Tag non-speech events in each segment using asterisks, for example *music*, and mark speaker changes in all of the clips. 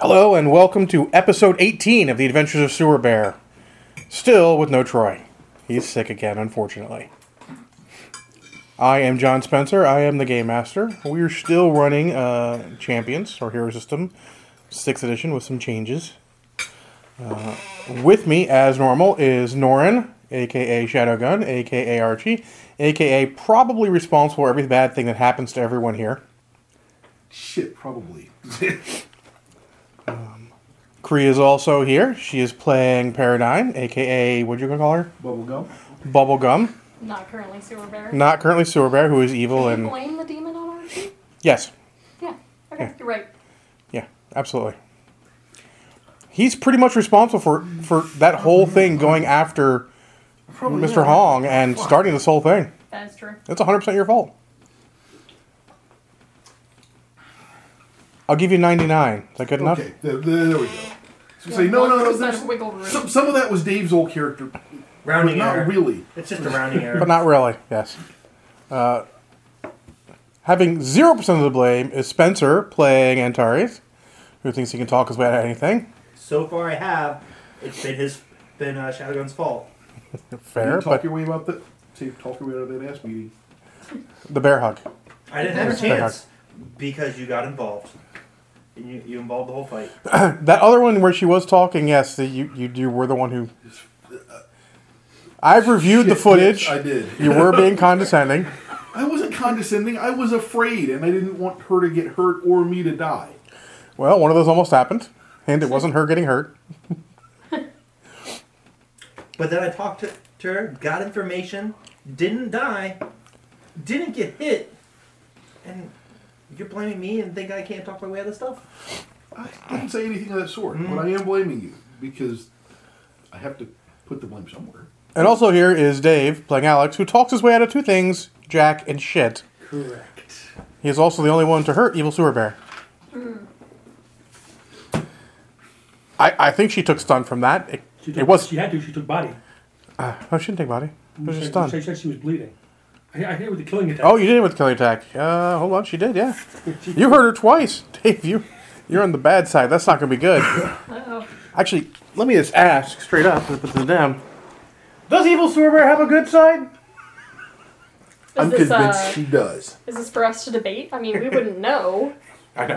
Speaker 1: Hello, and welcome to episode 18 of The Adventures of Sewer Bear. Still with no Troy. He's sick again, unfortunately. I am John Spencer. I am the Game Master. We are still running uh, Champions, or Hero System, 6th edition, with some changes. Uh, with me, as normal, is Norin, aka Shadowgun, aka Archie, aka probably responsible for every bad thing that happens to everyone here. *laughs*
Speaker 2: Shit, probably.
Speaker 1: Kree is also here. She is playing Paradigm, aka what you gonna call her?
Speaker 2: Bubblegum.
Speaker 1: Bubblegum.
Speaker 3: Not currently sewer bear.
Speaker 1: Not currently Sewer Bear, who is evil
Speaker 3: Can you
Speaker 1: and
Speaker 3: blame the demon on Archie?
Speaker 1: yes,
Speaker 3: Yeah. Okay, you're right.
Speaker 1: yeah, absolutely. He's pretty much responsible for for that whole thing going after
Speaker 2: Probably
Speaker 1: Mr.
Speaker 2: not.
Speaker 1: Hong and starting this whole thing.
Speaker 3: That is true.
Speaker 1: It's 100 percent your fault. I'll give you 99. Is that good enough?
Speaker 2: Okay, there, there- there we go. So
Speaker 3: Yeah,
Speaker 2: say, no, no, no.
Speaker 3: 1%
Speaker 2: there's-
Speaker 3: wiggle room.
Speaker 2: Some, some of that was Dave's old character.
Speaker 4: Rounding
Speaker 2: not
Speaker 4: error.
Speaker 2: really.
Speaker 4: It's just a rounding error. *laughs*
Speaker 1: But not really, yes. Uh, having 0% of the blame is Spencer playing Antares, who thinks he can talk his way out of anything.
Speaker 4: so far, I have. It's been his, been uh, Shadowgun's fault.
Speaker 1: Fair,
Speaker 2: you talk
Speaker 1: but
Speaker 2: your way about that. Say, talk your way out of that ass meeting.
Speaker 1: the bear hug.
Speaker 4: I didn't have a
Speaker 1: fair.
Speaker 4: chance because you got involved. And you, you involved the whole fight.
Speaker 1: That other one where she was talking, yes, that you, you, you were the one who. I've reviewed the
Speaker 2: Shit,
Speaker 1: footage.
Speaker 2: yes, I did.
Speaker 1: You were being condescending.
Speaker 2: I wasn't condescending. I was afraid, and I didn't want her to get hurt or me to die.
Speaker 1: Well, one of those almost happened, and it wasn't her getting hurt.
Speaker 4: But then I talked to, to her, got information, didn't die, didn't get hit, and you're blaming me and think I can't talk my way out of stuff?
Speaker 2: I didn't say anything of that sort,
Speaker 3: Mm-hmm.
Speaker 2: but I am blaming you because I have to put the blame somewhere.
Speaker 1: And also here is Dave playing Alex, who talks his way out of two things Jack and shit.
Speaker 4: Correct.
Speaker 1: He is also the only one to hurt Evil Sewer Bear. I, I think she took stun from that. It,
Speaker 5: She took,
Speaker 1: it was.
Speaker 5: She had to. She took body.
Speaker 1: oh, she didn't take body. It was
Speaker 5: she,
Speaker 1: just
Speaker 5: said-
Speaker 1: stun.
Speaker 5: She said she was bleeding. I, I hit her with the killing attack.
Speaker 1: Oh, you did it with Killing Attack. Uh, hold on, she did,
Speaker 5: *laughs*
Speaker 1: yeah.
Speaker 5: She-
Speaker 1: You hurt her twice. *laughs* Dave, you, you're on the bad side. That's not going to be good.
Speaker 3: Uh-oh.
Speaker 1: Actually, let me just ask straight up to the them. Does Evil Sewer Bear have a good side?
Speaker 3: Is this, uh,
Speaker 2: does.
Speaker 3: is this for us to debate? I
Speaker 1: *laughs*
Speaker 3: mean, we wouldn't know. *laughs*
Speaker 1: I know.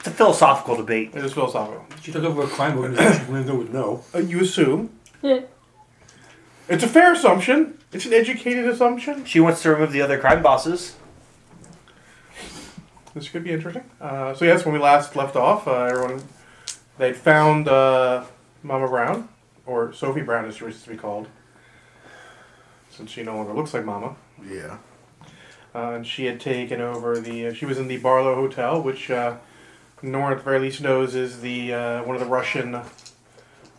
Speaker 4: It's a philosophical debate.
Speaker 1: It is philosophical.
Speaker 5: She took over a crime organization. We're gonna go with no.
Speaker 1: Uh, you assume.
Speaker 3: Yeah.
Speaker 1: It's a fair assumption. It's an educated assumption.
Speaker 4: She wants to remove the other crime bosses.
Speaker 1: This could be interesting. Uh, so yes, when we last left off, uh, everyone they'd found uh, Mama Brown, or Sophie Brown as she was to be called, since she no longer looks like Mama. *laughs*
Speaker 2: Yeah.
Speaker 1: Uh, and she had taken over the. Uh, she was in the Barlow Hotel, which uh, Nora at the very least knows is the uh, one of the Russian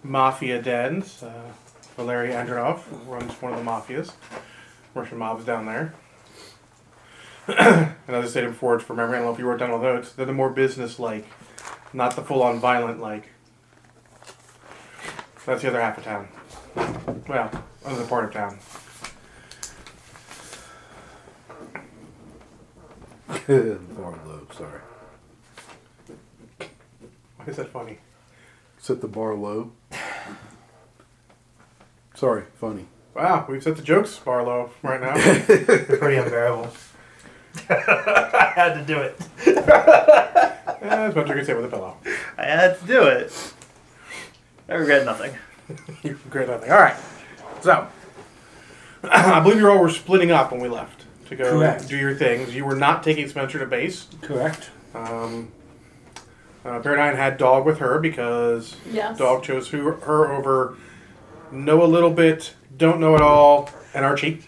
Speaker 1: mafia dens. Uh, Valery Andronov runs one of the mafias, Russian mobs down there. *clears throat* and as I stated before, it's for memory. I don't know if you wrote down all notes. They're the more business-like, not the full-on violent-like. That's the other half of town. Well, other part of town.
Speaker 2: Barlow, sorry.
Speaker 1: Why is that funny?
Speaker 2: Set the bar low. Sorry, funny.
Speaker 1: Wow, we've set the jokes bar low right now.
Speaker 4: Pretty unbearable. I had to do it.
Speaker 1: Yeah, That's what you can say with a pillow.
Speaker 4: I had to do it. I regret nothing.
Speaker 1: You regret nothing. All right. So, *clears throat* I believe you all were splitting up when we left to go
Speaker 5: Correct.
Speaker 1: do your things. You were not taking Spencer to base.
Speaker 5: Correct.
Speaker 1: Um, uh, Paradigm had Dog with her because
Speaker 3: Yes.
Speaker 1: Dog chose who, her over know a little bit, don't know at all, and Archie.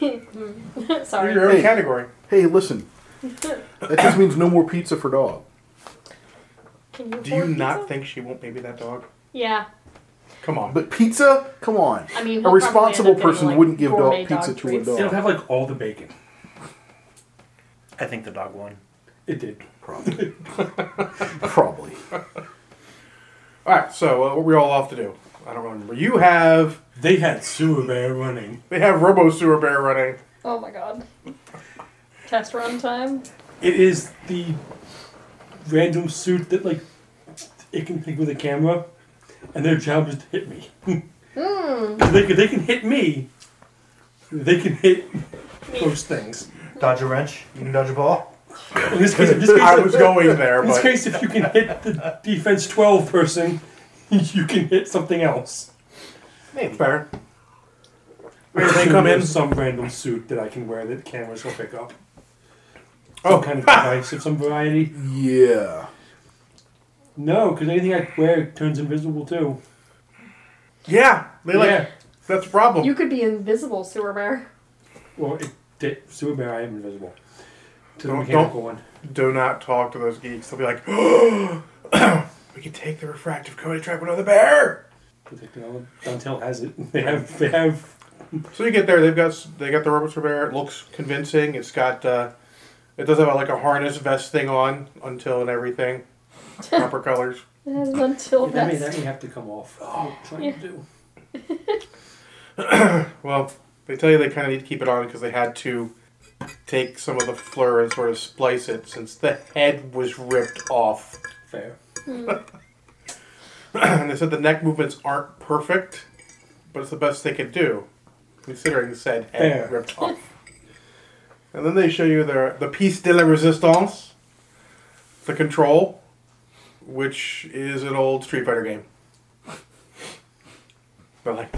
Speaker 1: You're
Speaker 3: *laughs* Sorry.
Speaker 1: your own
Speaker 2: Hey.
Speaker 1: category.
Speaker 2: Hey, listen. That just means no more pizza for dog.
Speaker 3: Can you
Speaker 1: Do you
Speaker 3: afford
Speaker 1: not
Speaker 3: pizza?
Speaker 1: think she won't maybe that dog?
Speaker 3: Yeah.
Speaker 1: Come on.
Speaker 2: But pizza? Come on.
Speaker 3: I mean, he'll
Speaker 2: a
Speaker 3: probably
Speaker 2: responsible
Speaker 3: end up getting,
Speaker 2: person
Speaker 3: like,
Speaker 2: wouldn't give dog
Speaker 3: gourmet
Speaker 2: pizza
Speaker 3: dog
Speaker 2: to
Speaker 3: treats.
Speaker 2: a
Speaker 5: It'll
Speaker 2: dog.
Speaker 5: have like all the bacon.
Speaker 4: I think the dog won.
Speaker 5: It did.
Speaker 2: Probably. Probably.
Speaker 1: All right. So, uh, what were you all off to do? I don't remember. You have
Speaker 5: *laughs* They had sewer bear running.
Speaker 1: they have Robo Sewer Bear running.
Speaker 3: Oh my god. Test run time.
Speaker 5: It is the random suit that like it can pick with a camera, and their job is to hit me. they can they can hit me. They can hit those things.
Speaker 6: Dodge a wrench. You can dodge a ball.
Speaker 5: In this case, in this case,
Speaker 1: I was going there,
Speaker 5: in this
Speaker 1: but
Speaker 5: case, if you can hit the defense twelve person, *laughs* you can hit something else.
Speaker 6: Maybe.
Speaker 1: fair.
Speaker 5: Or
Speaker 1: they come in?
Speaker 5: some random suit that I can wear that cameras will pick up. Some
Speaker 1: Oh,
Speaker 5: kind of device of some variety.
Speaker 2: Yeah.
Speaker 5: No, because anything I wear turns invisible too.
Speaker 1: yeah, they like
Speaker 5: yeah.
Speaker 1: that's the problem.
Speaker 3: You could be invisible, sewer bear. *laughs*
Speaker 5: Well, it, it, Super Bear, I am invisible. To the
Speaker 1: Don't-
Speaker 5: mechanical
Speaker 1: don't-
Speaker 5: one.
Speaker 1: Do not talk to those geeks. They'll be like, *gasps* we can take the refractive coat and trap another bear.
Speaker 5: Particularly, Dantel has it. *laughs* They have. They have.
Speaker 1: So you get there, they've got they got the robots for bear. It looks convincing. It's got uh, it does have like a harness vest thing on until and everything. *laughs* Proper colors.
Speaker 3: It has an until
Speaker 1: Oh,
Speaker 5: That may, that
Speaker 3: vest.
Speaker 5: may have to come off. Oh, trying
Speaker 3: Yeah.
Speaker 5: to do.
Speaker 1: Well, they tell you they kind of need to keep it on because they had to take some of the fleur and sort of splice it since the head was ripped off.
Speaker 5: Fair.
Speaker 1: and they said the neck movements aren't perfect, but it's the best they could do, considering said head
Speaker 5: Fair.
Speaker 1: ripped off. and then they show you their the piece de la resistance, the control, which is an old Street Fighter game. But like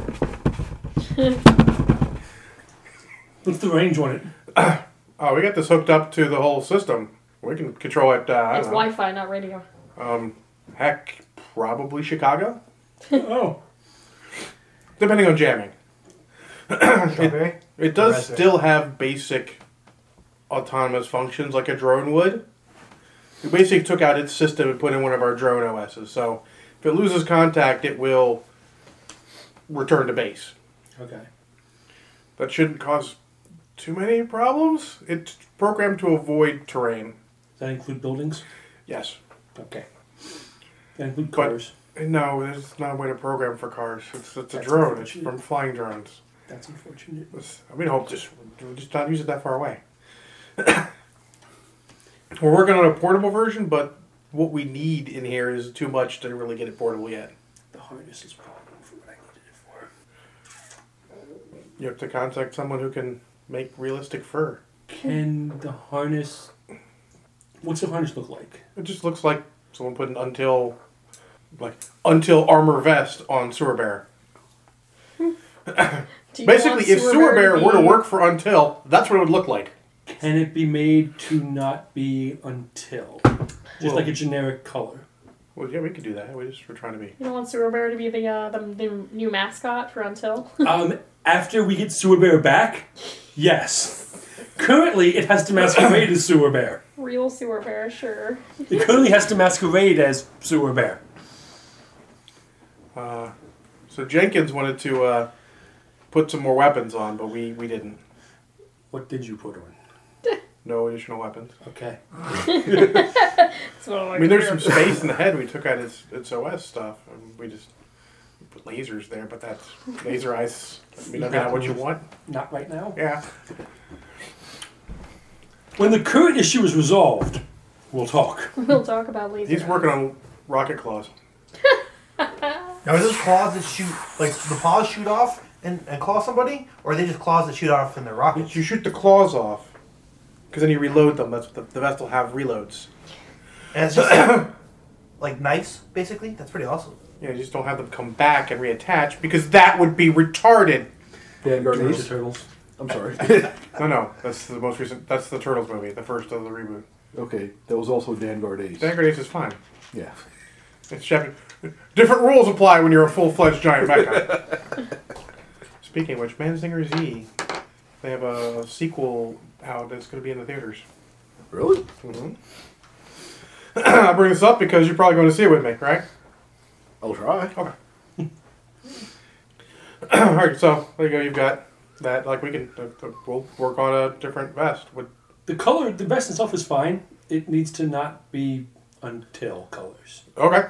Speaker 5: What's the range on
Speaker 1: *laughs*
Speaker 5: it?
Speaker 1: Oh, we got this hooked up to the whole system. We can control it. Uh, I
Speaker 3: It's
Speaker 1: don't know.
Speaker 3: Wi-Fi, not radio.
Speaker 1: Um, heck, probably Chicago,
Speaker 5: oh.
Speaker 1: depending on *coughs* jamming.
Speaker 6: Strawberry.
Speaker 1: It does
Speaker 6: Right there.
Speaker 1: still have basic autonomous functions like a drone would. We basically took out its system and put in one of our drone OSs. So if it loses contact, it will return to base.
Speaker 5: Okay.
Speaker 1: That shouldn't cause too many problems. It's programmed to avoid terrain.
Speaker 5: Does that include buildings?
Speaker 1: Yes.
Speaker 5: Okay. That include
Speaker 1: But-
Speaker 5: cars.
Speaker 1: No, there's not a way to program for cars. It's, it's a
Speaker 5: That's
Speaker 1: drone. It's
Speaker 5: unfortunate.
Speaker 1: from flying drones.
Speaker 5: That's unfortunate.
Speaker 1: It's- I mean, hope just we're just not use it that far away. *coughs* we're working on a portable version, but what we need in here is too much to really get it portable yet.
Speaker 5: The harness is probably for what I needed it for.
Speaker 1: You have to contact someone who can make realistic fur.
Speaker 5: Can the harness. What's the harness look like?
Speaker 1: It just looks like someone put an until, like until armor vest on Sewer Bear.
Speaker 3: Do you
Speaker 1: Basically,
Speaker 3: want
Speaker 1: if Sewer Bear were to
Speaker 3: be-
Speaker 1: work for until, that's what it would look like.
Speaker 5: Can it be made to not be until? Just
Speaker 1: Well-
Speaker 5: like a generic *laughs* color.
Speaker 1: Well, yeah, we could do that. We just were trying to be.
Speaker 3: You don't want Sewer Bear to be the, uh, the, the new mascot for Until? *laughs*
Speaker 5: Um, after we get Sewer Bear back, yes. Currently, it has to masquerade as Sewer Bear.
Speaker 3: Real Sewer Bear, sure.
Speaker 5: It currently has to masquerade as Sewer Bear.
Speaker 1: Uh, so Jenkins wanted to uh, put some more weapons on, but we, we didn't.
Speaker 5: What did you put on?
Speaker 1: No additional weapons.
Speaker 5: Okay.
Speaker 3: That's what I
Speaker 1: I
Speaker 3: like
Speaker 1: mean,
Speaker 3: to
Speaker 1: there's some *laughs*
Speaker 3: hear.
Speaker 1: space in the head. We took out its, its OS stuff. And we just put lasers there, but that's laser eyes. I mean, that's not what you want.
Speaker 5: Not right now.
Speaker 1: Yeah.
Speaker 5: When the current issue is resolved, we'll talk.
Speaker 3: We'll talk about laser.
Speaker 1: He's working on rocket claws.
Speaker 6: Now, is this claws that shoot, like the paws shoot off and, and claw somebody? Or are they just claws that shoot off in their
Speaker 1: You
Speaker 6: rockets?
Speaker 1: you shoot the claws off, because then you reload them. That's what the, the vest will have reloads.
Speaker 6: And it's just *coughs* like, like knives, basically? That's pretty awesome.
Speaker 1: Yeah, you just don't have them come back and reattach, because that would be retarded.
Speaker 2: Vanguard
Speaker 5: Ninja
Speaker 2: Ace.
Speaker 5: Turtles.
Speaker 2: I'm sorry. *laughs*
Speaker 1: No, no, that's the most recent. That's the Turtles movie, the first of the reboot.
Speaker 2: okay, that was also Vanguard Ace.
Speaker 1: Vanguard Ace is fine.
Speaker 2: Yeah.
Speaker 1: It's Shepard. Different rules apply when you're a full fledged giant mecha. Speaking of which, Manzinger Z, they have a sequel out that's going to be in the theaters. *clears throat*
Speaker 2: Really?
Speaker 1: I bring this up because you're probably going to see it with me, right? *clears throat*
Speaker 2: I'll try.
Speaker 1: Okay. All right, so there you go. You've got that. Like we can, uh, uh, we'll work on a different vest. With
Speaker 5: The color, the vest itself is fine. It needs to not be until colors.
Speaker 1: okay.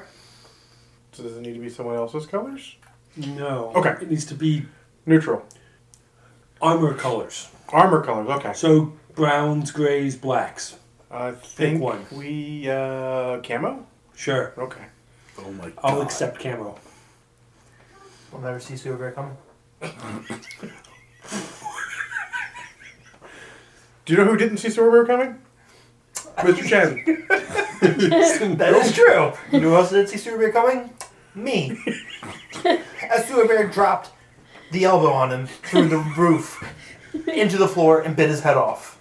Speaker 1: So does it need to be someone else's colors?
Speaker 5: No.
Speaker 1: Okay.
Speaker 5: It needs to be
Speaker 1: Neutral
Speaker 5: armor colors.
Speaker 1: armor colors. Okay.
Speaker 5: So browns, grays, blacks.
Speaker 1: I think
Speaker 5: one.
Speaker 1: we uh, camo.
Speaker 5: Sure.
Speaker 1: Okay.
Speaker 2: Oh my
Speaker 5: I'll
Speaker 2: god.
Speaker 5: accept camo.
Speaker 6: We'll never see Sewer Bear coming.
Speaker 1: Do you know who didn't see Sewer Bear coming? Mr. Chen.
Speaker 6: That is true. You know who else did see Sewer Bear coming? Me. *laughs* As Sewer Bear dropped the elbow on him through the roof into the floor and bit his head off.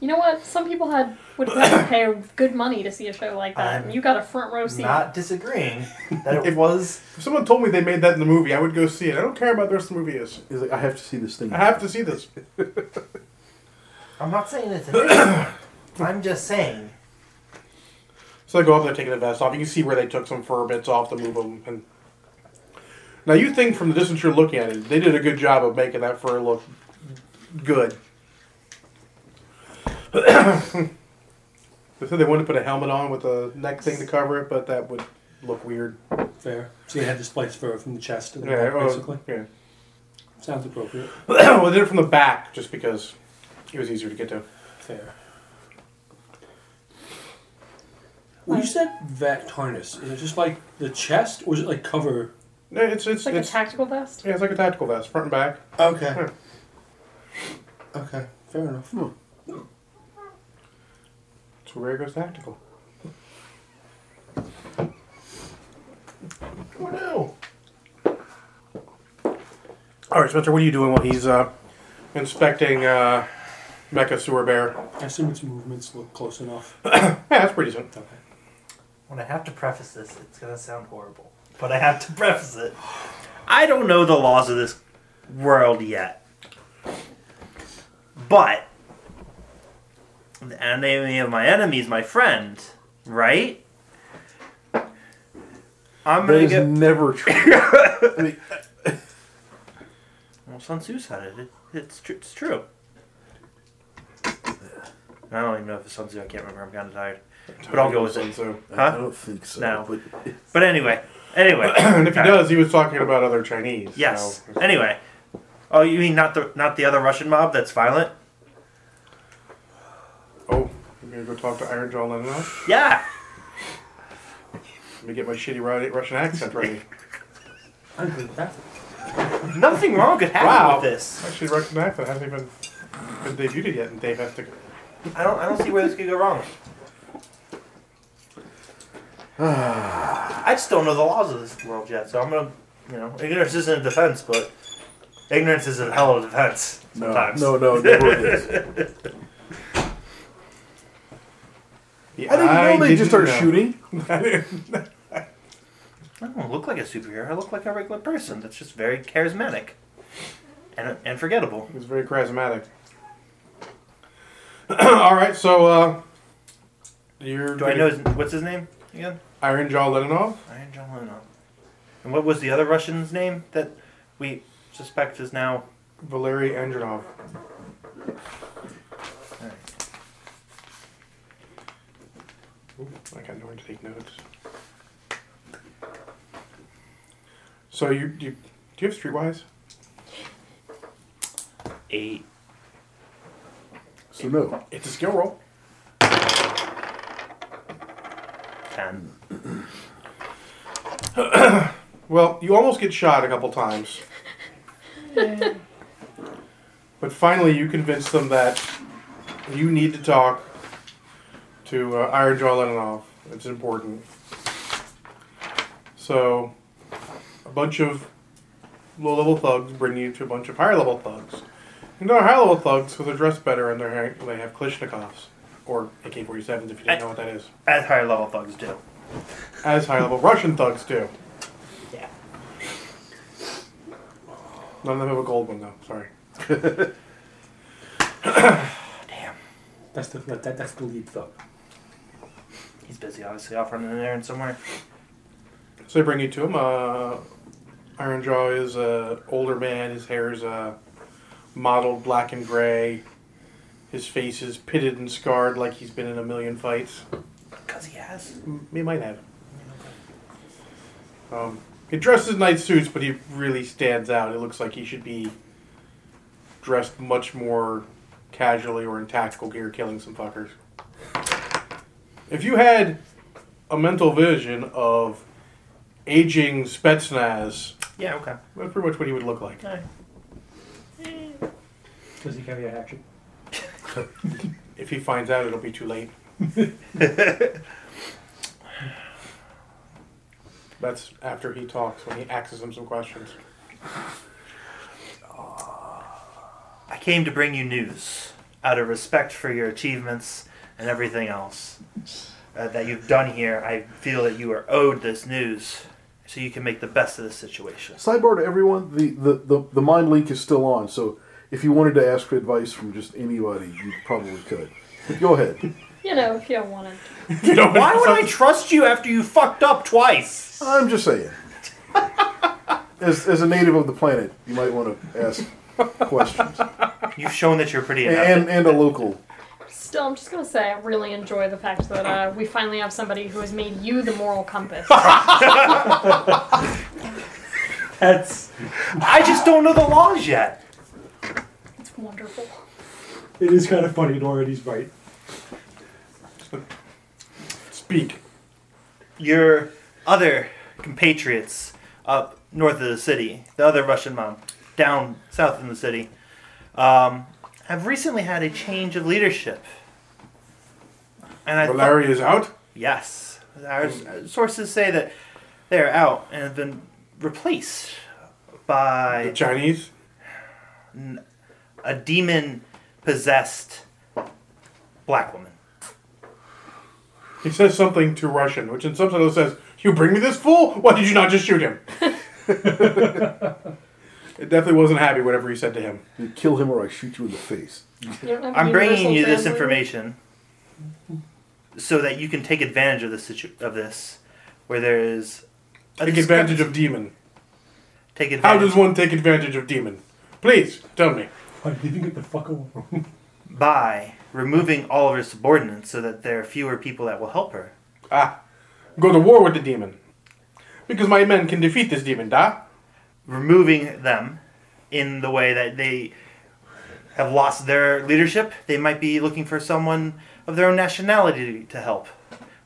Speaker 3: You know what? Some people had would probably pay good money to see a show like that.
Speaker 6: I'm
Speaker 3: and you got a front row seat.
Speaker 6: Not disagreeing that *laughs* it was.
Speaker 1: If someone told me they made that in the movie, I would go see it. I don't care about the rest of the movie is.
Speaker 2: He's like, I have to see this thing.
Speaker 1: I have to see this.
Speaker 6: I'm not saying it's *coughs* an I'm just saying.
Speaker 1: So they go up there taking the vest off. You can see where they took some fur bits off to move them. And now you think from the distance you're looking at it, they did a good job of making that fur look good. *clears throat* they said they wanted to put a helmet on with a neck thing to cover it, but that would look weird.
Speaker 5: Fair. So you had displaced fur from the chest and the
Speaker 1: Yeah,
Speaker 5: back,
Speaker 1: well,
Speaker 5: basically.
Speaker 1: yeah.
Speaker 5: Sounds appropriate.
Speaker 1: *clears throat* well, they did it from the back just because it was easier to get to.
Speaker 5: Fair. When you said vet harness, is it just like the chest, or is it like cover?
Speaker 1: No, it's it's
Speaker 3: It's like
Speaker 1: it's,
Speaker 3: a tactical vest.
Speaker 1: yeah, it's like a tactical vest, front and back.
Speaker 5: Okay.
Speaker 1: Hmm.
Speaker 5: Okay. Fair enough.
Speaker 1: It's where it goes tactical.
Speaker 6: Oh no.
Speaker 1: All right, Spencer, what are you doing while he's uh, inspecting uh, Mecha Sewer Bear?
Speaker 5: I assume its movements look close enough.
Speaker 1: Yeah, that's pretty soon.
Speaker 5: Okay.
Speaker 6: When I have to preface this, it's gonna sound horrible. But I have
Speaker 7: *laughs*
Speaker 6: to preface it.
Speaker 7: I don't know the laws of this world yet. But the enemy of my enemy is my friend, right?
Speaker 2: That
Speaker 7: I'm gonna
Speaker 2: is
Speaker 7: get *laughs*
Speaker 2: never true. I mean,
Speaker 7: well, Sun Tzu said it. it it's, tr- it's true. I don't even know if it's Sun Tzu. I can't remember. I'm kind of tired. But I'll go with it.
Speaker 1: So,
Speaker 2: I
Speaker 7: Huh?
Speaker 2: don't think so.
Speaker 7: No.
Speaker 2: But
Speaker 7: But anyway,
Speaker 2: *coughs*
Speaker 7: anyway.
Speaker 1: *clears throat* and if he does, he was talking about other Chinese.
Speaker 7: Yes.
Speaker 1: so-
Speaker 7: Anyway. Oh, you mean not the not the other Russian mob that's violent?
Speaker 1: Oh, I'm gonna go talk to Iron Jaw Leninov.
Speaker 7: Yeah.
Speaker 1: Let me get my shitty Ru- Russian accent ready.
Speaker 5: I agree with that.
Speaker 7: Nothing wrong could happen
Speaker 1: Wow.
Speaker 7: with this.
Speaker 1: Actually, Russian accent hasn't even been debuted yet, and Dave has to.
Speaker 7: I don't I don't see where this could
Speaker 2: *sighs*
Speaker 7: go wrong. I just don't know the laws of this world yet, so I'm gonna you know, ignorance isn't a defense, but ignorance is a hell of a defense
Speaker 2: no,
Speaker 7: sometimes.
Speaker 2: no, no, never it
Speaker 7: *laughs*
Speaker 2: is.
Speaker 1: Yeah,
Speaker 2: I didn't know they just started
Speaker 1: know. *laughs*
Speaker 2: shooting.
Speaker 7: I don't look like a superhero, I look like a regular person that's just very charismatic. And and forgettable.
Speaker 1: It was very charismatic. *clears throat* All right, so uh, you're.
Speaker 7: Do I know his, what's his name again?
Speaker 1: Iron Jaw Leninov?
Speaker 7: Iron John Lennon. And what was the other Russian's name that we suspect is now?
Speaker 1: Valery Andronov.
Speaker 7: Alright.
Speaker 1: I got nowhere to take notes. So you do you, do you have Streetwise?
Speaker 7: Eight.
Speaker 2: So no.
Speaker 1: It's a skill roll.
Speaker 7: Ten.
Speaker 1: Well, you almost get shot a couple times, but finally you convince them that you need to talk to uh, Iron Jaw Leninov. It's important. So, a bunch of low level thugs bring you to a bunch of higher level thugs. And they're higher level thugs because they're dressed better and they're, they have Kalishnikovs, or AK 47s if you don't know what that is,
Speaker 7: As higher level thugs do.
Speaker 1: as high level Russian thugs do.
Speaker 7: Yeah.
Speaker 1: None of them have a gold one, though, sorry.
Speaker 7: Damn.
Speaker 5: That's the that, that, that's the lead thug.
Speaker 7: He's busy, obviously, off running an errand somewhere.
Speaker 1: So they bring you to him. Uh, Iron Jaw is a older man. His hair is uh, mottled black and gray. His face is pitted and scarred like he's been in a million fights.
Speaker 7: Because he has.
Speaker 1: M- He might have. Um, he dresses in nice suits, but he really stands out. It looks like he should be dressed much more casually or in tactical gear, killing some fuckers. If you had a mental vision of aging Spetsnaz,
Speaker 7: Yeah, okay.
Speaker 1: that's pretty much what he would look like.
Speaker 5: Does he carry a hatchet?
Speaker 1: If he finds out, it'll be too late. That's after he talks when he asks him some questions.
Speaker 7: I came to bring you news out of respect for your achievements and everything else uh, that you've done here. I feel that you are owed this news so you can make the best of this situation.
Speaker 2: Sidebar to everyone, the, the, the, the mind link is still on, so if you wanted to ask for advice from just anybody, you probably could. But go ahead.
Speaker 3: You know, if you don't want it.
Speaker 1: You know,
Speaker 7: Why would I trust you after you fucked up twice?
Speaker 2: I'm just saying. As, as a native of the planet, you might want to ask
Speaker 1: *laughs*
Speaker 2: questions.
Speaker 7: You've shown that you're pretty
Speaker 2: And,
Speaker 7: enough.
Speaker 2: and, and a local.
Speaker 3: Still, I'm just gonna say I really enjoy the fact that uh, we finally have somebody who has made you the moral compass.
Speaker 5: That's
Speaker 7: I just don't know the laws yet.
Speaker 3: it's wonderful.
Speaker 5: it is kind of funny. Doherty's right.
Speaker 1: speak?
Speaker 7: Your other compatriots up north of the city, the other Russian mom down south in the city, um, have recently had a change of leadership. And I thought-
Speaker 1: Valeri is out.
Speaker 7: Yes. Our s- sources say that they are out and have been replaced
Speaker 1: The
Speaker 7: by
Speaker 1: Chinese.
Speaker 7: a demon possessed black woman.
Speaker 1: He says something to Russian, which in some subtitle says, "You bring me this fool? Why did you not just
Speaker 7: *laughs*
Speaker 1: shoot him?" it definitely wasn't happy. Whatever he said to him.
Speaker 2: You kill him or I shoot you in the face.
Speaker 3: You don't have
Speaker 7: I'm
Speaker 3: universal
Speaker 7: bringing you this
Speaker 3: translator?
Speaker 7: information so that you can take advantage of this situ- of this where there is a
Speaker 1: Take advantage of demon.
Speaker 7: discrepan- take
Speaker 1: How
Speaker 7: advantage
Speaker 1: does one take advantage of demon? Please tell me.
Speaker 5: I'm leaving it the fuck alone.
Speaker 7: by removing all of her subordinates so that there are fewer people that will help her.
Speaker 1: Ah, go to war with the demon, because my men can defeat this demon. Da.
Speaker 7: removing them in the way that they have lost their leadership, they might be looking for someone of their own nationality to help.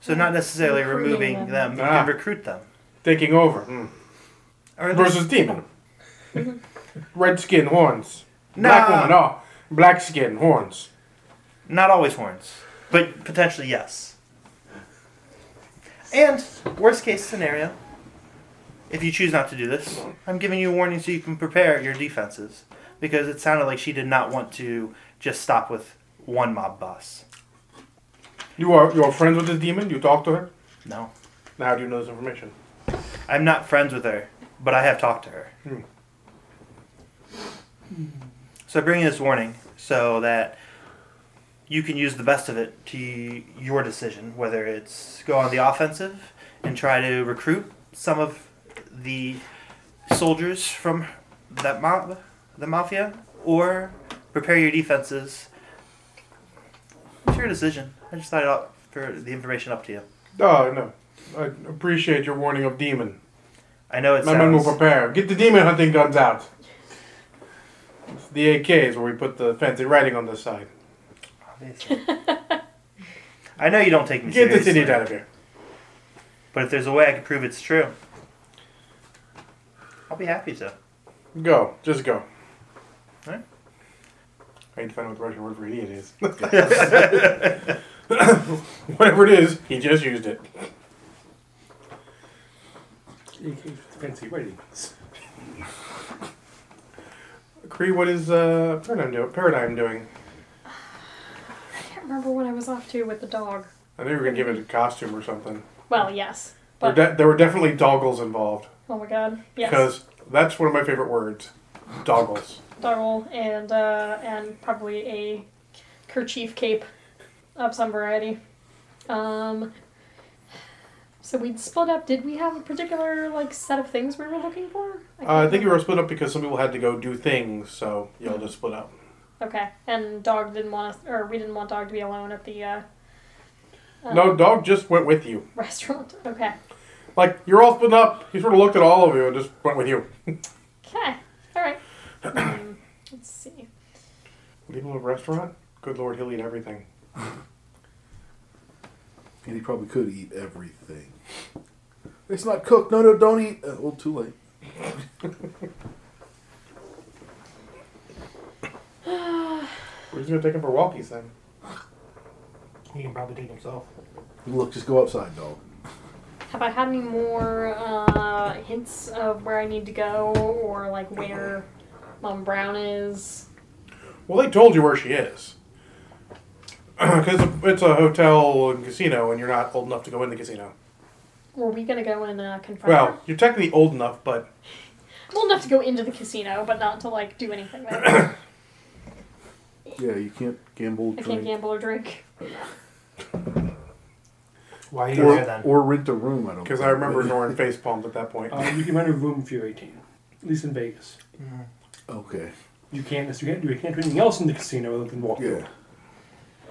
Speaker 7: So not necessarily
Speaker 3: Mm-hmm. Recruiting
Speaker 7: removing them,
Speaker 3: them.
Speaker 7: you can
Speaker 1: Ah.
Speaker 7: recruit them.
Speaker 1: Taking over mm.
Speaker 7: Or at least-
Speaker 1: versus
Speaker 7: *laughs*
Speaker 1: demon. Red skin horns.
Speaker 7: No.
Speaker 1: Black woman. Oh, black skin horns.
Speaker 7: not always horns, but potentially yes. And worst case scenario, if you choose not to do this, I'm giving you a warning so you can prepare your defenses because it sounded like she did not want to just stop with one mob boss.
Speaker 1: You are you are friends with this demon. You talk to her.
Speaker 7: No.
Speaker 1: Now how do you know this information?
Speaker 7: I'm not friends with her, but I have talked to her.
Speaker 1: Hmm.
Speaker 7: So I bring you this warning so that you can use the best of it to your decision, whether it's go on the offensive and try to recruit some of the soldiers from that mob, the mafia, or prepare your defenses. It's your decision. I just thought it out for the information up to you.
Speaker 1: Oh no, I appreciate your warning of demon.
Speaker 7: I know it
Speaker 1: My
Speaker 7: sounds.
Speaker 1: men will prepare. Get the demon hunting guns out. It's the AKs where we put the fancy writing on the side.
Speaker 7: Obviously. *laughs* I know you don't take me
Speaker 1: Get this
Speaker 7: seriously.
Speaker 1: idiot out of here.
Speaker 7: But if there's a way I can prove it's true, I'll be happy to.
Speaker 1: Go, just go.
Speaker 7: Alright.
Speaker 1: I need to find out what the Russian word for idiot is. *laughs* Whatever it is, he just used it.
Speaker 5: Fancy ratings.
Speaker 1: Cree, what is uh, paradigm, do- paradigm doing?
Speaker 3: I can't remember what I was off to with the dog.
Speaker 1: I think we were gonna give it a costume or something.
Speaker 3: Well, yes,
Speaker 1: There,
Speaker 3: but
Speaker 1: de- there were definitely doggles involved
Speaker 3: oh my god, yes,
Speaker 1: because that's one of my favorite words, doggles.
Speaker 3: doggle and uh, and probably a kerchief cape of some variety. Um. So we'd split up. Did we have a particular like set of things we were looking for?
Speaker 1: Uh, I
Speaker 3: can't
Speaker 1: think we
Speaker 3: remember.
Speaker 1: were split up because some people had to go do things, so y'all just split up.
Speaker 3: Okay, and dog didn't want us, or we didn't want dog to be alone at the. Uh, *laughs* uh,
Speaker 1: No, dog just went with you.
Speaker 3: Restaurant. Okay.
Speaker 1: Like you're all split up. He sort of looked at all of you and just went with you.
Speaker 3: Okay. All right. Hmm, Let's see.
Speaker 1: Leave him a restaurant. Good lord, he'll eat everything.
Speaker 2: and he probably could eat everything. It's not cooked. No, no, don't eat. Uh, well, too late.
Speaker 1: We're just gonna take him for walkies then.
Speaker 6: He can probably take himself.
Speaker 2: Look, just go outside, dog.
Speaker 3: Have I had any more uh, hints of where I need to go or like where Mom Brown is?
Speaker 1: Well, they told you where she is. *clears throat* Because it's a hotel and casino, and you're not old enough to go in the casino.
Speaker 3: Uh-huh. Were we gonna go and uh, confront her?
Speaker 1: Well, you're technically old enough, but
Speaker 3: I'm old enough to go into the casino, but not to like do anything there.
Speaker 2: Yeah, you can't gamble,
Speaker 3: I can't
Speaker 2: drink,
Speaker 3: gamble or drink.
Speaker 6: Why are you there
Speaker 2: or,
Speaker 6: then?
Speaker 2: or rent a room. I don't.
Speaker 1: because
Speaker 2: think.
Speaker 1: I remember Norrin face palmed at that point.
Speaker 5: Uh, you can rent a room if you're 18, at least in Vegas.
Speaker 2: Okay.
Speaker 5: You can't. You can't do. You can't do anything else in the casino other than walk.
Speaker 2: Yeah.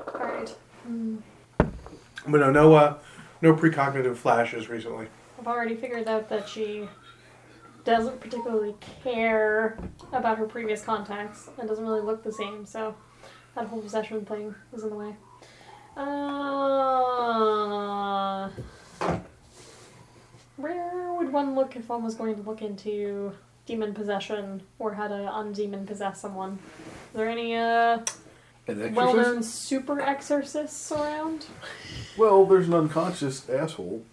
Speaker 3: All right,
Speaker 1: But no, no, uh, no precognitive flashes recently.
Speaker 3: I've already figured out that she doesn't particularly care about her previous contacts and doesn't really look the same. So that whole possession thing is in the way. Uh, where would one look if one was going to look into demon possession or how to undemon possess someone? Is there any uh?
Speaker 2: An
Speaker 3: well
Speaker 2: exorcist.
Speaker 3: known super exorcists around.
Speaker 2: Well, there's an unconscious asshole.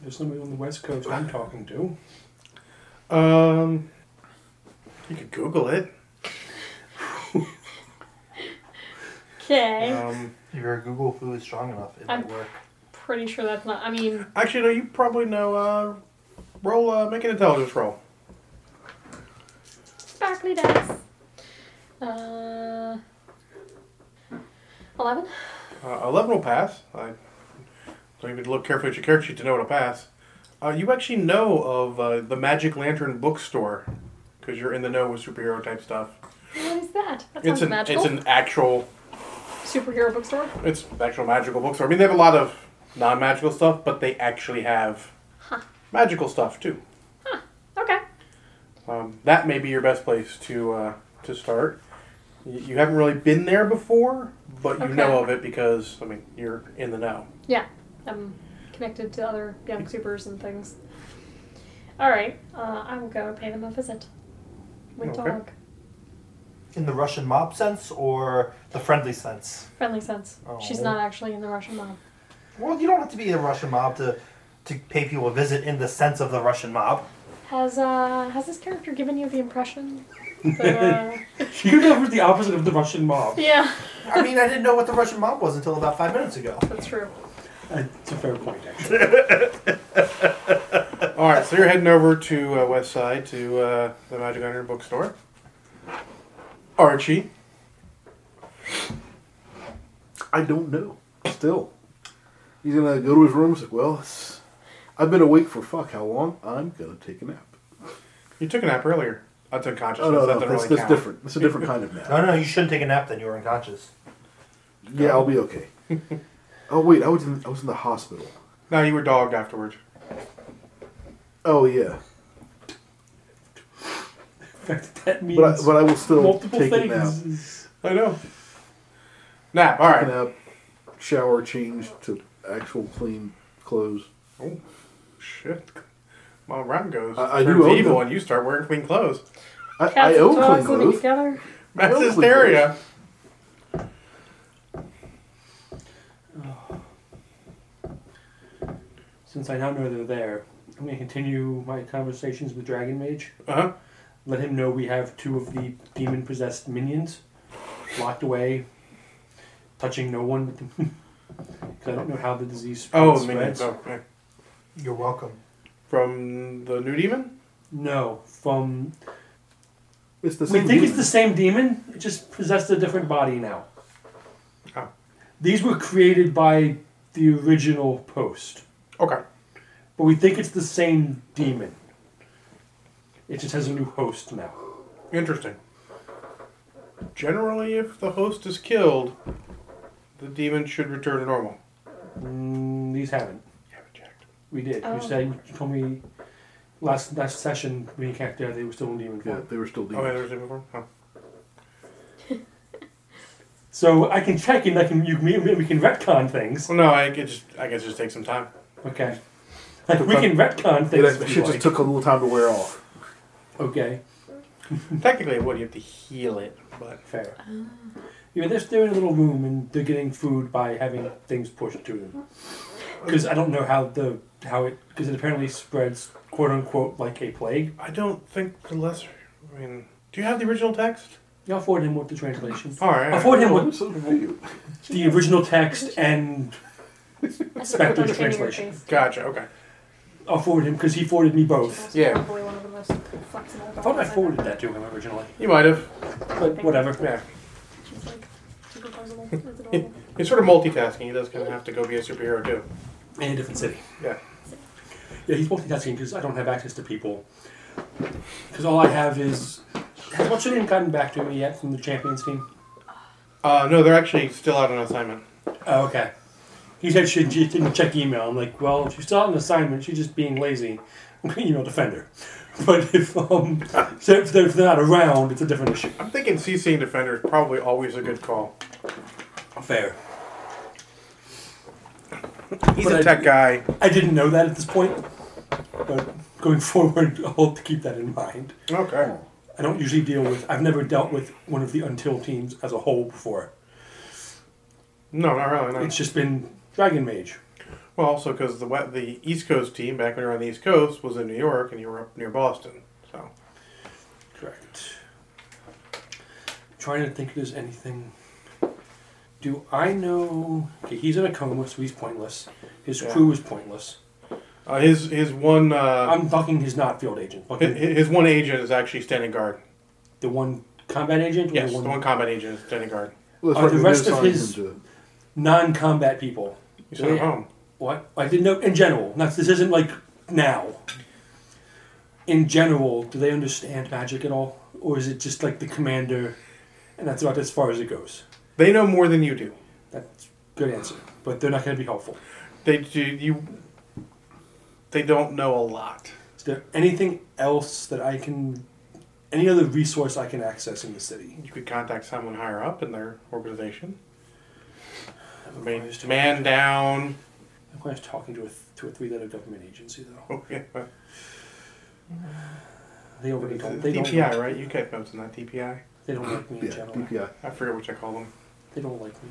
Speaker 5: There's somebody on the West Coast I'm talking to.
Speaker 1: Um, you could Google it.
Speaker 3: Okay.
Speaker 1: Um,
Speaker 7: If your Google foo is strong enough, it
Speaker 3: I'm-
Speaker 7: might work.
Speaker 3: Pretty sure that's not. I mean,
Speaker 1: actually, no, you probably know. Uh, roll, uh, make an intelligence roll.
Speaker 3: sparkly dice. Uh, 11?
Speaker 1: Uh, Eleven will pass. I don't even look carefully at your character sheet to know it'll pass. Uh, you actually know of uh, the Magic Lantern bookstore because you're in the know with superhero type stuff.
Speaker 3: What is that? That sounds
Speaker 1: It's an
Speaker 3: magical.
Speaker 1: it's an actual
Speaker 3: Superhero bookstore?
Speaker 1: it's an actual magical bookstore. I mean, they have a lot of non magical stuff, but they actually have magical stuff too.
Speaker 3: Okay.
Speaker 1: Um, that may be your best place to uh, to start. Y- You haven't really been there before, but you know
Speaker 3: Okay.
Speaker 1: of it because I mean you're in the know.
Speaker 3: Yeah. I'm connected to other young supers and things. Alright. Uh, I will go pay them a visit. With
Speaker 1: Okay.
Speaker 3: dog.
Speaker 7: In the Russian mob sense or the friendly sense?
Speaker 3: Friendly sense. She's
Speaker 7: Oh.
Speaker 3: not actually in the Russian mob.
Speaker 7: Well, you don't have to be a Russian mob to, to pay people a visit in the sense of the Russian mob.
Speaker 3: Has uh has this character given you the
Speaker 1: *laughs*
Speaker 3: impression that uh,
Speaker 5: You can go for the opposite of the Russian mob.
Speaker 3: Yeah.
Speaker 7: I mean, I didn't know what the Russian mob was until about five minutes ago.
Speaker 3: That's true.
Speaker 5: Uh, It's a fair point, actually.
Speaker 1: All right, so you're heading over to uh, West Side to uh, the Magic Lantern bookstore. Archie,
Speaker 2: I don't know. Still, he's gonna go to his room. He's like, well, it's, I've been awake for fuck how long? I'm gonna take a nap.
Speaker 1: you took a nap earlier. That's unconscious.
Speaker 2: Oh no, no,
Speaker 1: that doesn't
Speaker 2: that's,
Speaker 1: really
Speaker 2: that's
Speaker 1: count.
Speaker 2: different. That's a different kind of
Speaker 5: *laughs*
Speaker 2: nap.
Speaker 7: No, no, you shouldn't take a nap then. You were unconscious.
Speaker 2: Yeah, I'll be
Speaker 5: *laughs*
Speaker 2: okay. Oh wait, I was in, I was in the hospital.
Speaker 1: No, you were dogged afterwards.
Speaker 2: Oh yeah,
Speaker 5: that means
Speaker 2: but I, but I will still
Speaker 5: multiple
Speaker 2: take a nap.
Speaker 5: things. is-
Speaker 1: I know. Nap. All right.
Speaker 2: Nap, shower, change to actual clean clothes.
Speaker 1: Shit. Mom Brown goes.
Speaker 2: I- I do
Speaker 1: turns
Speaker 2: Uh, own
Speaker 1: evil,
Speaker 2: them.
Speaker 1: and you start wearing clean clothes.
Speaker 2: I,
Speaker 3: Cats
Speaker 2: I
Speaker 3: and
Speaker 2: own clean
Speaker 3: dogs living
Speaker 2: clothes.
Speaker 3: together.
Speaker 1: That's
Speaker 2: own clean
Speaker 1: hysteria.
Speaker 5: Since I now know they're there, I'm gonna continue my conversations with Dragon Mage.
Speaker 1: Uh huh.
Speaker 5: Let him know we have two of the demon possessed minions locked away, touching no one. *laughs* Because I don't know how the disease spreads.
Speaker 1: Oh, man.
Speaker 5: spreads.
Speaker 1: Oh, yeah.
Speaker 7: You're welcome.
Speaker 1: From the new demon?
Speaker 5: No, from
Speaker 2: It's the
Speaker 5: we
Speaker 2: same.
Speaker 5: think it's
Speaker 2: demon.
Speaker 5: the same demon. It just possessed a different body now.
Speaker 1: Oh.
Speaker 5: These were created by the original post,
Speaker 1: Okay.
Speaker 5: but we think it's the same demon. It just has a new host now.
Speaker 1: Interesting. Generally, if the host is killed, the demon should return to normal.
Speaker 5: Mm, these haven't.
Speaker 1: Haven't checked.
Speaker 5: We did.
Speaker 3: Oh.
Speaker 5: You said you told me last last session when you came there they were still in demon
Speaker 2: Yeah,
Speaker 5: form.
Speaker 2: they were still
Speaker 1: Oh, yeah,
Speaker 2: demons.
Speaker 1: there's a different one. Huh.
Speaker 5: So I can check and I can you we, we can retcon things.
Speaker 1: Well, no, I could just I guess just take some
Speaker 2: *laughs*
Speaker 1: time.
Speaker 5: Okay. Like we can retcon
Speaker 2: Yeah,
Speaker 5: things.
Speaker 2: that
Speaker 5: if
Speaker 2: shit
Speaker 5: we
Speaker 2: just
Speaker 5: like.
Speaker 2: took a little time to wear off.
Speaker 5: Okay.
Speaker 1: Technically, it would. You have to heal it, but
Speaker 5: Fair. Yeah, they're, they're in a little room and they're getting food by having things pushed to them. Because I don't know how the how it because it apparently spreads quote unquote like a plague.
Speaker 1: I don't think the lesser. I mean, do you have the original text?
Speaker 5: I'll forward him with the translation.
Speaker 1: All right.
Speaker 5: I'll forward him with
Speaker 2: Something for you.
Speaker 5: the original text and
Speaker 3: I still put
Speaker 5: Spectre
Speaker 3: those in your
Speaker 5: translation.
Speaker 3: face.
Speaker 1: Gotcha. Okay.
Speaker 5: I'll forward him because he forwarded me both.
Speaker 3: She's also
Speaker 1: Yeah.
Speaker 3: Probably one of the most flexible.
Speaker 5: I thought I forwarded that to him originally,
Speaker 1: You might have.
Speaker 5: but whatever.
Speaker 1: Yeah.
Speaker 3: She's like super flexible. It's adorable. *laughs*
Speaker 1: He's sort of multitasking. He does kind of have to go be a superhero too.
Speaker 5: In a different city.
Speaker 1: Yeah.
Speaker 5: Yeah, he's multitasking because I don't have access to people. Because all I have is. Has what's your name gotten back to me yet from the champions team?
Speaker 1: Uh, no, they're actually still out on assignment.
Speaker 5: Oh, okay. He said she just didn't check email. I'm like, well, if she's still on an assignment, she's just being lazy. I'm going to email Defender. *laughs* But if, um, so if they're if they're not around, it's a different issue.
Speaker 1: I'm thinking CCing defender is probably always a good call.
Speaker 5: Fair.
Speaker 1: He's
Speaker 5: But I-
Speaker 1: a tech guy.
Speaker 5: I didn't know that at this point, but going *laughs* forward, I'll hope to keep that in mind.
Speaker 1: Okay.
Speaker 5: I don't usually deal with. I've never dealt with one of the until teams as a whole before.
Speaker 1: No, not really. No.
Speaker 5: It's just been Dragon Mage.
Speaker 1: Well, also because the we- the East Coast team back when you were on the East Coast was in New York, and you were up near Boston. So
Speaker 5: Correct. Trying to think if there's anything. Do I know? Okay, he's in a coma, so he's pointless. His
Speaker 1: Yeah.
Speaker 5: crew is pointless.
Speaker 1: uh, his his one uh,
Speaker 5: I'm fucking his not field agent.
Speaker 1: hi- hi-
Speaker 5: Fucking
Speaker 1: his, one agent is actually standing guard.
Speaker 5: the one combat agent. or
Speaker 1: Yes,
Speaker 5: the one,
Speaker 1: the one combat agent is standing guard.
Speaker 2: Well, that's
Speaker 5: Are the
Speaker 2: we did
Speaker 5: rest of
Speaker 2: assign
Speaker 5: his-
Speaker 2: him
Speaker 5: non-combat people.
Speaker 1: You sent him
Speaker 5: Yeah.
Speaker 1: home.
Speaker 5: What I didn't know in general. Not this isn't like now. In general, do they understand magic at all, or is it just like the commander, and that's about as far as it goes?
Speaker 1: They know more than you do.
Speaker 5: That's a good answer, but they're not going to be helpful.
Speaker 1: They do you. They don't know a lot.
Speaker 5: Is there anything else that I can, any other resource I can access in the city?
Speaker 1: You could contact someone higher up in their organization. I mean, man down. *laughs*
Speaker 5: I was talking to a to a three-letter government agency though.
Speaker 1: Okay.
Speaker 5: They already don't. They don't.
Speaker 1: DPI, right? UK folks, not DPI.
Speaker 5: They don't like me
Speaker 2: to,
Speaker 5: in
Speaker 2: yeah,
Speaker 5: general.
Speaker 2: DPI.
Speaker 1: I forget what I call them.
Speaker 5: They don't like me.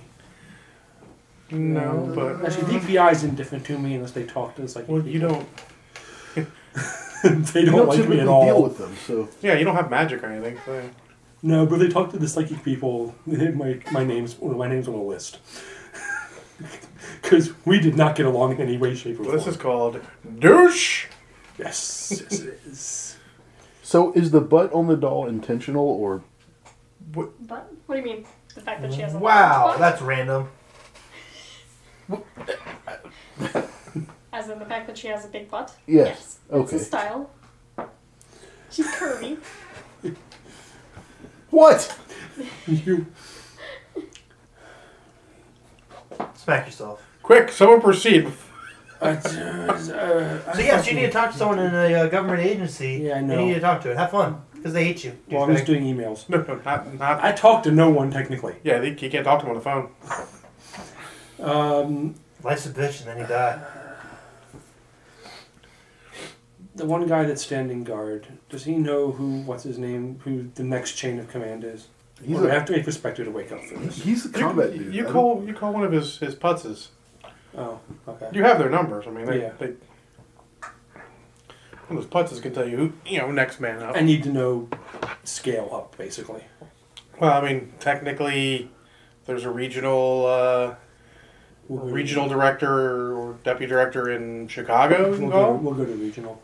Speaker 1: No, but
Speaker 5: Actually, DPI is indifferent to me unless they talk to us like.
Speaker 1: well, you don't.
Speaker 5: *laughs* they
Speaker 2: You
Speaker 5: don't
Speaker 2: don't
Speaker 5: like
Speaker 2: typically
Speaker 5: me at all.
Speaker 2: deal with them, so
Speaker 1: Yeah, you don't have magic or anything. So.
Speaker 5: No, but they talk to the psychic people. My my name's well, my name's on the list. *laughs* Because we did not get along in any way, shape, or
Speaker 1: Well,
Speaker 5: form.
Speaker 1: this is called douche.
Speaker 5: yes, *laughs* yes, it is.
Speaker 2: So is the butt on the doll intentional or
Speaker 3: But what do you mean? The fact that she has a
Speaker 6: Wow,
Speaker 3: large butt?
Speaker 6: that's random.
Speaker 3: As in the fact that she has a big butt?
Speaker 2: Yes.
Speaker 3: It's a
Speaker 2: Okay.
Speaker 3: style. She's curvy.
Speaker 2: what?
Speaker 5: You
Speaker 6: Smack yourself.
Speaker 1: Quick, someone proceed. *laughs*
Speaker 5: Uh, t- uh, I
Speaker 6: So yes, you
Speaker 5: fucking-
Speaker 6: need to talk to someone in a uh, government agency.
Speaker 5: Yeah, I
Speaker 6: You
Speaker 5: know.
Speaker 6: need to talk to it. Have fun, because they hate you.
Speaker 5: Well, I'm
Speaker 6: douchebag.
Speaker 5: just doing emails.
Speaker 1: No, no, not not.
Speaker 5: I talked to no one technically.
Speaker 1: Yeah, they, you can't talk to him on the phone.
Speaker 5: Um,
Speaker 6: Life's a bitch, and then you die.
Speaker 5: the one guy that's standing guard, does he know who? What's his name? Who the next chain of command is?
Speaker 2: He's
Speaker 5: Or do I
Speaker 2: a-
Speaker 5: have to make perspective to wake up for this.
Speaker 2: He's the
Speaker 1: You,
Speaker 2: combat dude.
Speaker 1: you
Speaker 2: I
Speaker 1: call you call one of his his putzes.
Speaker 5: Oh, okay.
Speaker 1: You have their numbers. I mean, they,
Speaker 5: Yeah.
Speaker 1: they one of those putzes can tell you who you know next man up.
Speaker 5: I need to know scale up basically.
Speaker 1: Well, I mean, technically, there's a regional uh, regional director or deputy director in Chicago.
Speaker 5: We'll go,
Speaker 1: involved.
Speaker 5: we'll go to regional.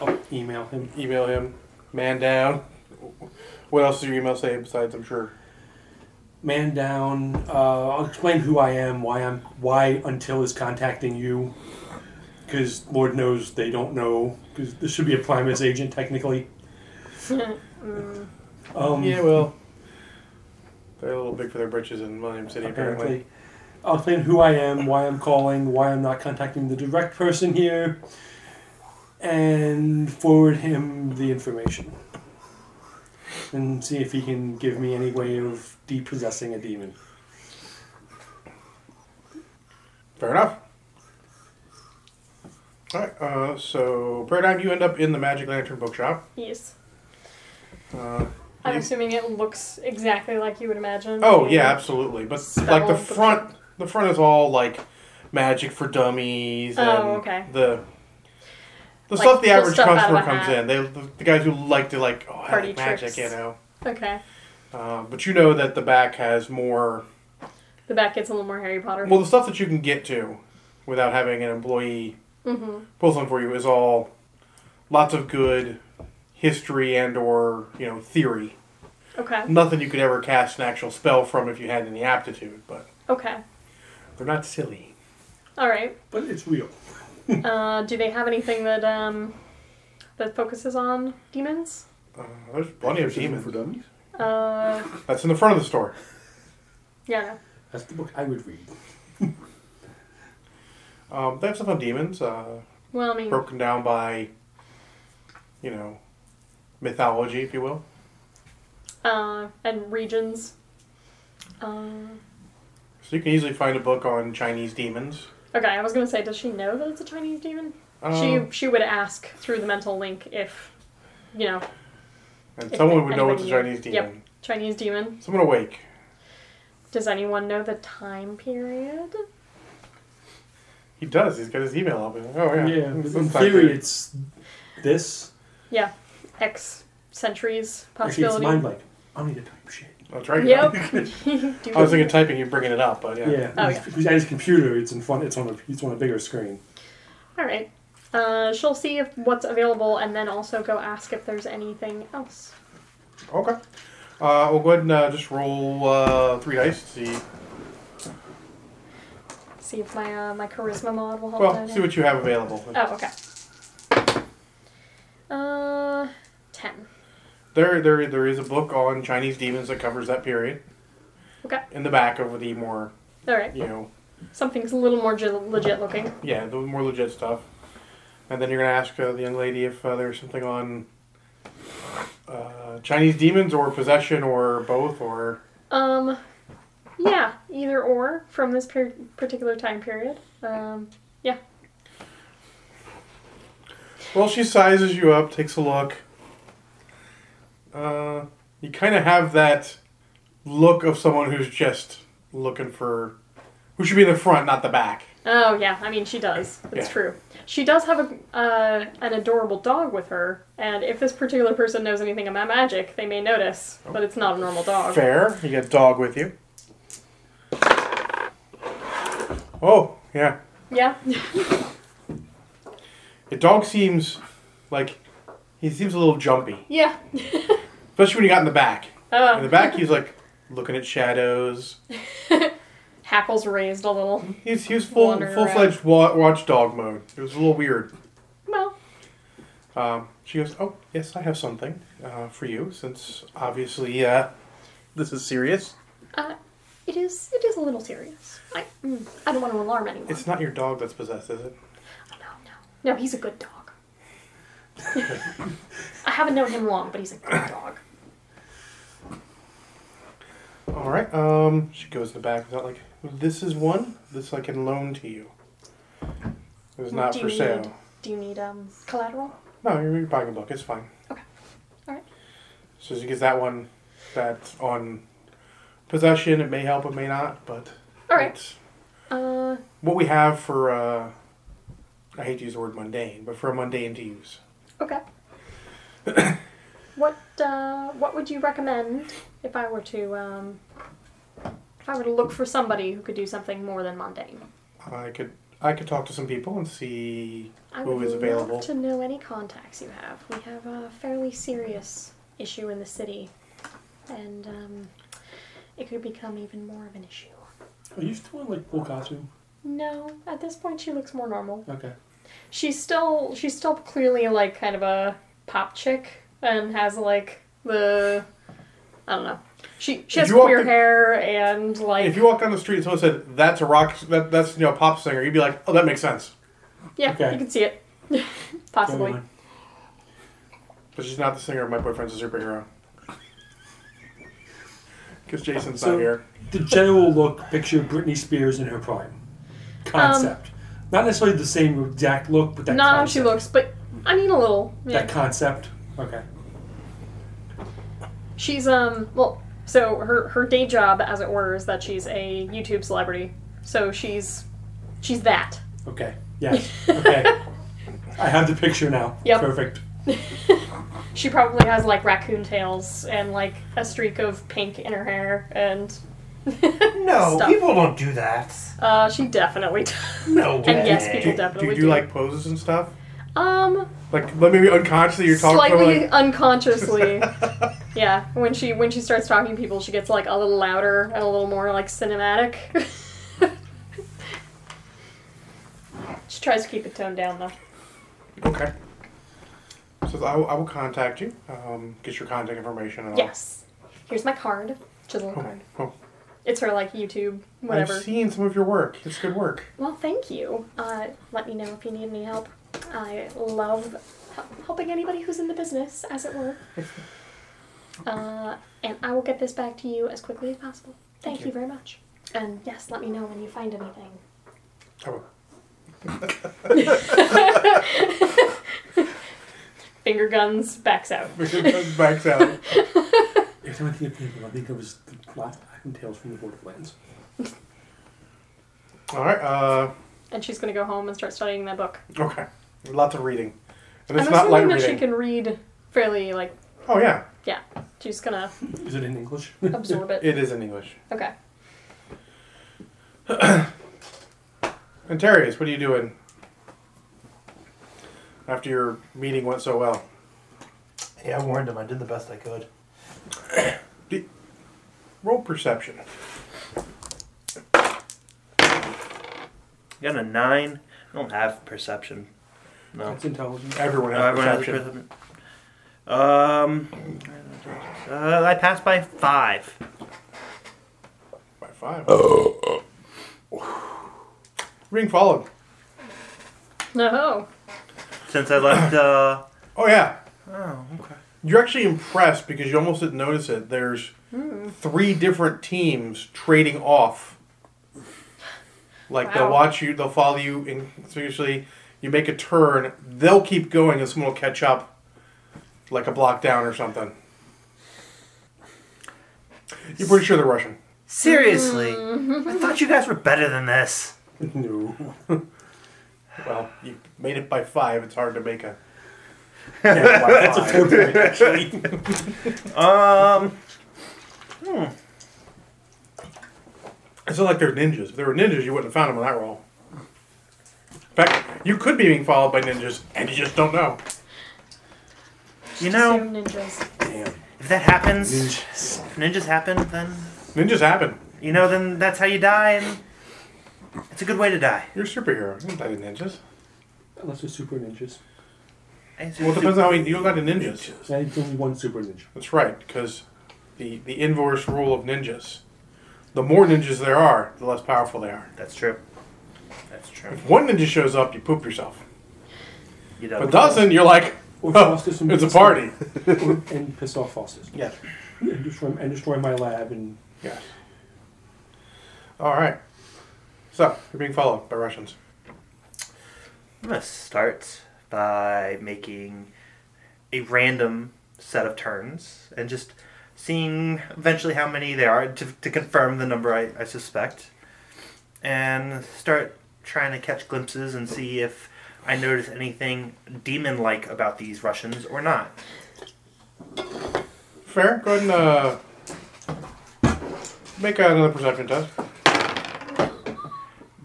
Speaker 5: I'll email him.
Speaker 1: Email him, man down. What else does your email say besides I'm sure?
Speaker 5: Man down. Uh, I'll explain who I am, why I'm, why until is contacting you, because Lord knows they don't know. Because this should be a Primus agent technically.
Speaker 3: Mm,
Speaker 5: um,
Speaker 1: yeah, well, they're a little big for their britches in William City apparently.
Speaker 5: apparently. I'll explain who I am, why I'm calling, why I'm not contacting the direct person here, and forward him the information. And see if he can give me any way of depossessing a demon.
Speaker 1: Fair enough. All right. Uh, so, Paradigm, you end up in the Magic Lantern bookshop.
Speaker 3: Yes.
Speaker 1: Uh,
Speaker 3: I'm
Speaker 1: You-
Speaker 3: assuming it looks exactly like you would imagine.
Speaker 1: oh yeah, absolutely. But like
Speaker 3: Spell
Speaker 1: the
Speaker 3: bookshop.
Speaker 1: front, the front is all like Magic for Dummies.
Speaker 3: Oh,
Speaker 1: And
Speaker 3: okay.
Speaker 1: The the
Speaker 3: Like,
Speaker 1: stuff the
Speaker 3: pull
Speaker 1: average
Speaker 3: stuff out of
Speaker 1: customer
Speaker 3: a
Speaker 1: comes
Speaker 3: hat.
Speaker 1: in, they the, the guys who like to like oh, I
Speaker 3: Party
Speaker 1: like magic,
Speaker 3: tricks.
Speaker 1: you know.
Speaker 3: Okay.
Speaker 1: Uh, but you know that the back has more.
Speaker 3: The back gets a little more Harry Potter.
Speaker 1: Well, the stuff that you can get to without having an employee
Speaker 3: mm-hmm.
Speaker 1: pull something for you is all lots of good history and or you know theory
Speaker 3: Okay.
Speaker 1: nothing you could ever cast an actual spell from if you had any aptitude but
Speaker 3: Okay.
Speaker 1: they're not silly
Speaker 3: All right.
Speaker 5: But it's real.
Speaker 3: Uh, do they have anything that um, that focuses on demons?
Speaker 1: uh, there's plenty of
Speaker 2: Exorcism for
Speaker 1: demons
Speaker 2: dummies.
Speaker 3: Uh,
Speaker 1: that's in the front of the store
Speaker 3: yeah.
Speaker 5: That's the book I would read.
Speaker 1: um, they have stuff on demons uh,
Speaker 3: Well, I mean,
Speaker 1: broken down by you know mythology if you will
Speaker 3: uh, and regions. Uh,
Speaker 1: so you can easily find a book on chinese demons
Speaker 3: okay, I was gonna say, does she know that it's a Chinese demon?
Speaker 1: uh,
Speaker 3: she she would ask through the mental link if, you know,
Speaker 1: and someone would know it's a
Speaker 3: anybody-
Speaker 1: chinese
Speaker 3: yep.
Speaker 1: demon
Speaker 3: Chinese demon.
Speaker 1: someone awake
Speaker 3: Does anyone know the time period?
Speaker 1: he does he's got his email up oh yeah,
Speaker 5: but
Speaker 1: It's
Speaker 5: in
Speaker 1: not
Speaker 5: theory,
Speaker 1: good.
Speaker 5: it's this.
Speaker 3: Yeah, X centuries
Speaker 5: Actually, it's
Speaker 3: possibility. *laughs*
Speaker 5: mind like I need to type shit.
Speaker 1: that's right
Speaker 3: Yep. Do
Speaker 1: *laughs* I was
Speaker 3: we-
Speaker 1: thinking typing, you bringing it up, but yeah.
Speaker 5: Yeah,
Speaker 3: Oh,
Speaker 5: because at his computer, it's in front. It's on a. It's on a bigger screen.
Speaker 3: All right. Uh, she'll see if what's available, and then also go ask if there's anything else.
Speaker 1: Okay. Uh, we'll go ahead and uh, just roll uh, three dice. See,
Speaker 3: See if my uh, my charisma mod will help.
Speaker 1: well,
Speaker 3: that
Speaker 1: see
Speaker 3: out.
Speaker 1: what you have available.
Speaker 3: Oh, okay. Uh, ten.
Speaker 1: There, there, there is a book on Chinese demons that covers that period.
Speaker 3: Okay.
Speaker 1: In the back of the more,
Speaker 3: All right.
Speaker 1: you know,
Speaker 3: Something's a little more ge- legit looking.
Speaker 1: yeah, the more legit stuff. And then you're gonna ask uh, the young lady if uh, there's something on uh, Chinese demons or possession or both or
Speaker 3: Um, yeah, either or from this per- particular time period. Um,
Speaker 1: Well, she sizes you up, takes a look. Uh, you kind of have that look of someone who's just looking for who should be in the front, not the back.
Speaker 3: oh yeah, I mean she does. It's
Speaker 1: Yeah.
Speaker 3: true. She does have a uh, an adorable dog with her, and if this particular person knows anything about magic, they may notice. But it's not a normal dog.
Speaker 1: Fair. You got dog with you. Oh yeah,
Speaker 3: Yeah. *laughs*
Speaker 1: the dog seems like he seems a little jumpy,
Speaker 3: yeah. *laughs*
Speaker 1: especially when you got in the back. In the
Speaker 3: Uh,
Speaker 1: back, he's like looking at shadows.
Speaker 3: hackles raised a little.
Speaker 1: He's he was full
Speaker 3: Wandering
Speaker 1: full fledged wa- watchdog mode. It was a little weird.
Speaker 3: Well,
Speaker 1: Um, she goes, "Oh, yes, I have something uh, for you, since obviously uh, this is serious.
Speaker 3: uh, it is it is a little serious. I mm, I don't want to alarm anyone.
Speaker 1: It's not your dog that's possessed, is it?
Speaker 3: No, no. No, he's a good dog. *laughs* I haven't known him long, but he's a good dog.
Speaker 1: All right." Um, she goes in the back, without like, "This is one. This I can loan to you. It was not
Speaker 3: Do
Speaker 1: for
Speaker 3: you
Speaker 1: sale.
Speaker 3: need- Do you need um collateral?
Speaker 1: No, you're, you're buying a book. It's fine."
Speaker 3: Okay. All right.
Speaker 1: So she gives that one. That's on possession. It may help. It may not. But
Speaker 3: All right.
Speaker 1: it's-
Speaker 3: Uh,
Speaker 1: what we have for uh, I hate to use the word mundane, but for a mundane to use. *coughs*
Speaker 3: okay. what uh, what would you recommend if I were to um, if I were to look for somebody who could do something more than mundane?
Speaker 1: I could I could talk to some people and see
Speaker 3: I
Speaker 1: who
Speaker 3: would
Speaker 1: is
Speaker 3: love
Speaker 1: available.
Speaker 3: to know any contacts you have. We have a fairly serious issue in the city, and um, it could become even more of an issue.
Speaker 5: Are you still in like full costume?
Speaker 3: No, at this point she looks more normal.
Speaker 5: Okay.
Speaker 3: She's still she's still clearly like kind of a pop chick and has like the I don't know. She she
Speaker 1: If
Speaker 3: has
Speaker 1: you walk
Speaker 3: queer
Speaker 1: in-
Speaker 3: hair and like
Speaker 1: If you walk down the street and someone said that's a rock, that, that's you know a pop singer, you'd be like, oh, that makes sense.
Speaker 3: yeah,
Speaker 5: Okay.
Speaker 3: you can see it. *laughs* Possibly.
Speaker 5: Never mind.
Speaker 1: But she's not the singer. of My boyfriend's a superhero. Because Jason's
Speaker 5: So-
Speaker 1: not here.
Speaker 5: The general look picture Britney Spears in her prime. concept. Not necessarily the same exact look, but that
Speaker 3: Um, Not how she
Speaker 5: concept.
Speaker 3: looks, but I mean a little. Yeah.
Speaker 5: That concept. Okay.
Speaker 3: She's um well, so her her day job, as it were, is that she's a YouTube celebrity. So she's she's that.
Speaker 5: Okay.
Speaker 3: *laughs*
Speaker 5: Yes. Okay. I have the picture now.
Speaker 3: Yep.
Speaker 5: Perfect.
Speaker 3: She probably has like raccoon tails and like a streak of pink in her hair, and *laughs*
Speaker 6: No,
Speaker 3: Stuff.
Speaker 6: people don't do that.
Speaker 3: uh, she definitely does.
Speaker 6: No
Speaker 3: And
Speaker 6: way.
Speaker 3: yes, people
Speaker 1: Do, do
Speaker 3: definitely
Speaker 1: you do, like poses and stuff?
Speaker 3: um
Speaker 1: Like, let me be unconsciously you're talking about,
Speaker 3: slightly
Speaker 1: like, *laughs*
Speaker 3: unconsciously. yeah, when she when she starts talking to people, she gets like a little louder and a little more like cinematic. *laughs* she tries to keep it toned down though.
Speaker 1: Okay. So I, will- I will contact you. Um, get your contact information. And
Speaker 3: Yes. Here's my card. Chisel
Speaker 1: All.
Speaker 3: card.
Speaker 1: Oh,
Speaker 3: It's her like YouTube
Speaker 1: oh.
Speaker 3: whatever.
Speaker 1: I've seen some of your work. It's good work.
Speaker 3: Well, thank you. Uh, let me know if you need any help. I love hel- helping anybody who's in the business, as it were. Uh, and I will get this back to you as quickly as possible. Thank, you. very much. And yes, let me know when you find anything.
Speaker 1: I will. *laughs*
Speaker 3: Finger guns backs out.
Speaker 1: Backs out.
Speaker 5: Every time I think of people, I think of was the plot and tales from the Borderlands.
Speaker 1: All right. Uh,
Speaker 3: And she's gonna go home and start studying that book.
Speaker 1: okay. Lots of reading, and it's
Speaker 3: I'm
Speaker 1: not light
Speaker 3: assuming that she
Speaker 1: reading.
Speaker 3: can read fairly like
Speaker 1: Oh yeah,
Speaker 3: yeah. She's gonna
Speaker 5: Is it in English?
Speaker 3: absorb it.
Speaker 1: it is in English.
Speaker 3: Okay.
Speaker 1: And Terrius, what are you doing after your meeting went so well?
Speaker 6: Yeah, I warned him. I did the best I could.
Speaker 1: Roll perception.
Speaker 7: Got a nine. I don't have perception. No.
Speaker 5: That's intelligent.
Speaker 1: Everyone has
Speaker 7: No, everyone has
Speaker 1: perception.
Speaker 7: perception. Um, uh, I passed by five.
Speaker 1: By five. Oh. Ring followed.
Speaker 3: No.
Speaker 7: Since I left, uh,
Speaker 1: Oh yeah.
Speaker 7: oh, okay.
Speaker 1: You're actually impressed because you almost didn't notice it. There's three different teams trading off. Like they'll
Speaker 3: Wow.
Speaker 1: watch you, they'll follow you, and seriously, you make a turn, they'll keep going, and someone will catch up, like a block down or something. You're pretty sure they're Russian.
Speaker 7: Seriously,
Speaker 3: Mm-hmm.
Speaker 7: I thought you guys were better than this.
Speaker 5: No.
Speaker 1: Well, you made it by five. It's hard to make a.
Speaker 5: That's a fair point, actually.
Speaker 1: *laughs*
Speaker 7: Um,
Speaker 1: It's not like they're ninjas. If they were ninjas, you wouldn't have found them on that roll. In fact, you could be being followed by ninjas, and you just don't know.
Speaker 7: you know,
Speaker 3: Assume ninjas. *laughs*
Speaker 5: Damn.
Speaker 7: if that happens, if ninjas happen, then
Speaker 1: Ninjas happen.
Speaker 7: you know, then that's how you die, and it's a good way to die.
Speaker 1: You're a superhero. You don't die to ninjas.
Speaker 5: Unless they're super ninjas.
Speaker 7: I-
Speaker 1: Well, it depends on how you, you don't die to ninjas.
Speaker 5: I need only one super ninja.
Speaker 1: That's right, because the, the inverse rule of ninjas the more ninjas there are, the less powerful they are.
Speaker 7: That's true. That's true.
Speaker 1: If one ninja shows up, you poop yourself.
Speaker 7: You
Speaker 1: If a
Speaker 7: don't.
Speaker 1: dozen, you're like,
Speaker 5: Or
Speaker 1: "Huh,
Speaker 5: Faustus and
Speaker 1: it's a
Speaker 5: Faustus.
Speaker 1: party.
Speaker 5: and piss off Faustus.
Speaker 1: Yeah.
Speaker 5: And destroy, and destroy my lab and
Speaker 1: Yeah. All right. So, you're being followed by Russians.
Speaker 7: I'm gonna start by making a random set of turns and just seeing eventually how many there are to, to confirm the number I, I suspect. And start trying to catch glimpses and see if I notice anything demon like about these Russians or not.
Speaker 1: Fair. Go ahead and uh, make another perception test.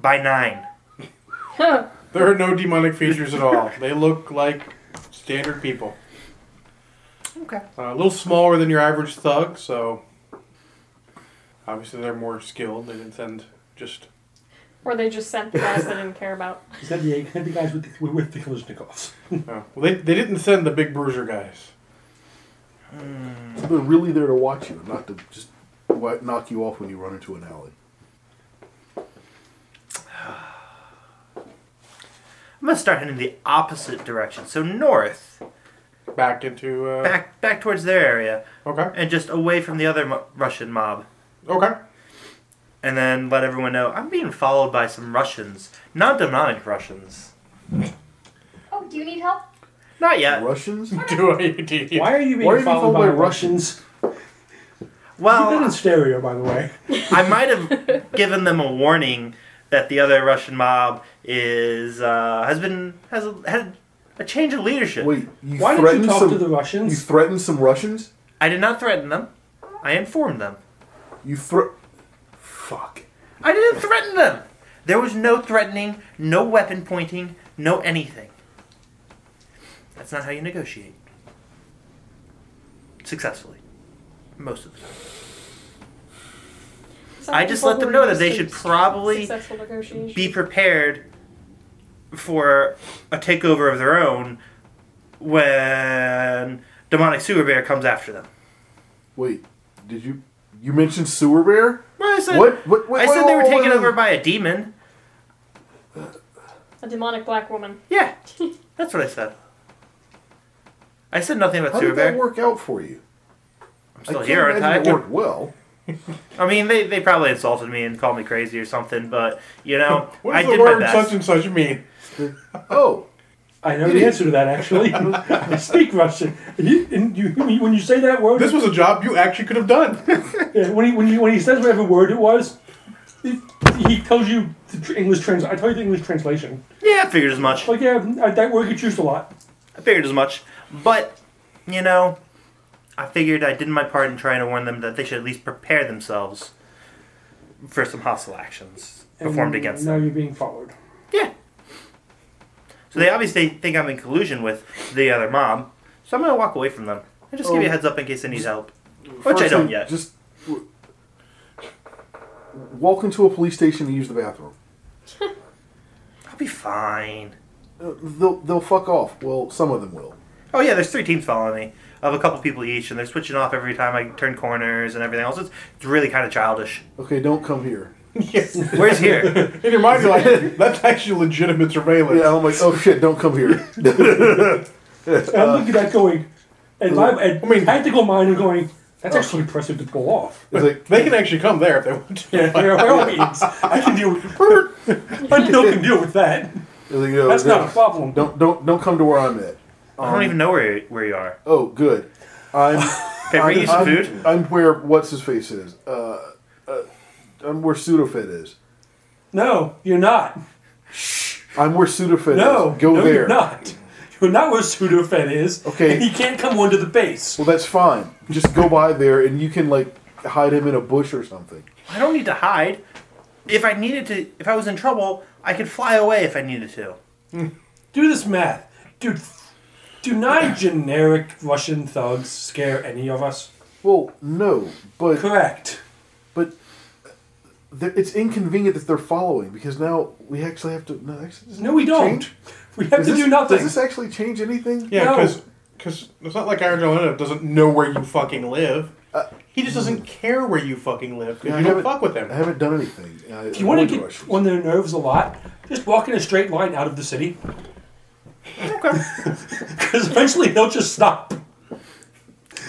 Speaker 7: By nine.
Speaker 3: Huh.
Speaker 1: There are no demonic features at all. They look like standard people.
Speaker 7: Okay.
Speaker 1: Uh, a little smaller than your average thug, so obviously they're more skilled. They didn't send just
Speaker 3: Or they just sent the guys they didn't care
Speaker 7: *laughs*
Speaker 3: about.
Speaker 5: is that the, is that the guys with the, with the Kalashnikovs?
Speaker 1: no. uh, well, they they didn't send the big bruiser guys.
Speaker 2: So they're really there to watch you, not to just wa- knock you off when you run into an alley.
Speaker 7: I'm gonna start heading the opposite direction. So north.
Speaker 1: Back into uh,
Speaker 7: Back back towards their area.
Speaker 1: Okay. *laughs*
Speaker 7: And just away from the other mo- Russian mob.
Speaker 1: Okay.
Speaker 7: and then let everyone know I'm being followed by some Russians, non-demonic Russians.
Speaker 8: Oh, do you need help?
Speaker 7: Not yet.
Speaker 2: Russians?
Speaker 5: Do I, do you-
Speaker 4: Why are you
Speaker 2: Why are you followed by
Speaker 5: Russians? You've been in
Speaker 7: Well,
Speaker 5: stereo, by the way.
Speaker 7: I might have given them a warning that the other Russian mob is uh, has been has a, had a change of leadership.
Speaker 2: Wait, you
Speaker 5: Why did
Speaker 2: threatened
Speaker 5: you talk
Speaker 2: some?
Speaker 5: to the
Speaker 2: you
Speaker 5: Russians?
Speaker 2: threatened some Russians?
Speaker 7: I did not threaten them. I informed them.
Speaker 2: You thre- Fuck.
Speaker 7: I didn't threaten them. There was no threatening, no weapon pointing, no anything. That's not how you negotiate. Successfully. Most of the time.
Speaker 3: Some
Speaker 7: I just
Speaker 3: people
Speaker 7: let them
Speaker 3: who are
Speaker 7: know that
Speaker 3: used
Speaker 7: they
Speaker 3: to
Speaker 7: should probably
Speaker 3: successful negotiation.
Speaker 7: Be prepared for a takeover of their own when demonic sewer bear comes after them.
Speaker 2: Wait, did you you mentioned sewer bear?
Speaker 7: Well, I said,
Speaker 2: What? What? Wait,
Speaker 7: I said
Speaker 2: wait,
Speaker 7: they were
Speaker 2: wait, wait,
Speaker 7: taken
Speaker 2: wait.
Speaker 7: over by a demon.
Speaker 3: a demonic black woman. *laughs*
Speaker 7: Yeah, that's what I said. I said nothing about
Speaker 2: How
Speaker 7: sewer
Speaker 2: did that
Speaker 7: bear.
Speaker 2: work out for you?
Speaker 7: I'm still
Speaker 2: I can't
Speaker 7: here, aren't I?
Speaker 2: imagine It worked well.
Speaker 7: I mean, they, they probably insulted me and called me crazy or something, but you know,
Speaker 1: What
Speaker 7: I
Speaker 1: does
Speaker 7: did
Speaker 1: the
Speaker 7: my
Speaker 1: word
Speaker 7: best.
Speaker 1: such and such mean?
Speaker 2: Oh,
Speaker 5: I know the answer to that, actually. I speak Russian. You, and you, when you say that word,
Speaker 1: This was a job you actually could have done. *laughs*
Speaker 5: yeah, when, he, when, he, when he says whatever word it was, he, he tells you the tr- English trans. I tell you the English translation.
Speaker 7: Yeah, I figured as much.
Speaker 5: Like, yeah, that word gets used a lot.
Speaker 7: I figured as much. But, you know, I figured I did my part in trying to warn them that they should at least prepare themselves for some hostile actions performed
Speaker 5: And
Speaker 7: against
Speaker 5: now
Speaker 7: them.
Speaker 5: you're being followed.
Speaker 7: Yeah. So they obviously think I'm in collusion with the other mob, so I'm going to walk away from them. I just give you a
Speaker 2: Oh.
Speaker 7: heads up in case they need help.
Speaker 2: First
Speaker 7: I don't
Speaker 2: thing,
Speaker 7: yet.
Speaker 2: Just w- walk into a police station and use the bathroom.
Speaker 7: I'll be fine.
Speaker 2: Uh, They'll they'll fuck off. Well, some of them will.
Speaker 7: Oh yeah, there's three teams following me of a couple people each, and they're switching off every time I turn corners and everything else. It's, it's really kind
Speaker 6: *laughs*
Speaker 7: of childish.
Speaker 2: Okay, don't come here.
Speaker 1: yes.
Speaker 7: Where's here?
Speaker 1: In your mind, you're like, that's actually legitimate surveillance.
Speaker 2: Yeah, I'm like, oh shit, don't come
Speaker 7: *laughs*
Speaker 2: here.
Speaker 5: And
Speaker 2: uh,
Speaker 5: I look at that going, and my and
Speaker 1: I mean-
Speaker 5: tactical mind is going,
Speaker 2: uh,
Speaker 5: that's actually impressive to
Speaker 2: *laughs*
Speaker 5: pull off.
Speaker 2: It's like,
Speaker 1: They can actually come there if they want to. *laughs*
Speaker 5: Yeah, by all means, I can deal *laughs* with Until can deal with that.
Speaker 2: it's like, no,
Speaker 5: That's
Speaker 2: no,
Speaker 5: not a problem.
Speaker 2: Don't don't don't come to where I'm at.
Speaker 7: I
Speaker 6: Um,
Speaker 7: don't even know where where you are.
Speaker 2: Oh, good. I'm.
Speaker 7: Can I *laughs* bring
Speaker 2: I'm,
Speaker 7: you some
Speaker 2: I'm-
Speaker 7: food?
Speaker 2: I'm where what's his face is. Uh, uh, I'm where Sudafed is.
Speaker 5: No, you're not.
Speaker 2: I'm where Sudafed
Speaker 5: No,
Speaker 2: is. Go
Speaker 5: no,
Speaker 2: there.
Speaker 5: You're not. You're not where Sudafed is.
Speaker 2: Okay.
Speaker 5: And he can't come onto the base.
Speaker 2: Well, that's fine. Just go by there, and you can like hide him in a bush or something.
Speaker 7: I don't need to hide. If I needed to, if I was in trouble, I could fly away if I needed to.
Speaker 5: Do this math, dude. Do
Speaker 2: *coughs*
Speaker 5: not generic Russian thugs scare any of us?
Speaker 2: Well, no, but
Speaker 5: Correct.
Speaker 2: but th- it's inconvenient that they're following because now we actually have to. No, actually, does
Speaker 5: No, we
Speaker 2: it
Speaker 5: don't.
Speaker 2: change?
Speaker 5: We have
Speaker 2: Does
Speaker 5: to
Speaker 2: this-
Speaker 5: do nothing.
Speaker 2: Does this actually change anything?
Speaker 1: Yeah,
Speaker 5: No.
Speaker 1: because it's not like Iron Joe doesn't know where you fucking live. he just doesn't care where you fucking live because
Speaker 2: Yeah, I
Speaker 1: you don't
Speaker 2: haven't-
Speaker 1: fuck with him.
Speaker 2: I *laughs* haven't done anything. Uh, I,
Speaker 5: If you want to
Speaker 2: avoid
Speaker 5: get
Speaker 2: Russians.
Speaker 5: on their nerves a lot, just walk in a straight line out of the city. *laughs* Because eventually they'll just stop.
Speaker 7: Well,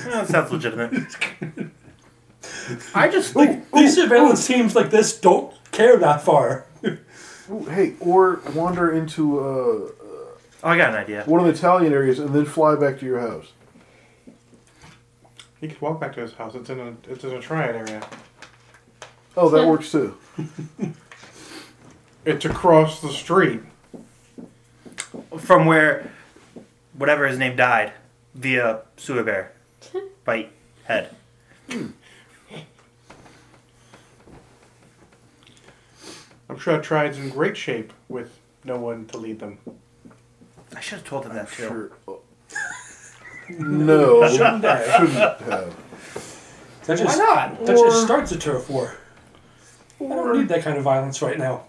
Speaker 7: that sounds legitimate. I just
Speaker 6: *laughs*
Speaker 5: Like,
Speaker 7: think
Speaker 5: these surveillance teams like this don't care that far.
Speaker 2: Ooh, hey, or wander into uh,
Speaker 7: oh, I got an idea.
Speaker 2: one of the Italian areas and then fly back to your house.
Speaker 1: He could walk back to his house. It's in a it's in a triad area.
Speaker 2: Oh, that works too.
Speaker 1: It's across the street.
Speaker 7: From where, whatever his name died, via sewer bear, bite head.
Speaker 1: I'm sure that triad's in great shape with no one to lead them.
Speaker 7: I should have told him that too.
Speaker 2: Sure. Uh, *laughs*
Speaker 5: *laughs*
Speaker 2: No, shouldn't have.
Speaker 5: That
Speaker 7: Why
Speaker 5: just,
Speaker 7: not?
Speaker 5: That just starts a turf war. I don't need that kind of violence right now.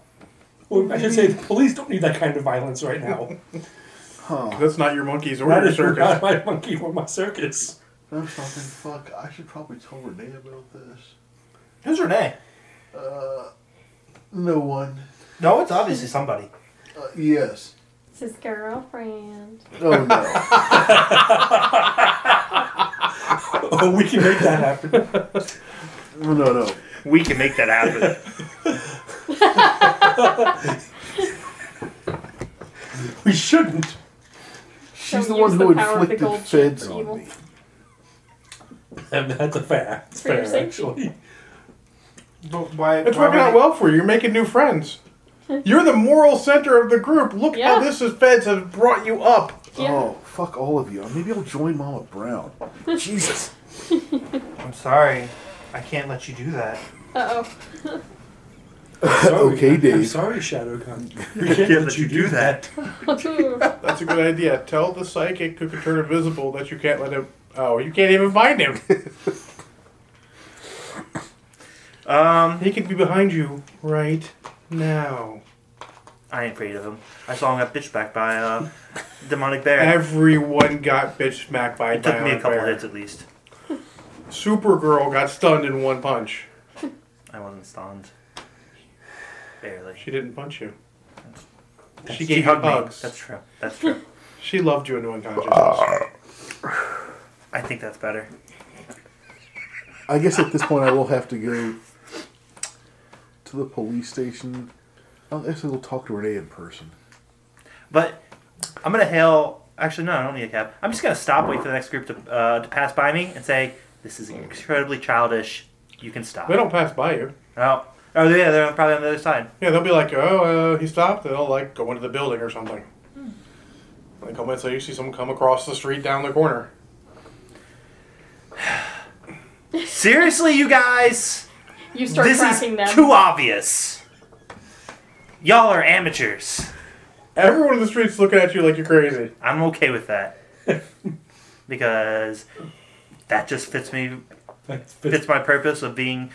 Speaker 5: Or I should say, the police don't need that kind of violence right now.
Speaker 1: That's not your monkeys or
Speaker 5: That
Speaker 1: your
Speaker 5: is
Speaker 1: circus.
Speaker 5: not my monkey or my circus.
Speaker 2: I'm something. Fuck. I should probably tell Renee about this.
Speaker 6: Who's Renee?
Speaker 2: No one.
Speaker 6: No, it's obviously somebody.
Speaker 2: Uh, yes.
Speaker 3: It's his girlfriend.
Speaker 2: Oh no.
Speaker 5: Oh, we can make that happen.
Speaker 2: no no.
Speaker 7: We can make that happen.
Speaker 5: We shouldn't. *laughs*
Speaker 2: She's
Speaker 3: Don't
Speaker 2: the one
Speaker 3: use
Speaker 2: who
Speaker 3: the power of the
Speaker 2: inflicted
Speaker 3: gold
Speaker 2: feds
Speaker 3: chip,
Speaker 2: on
Speaker 3: evil.
Speaker 2: me.
Speaker 5: And that's a fair. It's
Speaker 3: For your
Speaker 5: fair,
Speaker 3: safety.
Speaker 5: actually.
Speaker 6: But why?
Speaker 1: It's
Speaker 6: why
Speaker 1: working
Speaker 6: would
Speaker 1: out
Speaker 6: they-
Speaker 1: well for you. You're making new friends. You're the moral center of the group. Look
Speaker 3: Yeah.
Speaker 1: how this is feds have brought you up.
Speaker 3: Yeah.
Speaker 2: Oh, fuck all of you. Maybe I'll join Mama Brown. Jesus.
Speaker 7: I'm sorry. I can't let you do that.
Speaker 3: Uh
Speaker 5: Sorry.
Speaker 2: Okay,
Speaker 5: I'm
Speaker 2: Dave.
Speaker 5: sorry, Shadowcon. We can't let you do that.
Speaker 3: oh.
Speaker 1: That's a good idea. Tell the psychic who can turn invisible that you can't let him. Oh, you can't even find
Speaker 7: *laughs*
Speaker 1: him.
Speaker 7: Um,
Speaker 1: he could be behind you right now.
Speaker 7: I ain't afraid of him. I saw him get bitch back by a demonic bear.
Speaker 1: Everyone got bitch smacked by a
Speaker 7: it took me a
Speaker 1: giant
Speaker 7: couple
Speaker 1: bear.
Speaker 7: hits at least.
Speaker 1: Supergirl got stunned in one punch.
Speaker 7: I wasn't stunned. Barely.
Speaker 1: She didn't punch you.
Speaker 7: That's-
Speaker 1: she gave you hugs.
Speaker 7: That's true. That's true.
Speaker 1: She loved you into unconsciousness.
Speaker 7: I think that's better.
Speaker 2: I guess at this point I will have to go to the police station. I guess I will talk to Renee in person.
Speaker 7: But I'm gonna hail. Actually, no, I don't need a cab. I'm just gonna stop, wait for the next group to uh, to pass by me, and say, "This is incredibly childish. You can stop."
Speaker 1: They don't pass by you.
Speaker 7: Oh, oh, yeah, they're probably on the other side.
Speaker 1: Yeah, they'll be like, oh, uh, he stopped. They'll like go into the building or something. Like, come so you see someone come across the street down the corner.
Speaker 7: Seriously, you guys,
Speaker 3: *laughs* You start
Speaker 7: this is
Speaker 3: tracking them.
Speaker 7: too obvious. Y'all are amateurs.
Speaker 1: Everyone in the street's looking at you like you're crazy.
Speaker 7: I'm okay
Speaker 3: *laughs*
Speaker 7: with that because that just fits me
Speaker 5: That's
Speaker 7: fits my purpose of being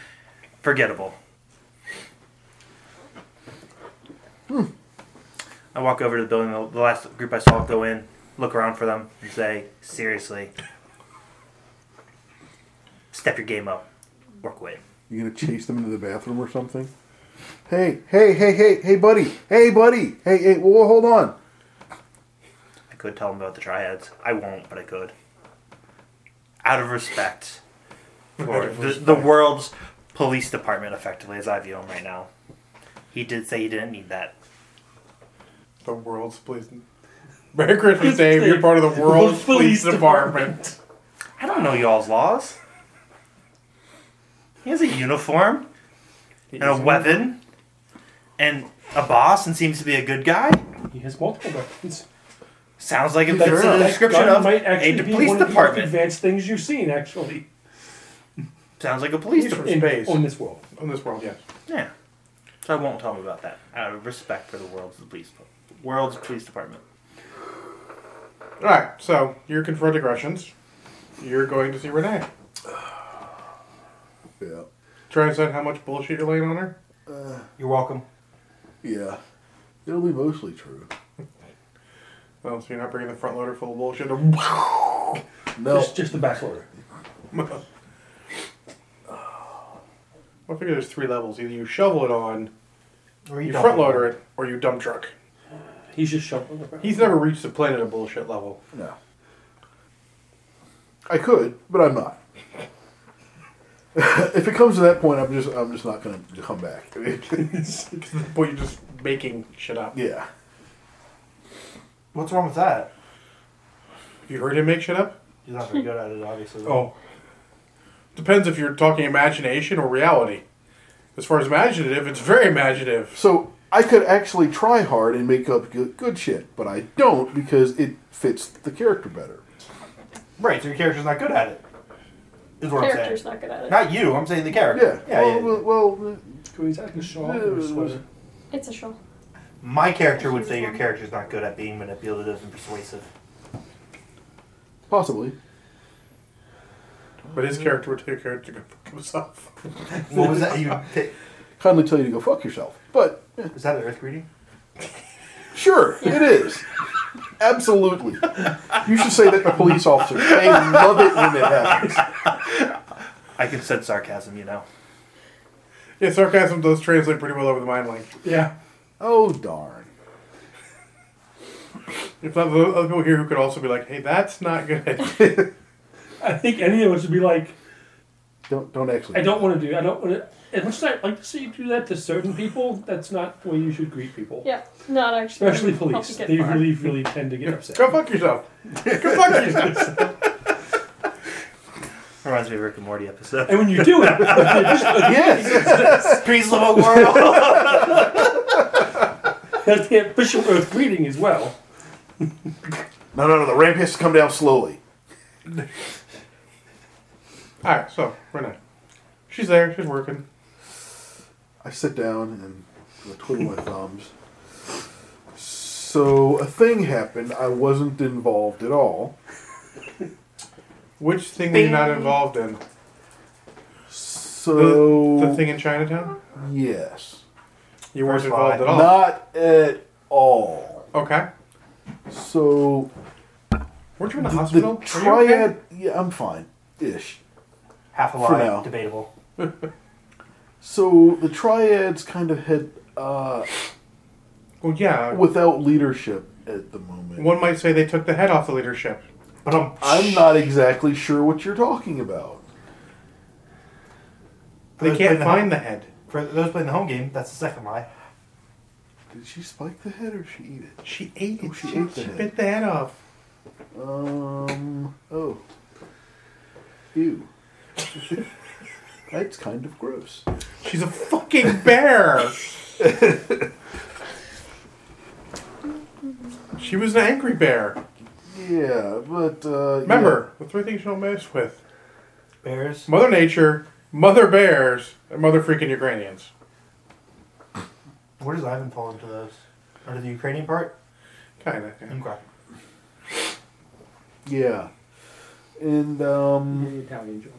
Speaker 7: forgettable.
Speaker 3: Hmm.
Speaker 7: I walk over to the building, the- the last group I saw go in, look around for them, and say, seriously, step your game up or quit.
Speaker 2: You gonna chase them into the bathroom or something? Hey, hey, hey, hey, hey, buddy. Hey, buddy. Hey, hey, whoa, hold on.
Speaker 7: I could tell them about the triads. I won't, but I could. Out of respect for the, the world's police department, effectively, as I view him right now. He did say he didn't need that.
Speaker 1: The world's police. Merry Christmas, Dave. You're part of the world's police department.
Speaker 7: I don't know y'all's laws. He has a uniform and a weapon and a boss and seems to be a good guy.
Speaker 5: He has multiple weapons.
Speaker 7: Sounds like it
Speaker 5: That-
Speaker 7: fits in the
Speaker 5: that
Speaker 7: description
Speaker 5: gun
Speaker 7: of
Speaker 5: might
Speaker 7: a
Speaker 5: actually
Speaker 7: de-
Speaker 5: be
Speaker 7: police
Speaker 5: one of the most
Speaker 7: department.
Speaker 5: advanced things you've seen, actually,
Speaker 7: Sounds like a police
Speaker 1: He's-
Speaker 7: department.
Speaker 5: in,
Speaker 1: Space.
Speaker 5: on this world.
Speaker 1: On this world, yes.
Speaker 7: Yeah. So I won't tell him about that out of respect for the world's police world's police department.
Speaker 1: All right, so you're confront aggressions. You're going to see Renee.
Speaker 2: Yeah.
Speaker 1: Try to decide how much bullshit you're laying on her.
Speaker 6: You're welcome.
Speaker 2: Yeah. It'll be mostly true.
Speaker 1: Well, Oh, so you're not bringing the front loader full of bullshit. *laughs*
Speaker 2: No.
Speaker 5: It's just the back order.
Speaker 1: I figure there's three levels. Either you shovel it on,
Speaker 6: Or
Speaker 1: you
Speaker 6: dump
Speaker 1: front
Speaker 6: it.
Speaker 1: loader it, or you dump truck.
Speaker 5: He's just shuffling around. *laughs*
Speaker 1: He's never reached the planet of bullshit level.
Speaker 2: No. I could, but I'm not. *laughs* if it comes to that point, I'm just I'm just not gonna come back. *laughs*
Speaker 1: Boy, you're just making shit up.
Speaker 2: yeah.
Speaker 6: What's wrong with that?
Speaker 1: You heard him make shit up?
Speaker 6: He's not very good at it, obviously.
Speaker 5: Oh,
Speaker 1: Depends if you're talking imagination or reality. As far as imaginative, it's very imaginative.
Speaker 2: So I could actually try hard and make up good, good shit, but I don't because it fits the character better.
Speaker 6: Right, so your character's not good at it. Is what
Speaker 3: Character's
Speaker 6: I'm
Speaker 3: not good at it.
Speaker 6: saying. Not you, I'm saying the
Speaker 2: Yeah.
Speaker 6: character.
Speaker 2: well, well, well,
Speaker 5: can we attack a shawl or a sweater?
Speaker 3: It's a show.
Speaker 7: My character would say your character's not good at being manipulative and persuasive.
Speaker 2: possibly.
Speaker 1: But his character would take care to go fuck himself.
Speaker 6: What was that? You,
Speaker 2: Kindly tell you to go fuck yourself, but eh,
Speaker 6: is that an earth greeting?
Speaker 2: sure, it is. Absolutely. You should say that to police officers. They love it when it happens.
Speaker 7: I can sense sarcasm, you know.
Speaker 1: Yeah, sarcasm does translate pretty well over the mind link.
Speaker 5: Yeah.
Speaker 2: Oh darn.
Speaker 1: If not, the other people here who could *laughs* also be like, hey, that's not good.
Speaker 5: I think any of us would be like,
Speaker 2: Don't don't actually.
Speaker 5: I don't want to do. I don't want to. As much as I like to see you do that to certain people, that's not the way you should greet people.
Speaker 3: Yeah, not actually.
Speaker 5: Especially
Speaker 3: help you
Speaker 5: police.
Speaker 3: get
Speaker 5: They
Speaker 3: far.
Speaker 5: really, really tend to get upset.
Speaker 1: Go fuck yourself. *laughs* Go fuck
Speaker 5: *laughs*
Speaker 1: yourself.
Speaker 7: Reminds me of Rick and Morty episode.
Speaker 5: And when you do
Speaker 1: *laughs*
Speaker 5: it,
Speaker 2: Yes.
Speaker 7: *laughs* Trees of a world.
Speaker 5: that's the official Earth greeting as well.
Speaker 2: no, no, no. The ramp has to come down slowly.
Speaker 1: All right, so Renee, she's there. She's working.
Speaker 2: I sit down and I twiddle my thumbs. So a thing happened. I wasn't involved at all.
Speaker 1: Which thing were you not involved in?
Speaker 2: So
Speaker 1: The thing in Chinatown?
Speaker 2: Yes.
Speaker 1: You weren't
Speaker 7: First
Speaker 1: involved
Speaker 7: lie.
Speaker 1: at all.
Speaker 2: Not at all.
Speaker 1: Okay.
Speaker 2: So
Speaker 1: Weren't you in
Speaker 2: the,
Speaker 1: the, hospital?
Speaker 2: the
Speaker 1: Are you okay?
Speaker 2: triad. Yeah, I'm fine. Ish.
Speaker 6: Half a
Speaker 2: For now.
Speaker 6: lie, debatable.
Speaker 2: So the triads kind of head uh,
Speaker 1: Well, yeah.
Speaker 2: without leadership at the moment.
Speaker 1: One might say they took the head off the leadership. um,
Speaker 6: But I'm,
Speaker 2: I'm not exactly sure what you're talking about.
Speaker 1: They
Speaker 7: Those
Speaker 1: can't
Speaker 7: playing the
Speaker 1: find the head.
Speaker 7: For those playing the home game, that's the second lie.
Speaker 2: Did she spike the head or she eat it?
Speaker 1: She ate
Speaker 2: Oh,
Speaker 1: it.
Speaker 2: she
Speaker 1: She,
Speaker 2: ate the
Speaker 1: she
Speaker 2: head.
Speaker 1: bit the head off.
Speaker 2: Um. Oh. Ew. *laughs* That's kind of gross.
Speaker 1: She's a fucking
Speaker 2: *laughs*
Speaker 1: bear. she was an angry bear.
Speaker 2: Yeah, but uh,
Speaker 1: Remember the three things you don't mess with:
Speaker 6: Bears.
Speaker 1: Mother Nature, Mother Bears, and Mother freaking Ukrainians.
Speaker 7: Where does Ivan fall into those? Or to the Ukrainian part?
Speaker 1: Kinda.
Speaker 7: Okay.
Speaker 2: Yeah. yeah. and um,
Speaker 5: Italian joke.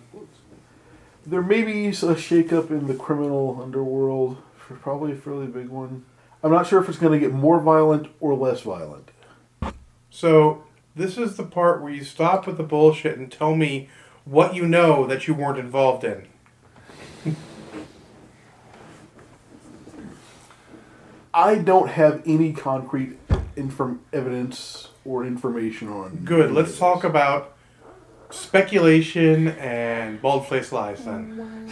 Speaker 2: there may be a shakeup in the criminal underworld, for probably a fairly big one. I'm not sure if it's going to get more violent or less violent.
Speaker 1: So this is the part where you stop with the bullshit and tell me what you know that you weren't involved in.
Speaker 2: I don't have any concrete inform- evidence or information on.
Speaker 1: Good. Let's talk about speculation and bald-faced lies then.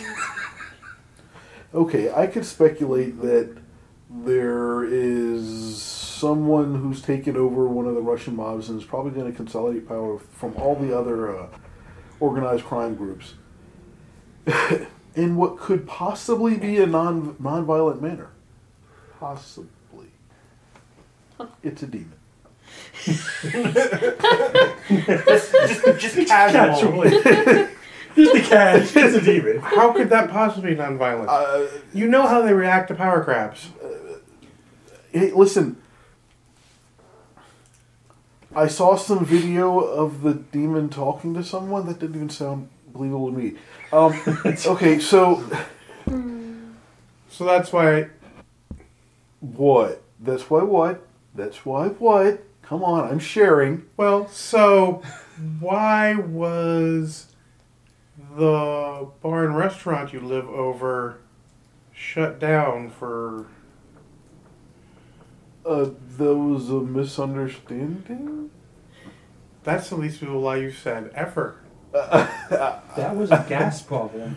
Speaker 2: Okay, I could speculate that there is someone who's taken over one of the Russian mobs and is probably going to consolidate power from all the other uh, organized crime groups *laughs* in what could possibly be a non nonviolent manner. Possibly. It's a demon.
Speaker 6: just, just, just casual.
Speaker 5: Here's the cash. It's a demon.
Speaker 1: How could that possibly be non-violent?
Speaker 2: Uh,
Speaker 1: you know how they react to power grabs.
Speaker 2: Hey, listen. I saw some video of the demon talking to someone that didn't even sound believable to me. Um, okay, so
Speaker 1: So that's why
Speaker 2: what? That's why what? That's why what? Come on, I'm sharing.
Speaker 1: Well, so why was the bar and restaurant you live over shut down for
Speaker 2: Uh, there was a misunderstanding.
Speaker 1: that's the least people lie you said ever.
Speaker 5: That was a gas problem.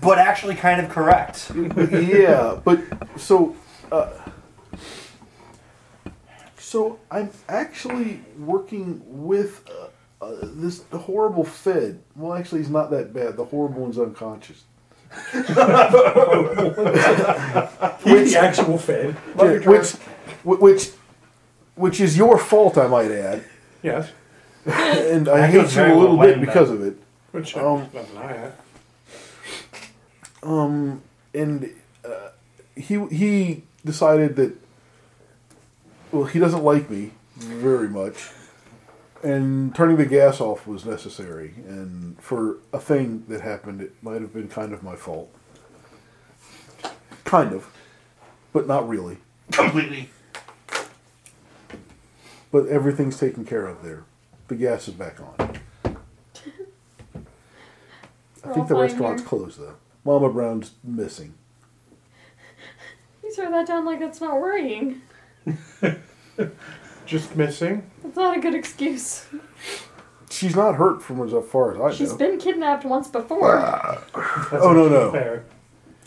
Speaker 6: But actually, kind of correct.
Speaker 2: yeah, but so, uh, so I'm actually working with uh, uh, this horrible Fed. Well, actually, he's not that bad. The horrible one's unconscious.
Speaker 5: *laughs* He's the actual Fed.
Speaker 2: Yeah, which, whi- which, which is your fault, I might add.
Speaker 1: Yes.
Speaker 2: And I
Speaker 6: That
Speaker 2: hate
Speaker 6: goes
Speaker 2: you
Speaker 6: very
Speaker 2: a little
Speaker 6: well
Speaker 2: bit
Speaker 6: blamed,
Speaker 2: because of it.
Speaker 1: Which
Speaker 2: Um,
Speaker 1: um, nothing I had.
Speaker 2: Um, and uh, he he decided that well, he doesn't like me very much, and turning the gas off was necessary. And for a thing that happened, it might have been kind of my fault, kind of, but not really.
Speaker 7: Completely.
Speaker 2: But everything's taken care of there. The gas is back on. I
Speaker 3: We're all
Speaker 2: think the
Speaker 3: fine
Speaker 2: restaurant's
Speaker 3: here.
Speaker 2: closed though. Mama Brown's missing.
Speaker 3: You throw that down like that's not worrying.
Speaker 1: Just missing.
Speaker 3: That's not a good excuse.
Speaker 2: She's not hurt from as far as I
Speaker 3: She's
Speaker 2: know.
Speaker 3: been kidnapped once before.
Speaker 2: oh no no!
Speaker 5: Fair.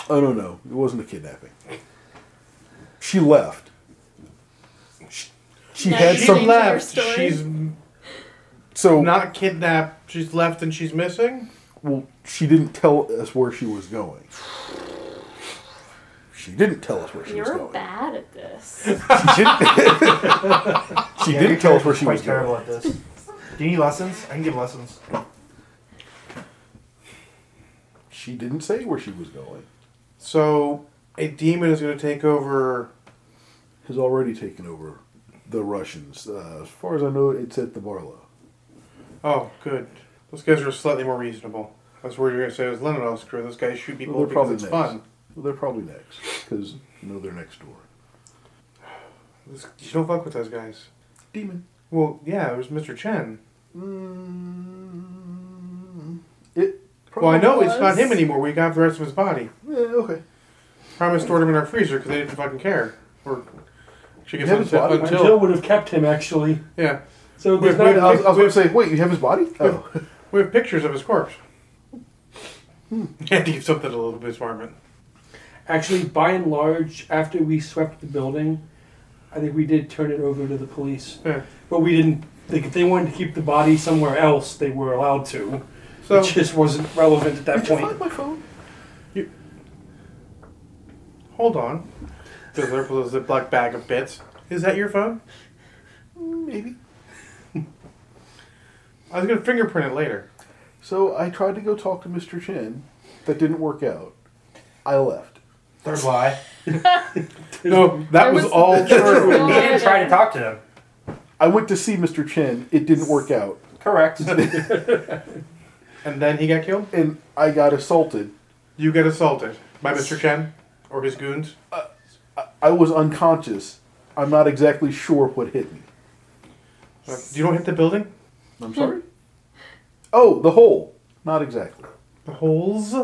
Speaker 2: Oh no no! It wasn't a kidnapping. She left. She, she
Speaker 3: Now
Speaker 2: had
Speaker 3: she's
Speaker 2: some.
Speaker 3: changing her
Speaker 1: left.
Speaker 3: story.
Speaker 1: She's
Speaker 2: So
Speaker 1: not kidnapped. She's left and she's missing.
Speaker 2: well, she didn't tell us where she was going. She didn't tell us where she was
Speaker 3: You're
Speaker 2: going.
Speaker 3: bad at this.
Speaker 2: She didn't, *laughs* she didn't tell us where she
Speaker 6: quite
Speaker 2: was going.
Speaker 6: terrible at this. Do you need lessons? I can give lessons.
Speaker 2: She didn't say where she was going.
Speaker 1: So a demon is going to take over.
Speaker 2: Has already taken over the Russians. Uh, as far as I know, it's at the Barlow.
Speaker 1: Oh, good. Those guys are slightly more reasonable. That's where you're going to say it was Leninov's crew. Those guys shoot people
Speaker 2: Well, they're
Speaker 1: because
Speaker 2: probably
Speaker 1: it's
Speaker 2: next.
Speaker 1: fun.
Speaker 2: Well, they're probably next because you know they're next door.
Speaker 1: This, you don't fuck with those guys.
Speaker 2: Demon.
Speaker 1: Well, yeah, it was Mr. Chen.
Speaker 2: Mm, it. Probably,
Speaker 1: Well, I know it's not
Speaker 3: was.
Speaker 1: him anymore. We got the rest of his body.
Speaker 2: Yeah, okay.
Speaker 1: Probably stored him in our freezer because they didn't fucking care. Or she gets
Speaker 2: You have his
Speaker 1: upset
Speaker 2: body?
Speaker 1: until,
Speaker 5: Until, would have kept him actually.
Speaker 1: yeah.
Speaker 5: So
Speaker 1: Wait,
Speaker 5: there's
Speaker 1: wait,
Speaker 5: not.
Speaker 2: I was, I was going to say, wait, you have his body? Oh.
Speaker 1: We have pictures of his corpse.
Speaker 2: Hmm.
Speaker 1: *laughs* Had to give something a little bit smarter.
Speaker 5: Actually, by and large, after we swept the building, I think we did turn it over to the police.
Speaker 1: Yeah.
Speaker 5: But we didn't. They, if they wanted to keep the body somewhere else, they were allowed to.
Speaker 1: So
Speaker 5: it just wasn't relevant at that
Speaker 2: Did you
Speaker 5: point.
Speaker 2: find my phone?
Speaker 1: hold on. There's a little ziploc bag of bits. Is that your phone?
Speaker 2: Maybe.
Speaker 1: I was gonna fingerprint it later.
Speaker 2: So I tried to go talk to Mr. Chen. That didn't work out. I left.
Speaker 6: Third lie.
Speaker 1: No, that
Speaker 3: There
Speaker 1: was,
Speaker 3: was-
Speaker 1: all
Speaker 3: No,
Speaker 1: true.
Speaker 6: You
Speaker 3: *laughs* I
Speaker 6: didn't try to talk to them.
Speaker 2: I went to see Mr. Chen. It didn't work out.
Speaker 6: Correct.
Speaker 1: and then he got killed.
Speaker 2: And I got assaulted.
Speaker 1: You get assaulted by Mr. Chen or his goons.
Speaker 2: I was unconscious. I'm not exactly sure what hit me.
Speaker 1: Uh, You don't hit the building.
Speaker 2: I'm sorry? oh, the hole. Not exactly.
Speaker 1: The holes.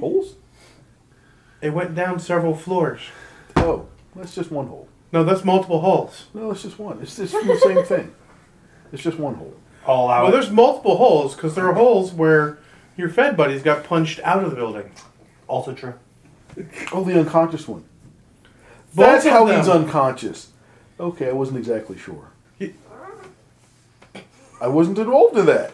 Speaker 2: Holes?
Speaker 1: It went down several floors.
Speaker 2: Oh, that's just one hole.
Speaker 1: No, that's multiple holes.
Speaker 2: No, it's just one. It's just the
Speaker 1: *laughs*
Speaker 2: same thing. It's just one hole.
Speaker 6: All out.
Speaker 1: Well, there's multiple holes because there are holes where your Fed buddies got punched out of the building.
Speaker 6: also true.
Speaker 2: Oh, the unconscious one.
Speaker 1: Both
Speaker 2: That's
Speaker 1: of
Speaker 2: how
Speaker 1: them.
Speaker 2: he's unconscious. Okay, I wasn't exactly sure.
Speaker 1: He-
Speaker 2: I wasn't involved in that.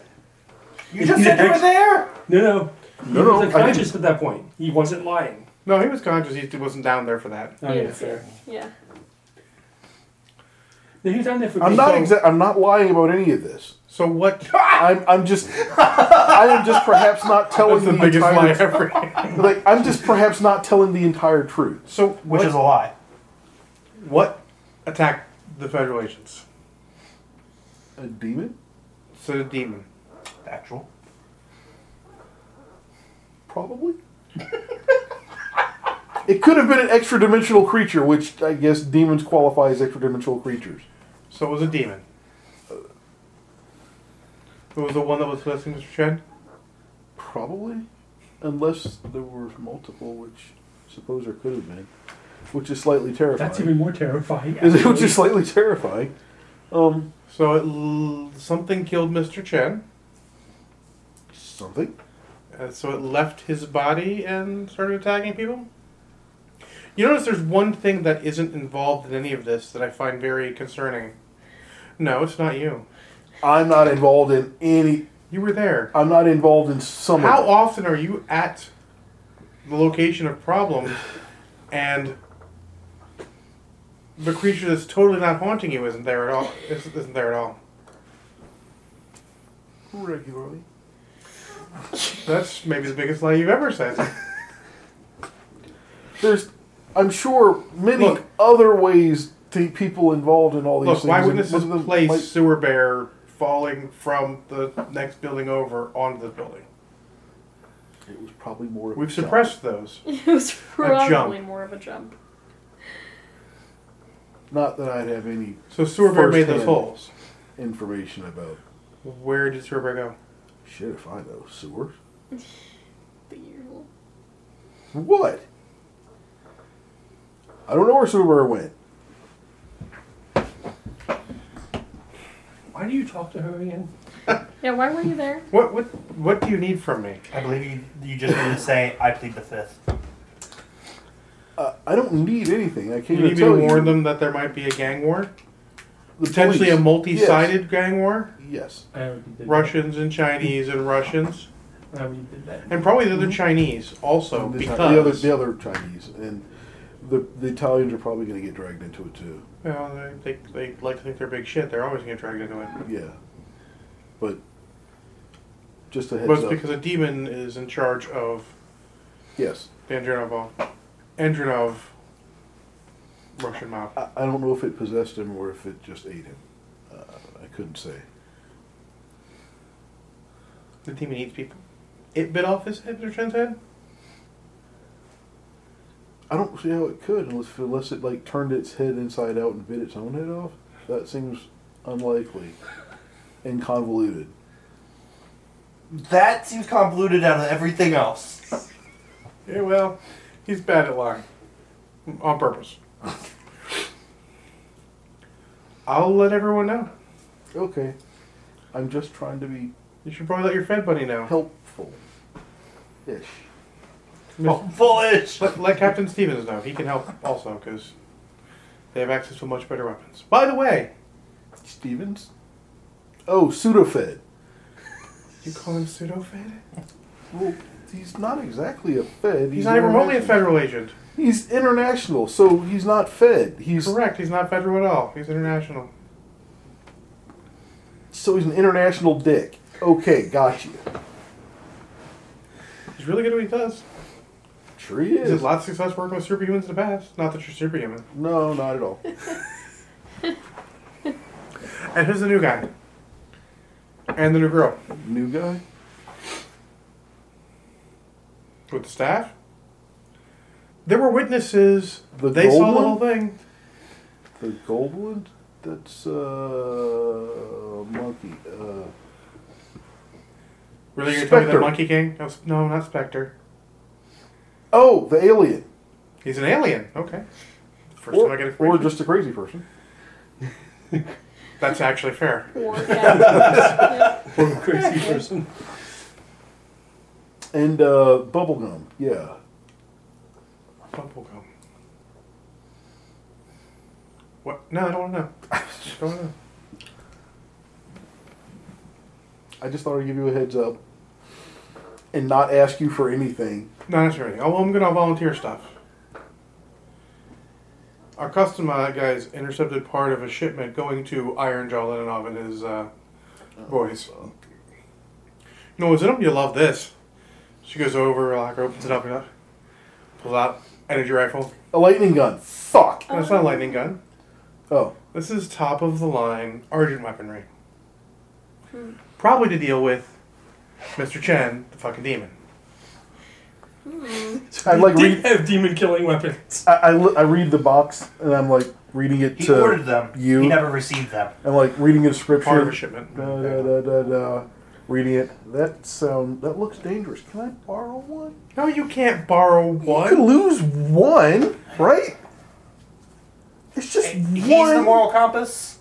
Speaker 6: You just said you were there.
Speaker 5: No, no.
Speaker 2: No,
Speaker 5: he
Speaker 2: no,
Speaker 5: was
Speaker 2: I
Speaker 5: unconscious at that point. He wasn't lying.
Speaker 1: No, he was conscious. He wasn't down there for that.
Speaker 5: Oh,
Speaker 3: You
Speaker 5: yeah,
Speaker 3: didn't see
Speaker 5: fair.
Speaker 3: it. Yeah.
Speaker 5: No, he was down there for
Speaker 2: I'm not
Speaker 5: being-
Speaker 2: exa- I'm not lying about any of this.
Speaker 6: *laughs*
Speaker 1: So what?
Speaker 2: I'm, I'm just I am just perhaps not telling
Speaker 1: *laughs* That's
Speaker 2: the,
Speaker 1: the biggest lie
Speaker 6: *laughs*
Speaker 2: entire
Speaker 1: ever.
Speaker 2: like I'm just perhaps not telling the entire truth.
Speaker 1: so
Speaker 6: Which
Speaker 1: what,
Speaker 6: is a lie.
Speaker 1: what attacked the federal agents?
Speaker 2: A demon?
Speaker 1: It's a demon.
Speaker 6: Factual.
Speaker 2: Probably. it could have been an extra dimensional creature, which I guess demons qualify as extra dimensional creatures.
Speaker 1: So it was a demon. It was the one that was possessing Mr. Chen.
Speaker 2: Probably, unless there were multiple, which I suppose there could have been, which is slightly terrifying.
Speaker 5: That's even more terrifying.
Speaker 2: which is slightly terrifying. Um,
Speaker 1: So it l- something killed Mr. Chen.
Speaker 2: something.
Speaker 1: Uh, so it left his body and started attacking people. You notice there's one thing that isn't involved in any of this that I find very concerning. No, it's not you.
Speaker 2: I'm not involved in any.
Speaker 1: You were there.
Speaker 2: I'm not involved in some. of
Speaker 1: How
Speaker 2: it.
Speaker 1: often are you at the location of problems and the creature that's totally not haunting you isn't there at all? Isn't isn't there at all?
Speaker 2: regularly?
Speaker 1: That's maybe the biggest lie you've ever said.
Speaker 2: There's, I'm sure, many
Speaker 1: Look.
Speaker 2: other ways to people involved in all these
Speaker 1: Look,
Speaker 2: things.
Speaker 1: why
Speaker 2: and
Speaker 1: wouldn't this
Speaker 2: most of them
Speaker 1: place
Speaker 2: might-
Speaker 1: sewer bear falling from the next building over onto the building?
Speaker 2: it was probably more. of a
Speaker 1: We've
Speaker 2: shock.
Speaker 1: suppressed those.
Speaker 3: *laughs* It was probably
Speaker 1: jump.
Speaker 3: more of a jump.
Speaker 2: Not that I'd have any
Speaker 1: So sewer bear made those
Speaker 2: Firsthand.
Speaker 1: holes.
Speaker 2: information about
Speaker 1: Where did sewer bear go?
Speaker 2: shit if I know sewers.
Speaker 3: The usual.
Speaker 2: What? I don't know where Subaru went.
Speaker 5: Why do you talk to her again?
Speaker 3: Yeah, why were you there?
Speaker 1: What what what do you need from me?
Speaker 7: I believe you, you just need to say, I plead the fifth.
Speaker 2: Uh, I don't need anything. I
Speaker 1: You
Speaker 2: can't even
Speaker 1: need me
Speaker 2: tell
Speaker 1: to
Speaker 2: you.
Speaker 1: warn them that there might be a gang war,
Speaker 2: The
Speaker 1: potentially a
Speaker 2: police.
Speaker 1: multi-sided gang war.
Speaker 2: Yes.
Speaker 4: I already did
Speaker 1: Russians and Chinese and Russians,
Speaker 4: That. I already did that.
Speaker 1: and probably the other Chinese also
Speaker 2: And the,
Speaker 1: because
Speaker 2: Mm-hmm. the other the other Chinese and the the Italians are probably going to get dragged into it too.
Speaker 1: Well, they, they, they like to think they're big shit. They're always gonna drag into it.
Speaker 2: Yeah. But just a heads
Speaker 1: But it's
Speaker 2: up.
Speaker 1: because a demon is in charge of
Speaker 2: yes.
Speaker 1: the Andronov, Andronov Russian mob.
Speaker 2: I, I don't know if it possessed him or if it just ate him. Uh, I couldn't say.
Speaker 1: The demon eats people. It bit off his head, or Chen's head.
Speaker 2: I don't see how it could unless unless it like turned its head inside out and bit its own head off. That seems unlikely and convoluted.
Speaker 6: That seems convoluted out of everything else.
Speaker 1: Yeah, well, he's bad at lying. On
Speaker 2: *laughs*
Speaker 1: purpose. I'll let everyone know.
Speaker 2: Okay. I'm just trying to be
Speaker 1: You should probably let your Fed buddy know.
Speaker 2: helpful. Ish. Oh.
Speaker 6: *laughs*
Speaker 1: Miss-
Speaker 6: Foolish.
Speaker 1: Let, let Captain Stevens know. He can help also because they have access to much better weapons. By the way,
Speaker 2: Stevens? Oh, pseudofed.
Speaker 1: you call him pseudo Fed?
Speaker 2: Well, he's not exactly a fed.
Speaker 1: He's not even remotely a
Speaker 2: international.
Speaker 1: federal agent.
Speaker 2: He's international, so he's not fed. He's
Speaker 1: Correct. He's not federal at all. He's international.
Speaker 2: so he's an international dick. Okay, got you.
Speaker 1: He's really good at what he does.
Speaker 2: Sure he
Speaker 1: He's had
Speaker 2: is.
Speaker 1: lots of success working with superhumans in the past. Not that you're superhuman.
Speaker 2: No, not at all.
Speaker 1: And who's the new guy? And the new girl
Speaker 2: New guy?
Speaker 1: with the staff. There were witnesses.
Speaker 2: The
Speaker 1: they saw the
Speaker 2: Goldman?
Speaker 1: whole thing.
Speaker 2: The gold one? That's uh monkey. Uh
Speaker 1: Really, you're talking
Speaker 2: Spectre.
Speaker 1: that Monkey King? No, s- No, not Spectre.
Speaker 2: Oh, the alien.
Speaker 1: He's an alien. Okay. First time I get
Speaker 2: Or,
Speaker 1: it.
Speaker 2: or just a crazy person.
Speaker 1: That's actually fair.
Speaker 3: Or
Speaker 7: *laughs*
Speaker 3: yeah.
Speaker 5: Or a crazy person.
Speaker 2: And uh bubblegum, yeah.
Speaker 1: Bubblegum. What? No, I don't want to know. *laughs* don't want to know.
Speaker 2: I just thought I'd give you a heads up and not ask you for anything.
Speaker 1: Not necessarily. Oh, well, I'm gonna volunteer stuff. Our customer guys intercepted part of a shipment going to Iron Jaw Leninov and his uh, boys. No, is it him? You love this. She goes over, like opens it up and up, pulls out energy rifle.
Speaker 2: A lightning gun. Fuck.
Speaker 1: That's not a lightning gun.
Speaker 2: Oh.
Speaker 1: This is top of the line urgent weaponry. Probably to deal with Mr. Chen, the fucking demon.
Speaker 2: I'd like read
Speaker 5: Did have demon killing weapons.
Speaker 2: I, I, li- I read the box and I'm like reading it
Speaker 7: He
Speaker 2: to
Speaker 7: ordered them.
Speaker 2: you.
Speaker 7: He never received them.
Speaker 2: I'm like reading a scripture.
Speaker 1: Part of a shipment.
Speaker 2: Da, da, da, da, da. Reading it. That sound that looks dangerous. Can I borrow one?
Speaker 1: No, you can't borrow
Speaker 2: I could
Speaker 1: one.
Speaker 2: lose one, right? It's just
Speaker 7: He's the
Speaker 2: one.
Speaker 7: moral compass.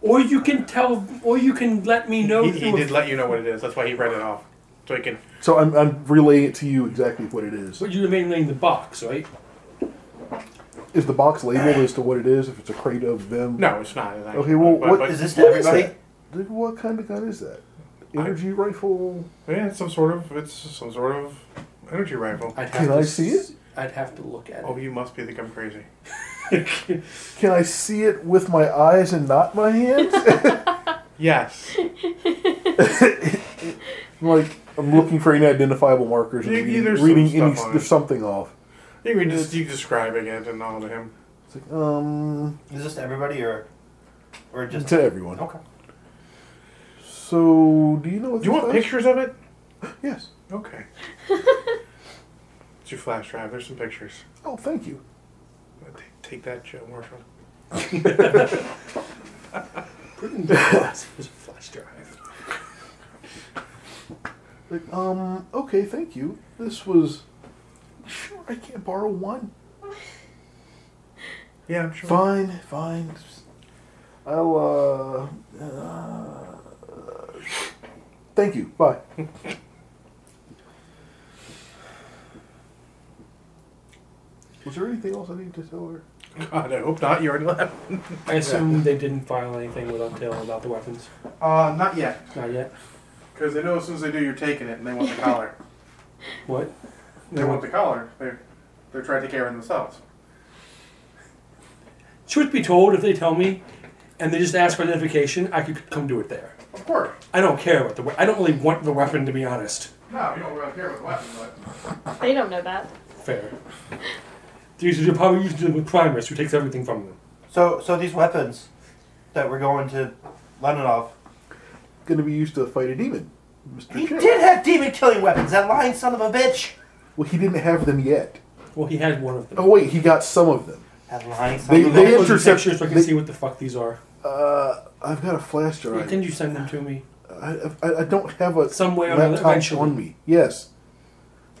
Speaker 5: Or you can tell, or you can let me know.
Speaker 1: He,
Speaker 5: through
Speaker 1: he
Speaker 5: a-
Speaker 1: did let you know what it is. That's why he read it off. So he can.
Speaker 2: so I'm, I'm relaying it to you exactly what it is.
Speaker 5: But you're mainly in the box, right?
Speaker 2: Is the box labeled as to what it is? If it's a crate of them?
Speaker 1: No, it's not. It's not-
Speaker 2: Okay, well,
Speaker 1: but-
Speaker 2: what
Speaker 1: but-
Speaker 7: Is this to
Speaker 2: What is
Speaker 7: everybody?
Speaker 2: that? Dude, What kind of gun is that? Energy rifle?
Speaker 1: Yeah, it's some sort of. It's some sort of energy rifle.
Speaker 5: I'd
Speaker 2: Can I
Speaker 5: s-
Speaker 2: see it?
Speaker 5: I'd have to look at
Speaker 1: Oh, you must be think I'm crazy.
Speaker 5: it.
Speaker 2: Can I see it with my eyes and not my *laughs* hands?
Speaker 1: Yes.
Speaker 2: I'm like I'm looking for any identifiable markers and
Speaker 1: Yeah,
Speaker 2: reading,
Speaker 1: there's
Speaker 2: reading
Speaker 1: some
Speaker 2: any
Speaker 1: stuff on
Speaker 2: there's
Speaker 1: it.
Speaker 2: something off.
Speaker 1: You can just you describing it and all to him.
Speaker 2: It's like um
Speaker 7: Is this to everybody or or just
Speaker 2: to everyone.
Speaker 7: Okay.
Speaker 2: So do you know what
Speaker 1: Do you
Speaker 2: this
Speaker 1: want
Speaker 2: does?
Speaker 1: pictures of it?
Speaker 2: Yes.
Speaker 1: Okay. it's your flash drive. There's some pictures.
Speaker 2: Oh, thank you.
Speaker 1: Uh, ta- Take that, Joe Marshall.
Speaker 5: *laughs* Put in the box. There's a flash drive.
Speaker 2: Like, um, okay, thank you. This was. Sure, I can't borrow one.
Speaker 1: Yeah, I'm sure.
Speaker 2: Fine, fine. I'll, uh. uh Thank you. Bye. *laughs* Was there anything else I need to tell her?
Speaker 1: God, I hope not. You already left.
Speaker 5: I assume they didn't file anything with Until about the weapons.
Speaker 1: Uh, not yet.
Speaker 5: Not yet.
Speaker 1: Because they know as soon as they do, you're taking it, and they want the *laughs* collar.
Speaker 5: What?
Speaker 1: They want the collar. They're they're trying to take care of themselves.
Speaker 5: Truth be told, if they tell me and they just ask for identification, I could come do it there.
Speaker 1: Of course.
Speaker 5: I don't care about the we- I don't really want the weapon to be honest.
Speaker 1: No, you don't really care about the weapon, but
Speaker 3: They don't know that.
Speaker 5: Fair. *laughs* These are probably used to with Primus, who takes everything from them.
Speaker 7: So, so these weapons that we're going to Leninov.
Speaker 2: Going to be used to fight a demon, Mister.
Speaker 7: He did have demon killing weapons. That lying son of a bitch.
Speaker 2: Well, he didn't have them yet.
Speaker 5: Well, he had one of them.
Speaker 2: Oh wait, he got some of them.
Speaker 7: That lying son
Speaker 2: They,
Speaker 7: of a
Speaker 2: they
Speaker 5: Put the
Speaker 2: intercept.
Speaker 5: pictures so I can
Speaker 2: they-
Speaker 5: see what the fuck these are.
Speaker 2: Uh, I've got a flash drive.
Speaker 5: Can you send them to me?
Speaker 2: I, I, I don't have a
Speaker 5: Some way or another,
Speaker 2: laptop
Speaker 5: eventually.
Speaker 2: on me. Yes,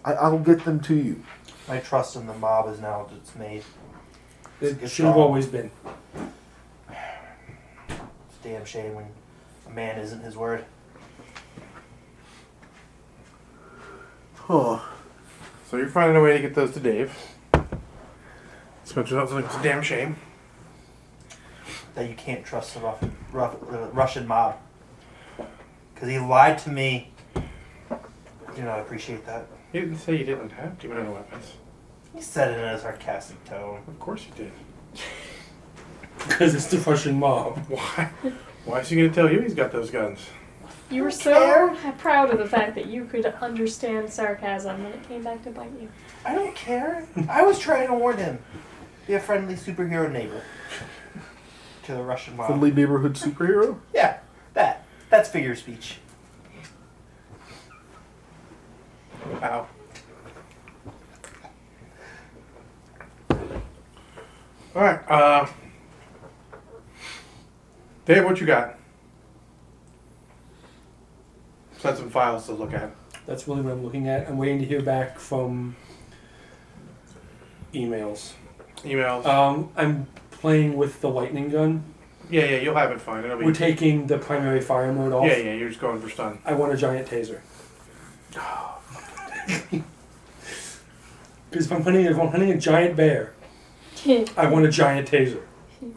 Speaker 2: I, I'll get them to you.
Speaker 7: bitch. My trust in the mob is now just made.
Speaker 5: It
Speaker 7: Good
Speaker 5: should have
Speaker 7: call.
Speaker 5: always been.
Speaker 7: It's a damn shame when a man isn't his word.
Speaker 2: Huh.
Speaker 1: so you're finding a way to get those to Dave. Spencer's not something. It's a damn shame.
Speaker 7: that you can't trust the rough, rough, uh, Russian mob. Because he lied to me. You know, I appreciate that.
Speaker 1: He didn't say you didn't have demon weapons.
Speaker 7: He said it in a sarcastic tone.
Speaker 1: Of course you did.
Speaker 5: Because it's the Russian mob.
Speaker 1: Why? Why is he going to tell you he's got those guns?
Speaker 3: You were so proud of the fact that you could understand sarcasm when it came back to bite you.
Speaker 7: I don't care. I was trying to warn him. Be a friendly superhero neighbor to the Russian mob.
Speaker 2: Friendly neighborhood superhero.
Speaker 7: Yeah, that. That's figure of speech.
Speaker 1: Wow. All right. Uh, Dave, what you got? Send some files to look at.
Speaker 5: That's really what I'm looking at. I'm waiting to hear back from emails.
Speaker 1: Emails.
Speaker 5: Um, I'm playing with the lightning gun.
Speaker 1: yeah, yeah, you'll have it fine. It'll be.
Speaker 5: We're taking the primary fire mode off.
Speaker 1: yeah, yeah, you're just going for stun.
Speaker 5: I want a giant taser. *laughs* Because if I'm hunting, if I'm hunting a giant bear, I want a giant taser.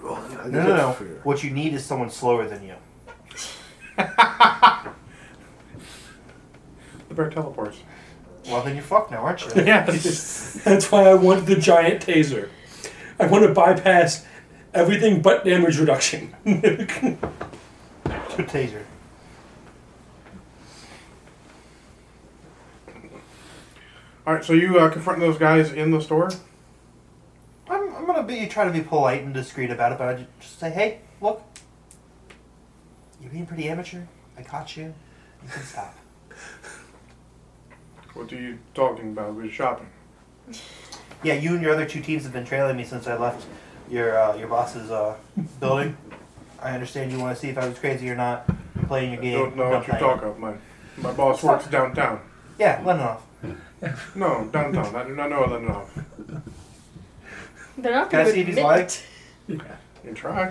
Speaker 5: Oh,
Speaker 2: I think
Speaker 7: No, no, no.
Speaker 2: that's fair.
Speaker 7: What you need is someone slower than you.
Speaker 1: The bear teleports.
Speaker 7: Well, then you're fucked now, aren't
Speaker 2: *laughs*
Speaker 7: you?
Speaker 1: *laughs* Yes.
Speaker 5: That's why I want the giant taser. I want to bypass everything but damage *laughs* reduction.
Speaker 7: Two taser.
Speaker 1: All right. So you uh, confront those guys in the store.
Speaker 7: I'm, I'm gonna be try to be polite and discreet about it, but I ju- just say, hey, look, you're being pretty amateur. I caught you. You can stop.
Speaker 1: What are you talking about? We're shopping.
Speaker 7: yeah, you and your other two teams have been trailing me since I left your uh, your boss's uh, building. I understand you want to see if I was crazy or not. You're playing your
Speaker 1: I
Speaker 7: game.
Speaker 1: don't know
Speaker 7: I'm
Speaker 1: what you're
Speaker 7: playing.
Speaker 1: talking about. My, my boss works downtown.
Speaker 7: Yeah, let off.
Speaker 1: No, downtown. I do not know Leninov.
Speaker 3: *laughs* They're not
Speaker 7: Can I
Speaker 3: going to
Speaker 7: see if he's
Speaker 3: admit
Speaker 7: lying?
Speaker 3: it.
Speaker 1: You try.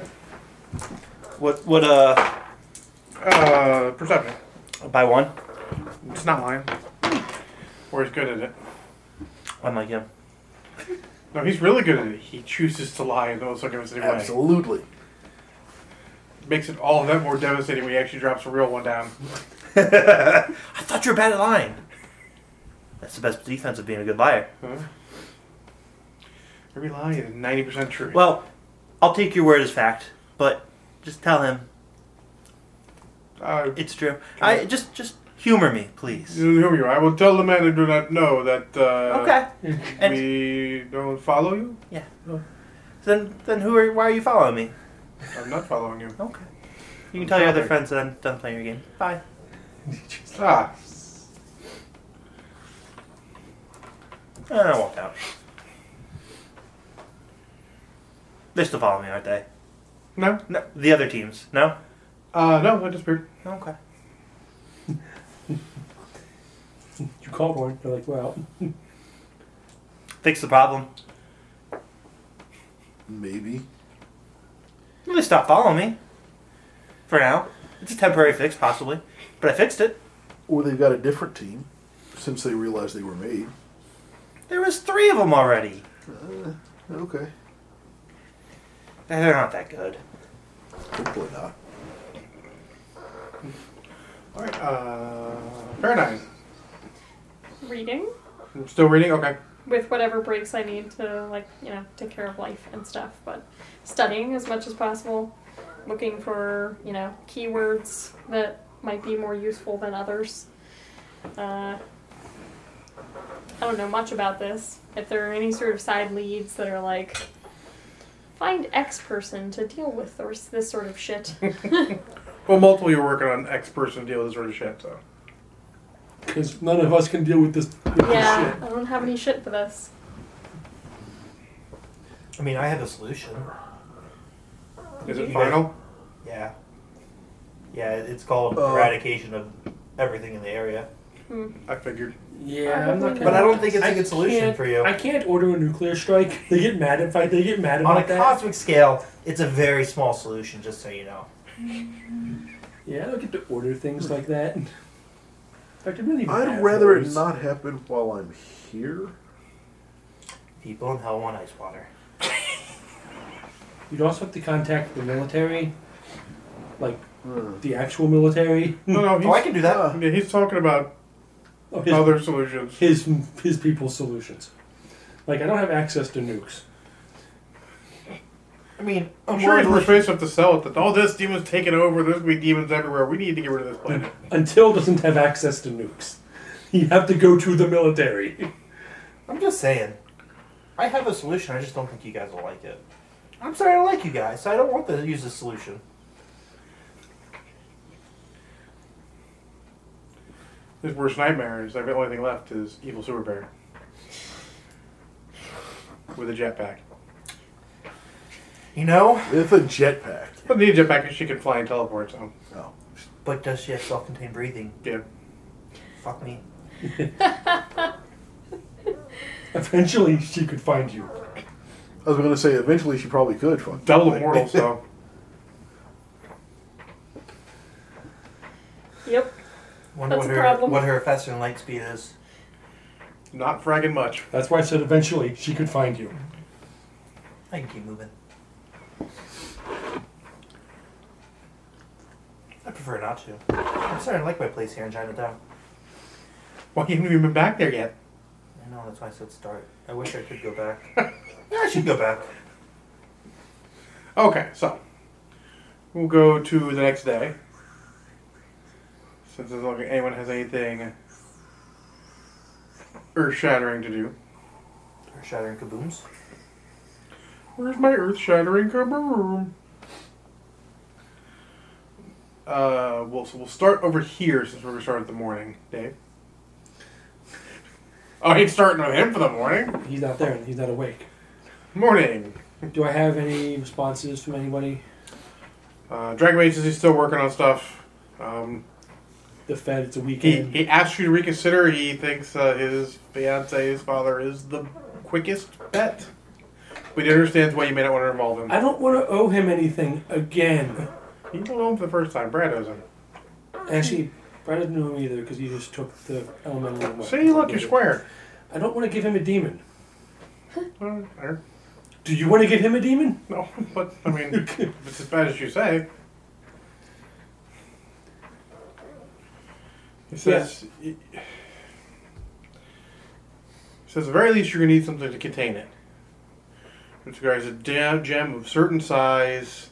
Speaker 7: What what uh
Speaker 1: Uh, perception.
Speaker 7: by one?
Speaker 1: It's not lying. Or he's good at it. *laughs*
Speaker 7: Unlike him.
Speaker 1: No, he's really good at it. He chooses to lie in those circumstances anyway.
Speaker 2: Absolutely.
Speaker 1: Makes it all that more devastating when he actually drops a real one down.
Speaker 7: I thought you were bad at lying. That's the best defense of being a good liar.
Speaker 1: Huh? Every lie is 90% true.
Speaker 7: Well, I'll take your word as fact, but just tell him
Speaker 1: I,
Speaker 7: It's true. I just just humor me, please.
Speaker 1: you know who you are. I will tell the man I do not know that uh,
Speaker 7: Okay. And
Speaker 1: we don't follow you.
Speaker 7: then then who are why are you following me?
Speaker 1: I'm not following you.
Speaker 7: Okay.
Speaker 1: I'm
Speaker 7: You can tell your other
Speaker 1: sorry.
Speaker 7: friends that I'm done playing your game. Bye.
Speaker 1: Ah,
Speaker 7: And I walked out. They're still following me, aren't they?
Speaker 1: no.
Speaker 7: No, the other teams. No.
Speaker 1: Uh, no, I disappeared.
Speaker 7: Okay.
Speaker 5: you call one, they're like, well,
Speaker 7: Fix the problem.
Speaker 2: Maybe.
Speaker 7: Well, They stopped following me. For now, it's a temporary fix, possibly, but I fixed it.
Speaker 2: or they've got a different team since they realized they were made.
Speaker 7: There was three of them already.
Speaker 2: Okay,
Speaker 7: They're not that good.
Speaker 2: hopefully not.
Speaker 1: All right. Uh, Paradine.
Speaker 3: Reading
Speaker 1: Still reading? Okay.
Speaker 3: with whatever breaks I need to, like, you know, take care of life and stuff. But studying as much as possible, looking for, you know, keywords that might be more useful than others. Uh, I don't know much about this. If there are any sort of side leads that are like, find X person to deal with or s- this sort of shit.
Speaker 1: Well, multiple you're working on X person deal with this sort of shit, so.
Speaker 5: Because none of us can deal with this, with
Speaker 3: yeah,
Speaker 5: this
Speaker 3: I don't have any shit for this. *laughs*
Speaker 6: I mean, I have a solution.
Speaker 1: Is it
Speaker 6: You
Speaker 1: final?
Speaker 6: Yeah. Yeah, it's called
Speaker 2: Uh,
Speaker 6: eradication of everything in the area.
Speaker 1: I figured.
Speaker 5: shit. Yeah, I'm not gonna-
Speaker 6: But I don't think it's a
Speaker 5: I
Speaker 6: good solution
Speaker 5: can't-
Speaker 6: for you.
Speaker 5: I can't order a nuclear strike. *laughs* They get mad if I. They get mad
Speaker 6: On a
Speaker 5: about that.
Speaker 6: cosmic scale, it's a very small solution, just so you know.
Speaker 5: Yeah, I don't get to order things like that. *laughs* In fact, I really even
Speaker 2: I'd
Speaker 5: have
Speaker 2: rather it
Speaker 5: those.
Speaker 2: not happen while I'm here.
Speaker 6: People in hell want ice water.
Speaker 5: You'd also have to contact the military, like
Speaker 2: Hmm.
Speaker 5: the actual
Speaker 2: *laughs*
Speaker 5: military.
Speaker 1: No, no,
Speaker 6: Oh, I
Speaker 1: he's,
Speaker 6: can do that.
Speaker 2: Uh,
Speaker 1: yeah, he's talking about
Speaker 5: Oh, his,
Speaker 1: other solutions.
Speaker 5: his his people's solutions. Like I don't have access to nukes.
Speaker 6: I mean,
Speaker 1: I'm
Speaker 6: a
Speaker 1: sure
Speaker 6: more
Speaker 1: he's
Speaker 6: delicious-
Speaker 1: persuasive to sell it that all this demon's taking over, there's gonna be demons everywhere, we need to get rid of this planet.
Speaker 5: Until doesn't have access to nukes. You have to go to the military. *laughs*
Speaker 6: I'm just saying. I have a solution. I just don't think you guys will like it. I'm sorry, I don't like you guys, so I don't want to use this solution.
Speaker 1: His worst nightmare is the only thing left is evil super bear. With a jetpack.
Speaker 6: You know,
Speaker 2: If a jetpack. Oh.
Speaker 1: Doesn't need a jetpack because she can fly and teleport, so.
Speaker 2: No.
Speaker 6: but does she have self-contained breathing?
Speaker 1: Yeah.
Speaker 6: Fuck me.
Speaker 5: Eventually, she could find you.
Speaker 2: I was going to say, eventually she probably could. Fuck.
Speaker 1: Double
Speaker 2: Like,
Speaker 1: immortal, so.
Speaker 3: Yep.
Speaker 6: Wonder
Speaker 3: That's
Speaker 6: what
Speaker 3: a
Speaker 6: her
Speaker 3: problem.
Speaker 6: what her faster than light speed is.
Speaker 1: Not fragging much.
Speaker 5: That's why I said eventually she could find you.
Speaker 6: I can keep moving. I prefer not to. I'm starting to like my place here in Chinatown.
Speaker 1: Why haven't you even been back there yet?
Speaker 6: I know that's why I said start. I wish I could go
Speaker 1: *laughs*
Speaker 6: back. yeah, I should go back.
Speaker 1: Okay, so we'll go to the next day. Since I don't think anyone has anything earth shattering to do.
Speaker 6: Or shattering kabooms.
Speaker 1: Where's my earth shattering kaboom? Uh, we'll, so we'll start over here since we're going to start at the morning, Dave. Oh, he's starting with him for the morning.
Speaker 5: He's not there and he's not awake.
Speaker 1: Morning.
Speaker 5: Do I have any responses from anybody?
Speaker 1: Uh, Dragon Mage says he's still working on stuff. Um,
Speaker 5: The Fed, it's a
Speaker 1: He,
Speaker 5: weekend.
Speaker 1: he asked you to reconsider. He thinks uh, his fiance, his father, is the quickest bet. But he understands why you may not want to involve him.
Speaker 5: I don't want to owe him anything again.
Speaker 1: He don't know him for the first time. Brad doesn't.
Speaker 5: Actually, Brad didn't know him either because he just took the elemental away.
Speaker 1: See, look, you're square.
Speaker 5: I don't want to give him a demon.
Speaker 1: Uh, er,
Speaker 5: Do you want to give him a demon?
Speaker 1: *laughs* No, but I mean, if it's as bad as you say. He says. He, he says, at the very least, you're going to need something to contain it. Which requires a gem, gem of certain size,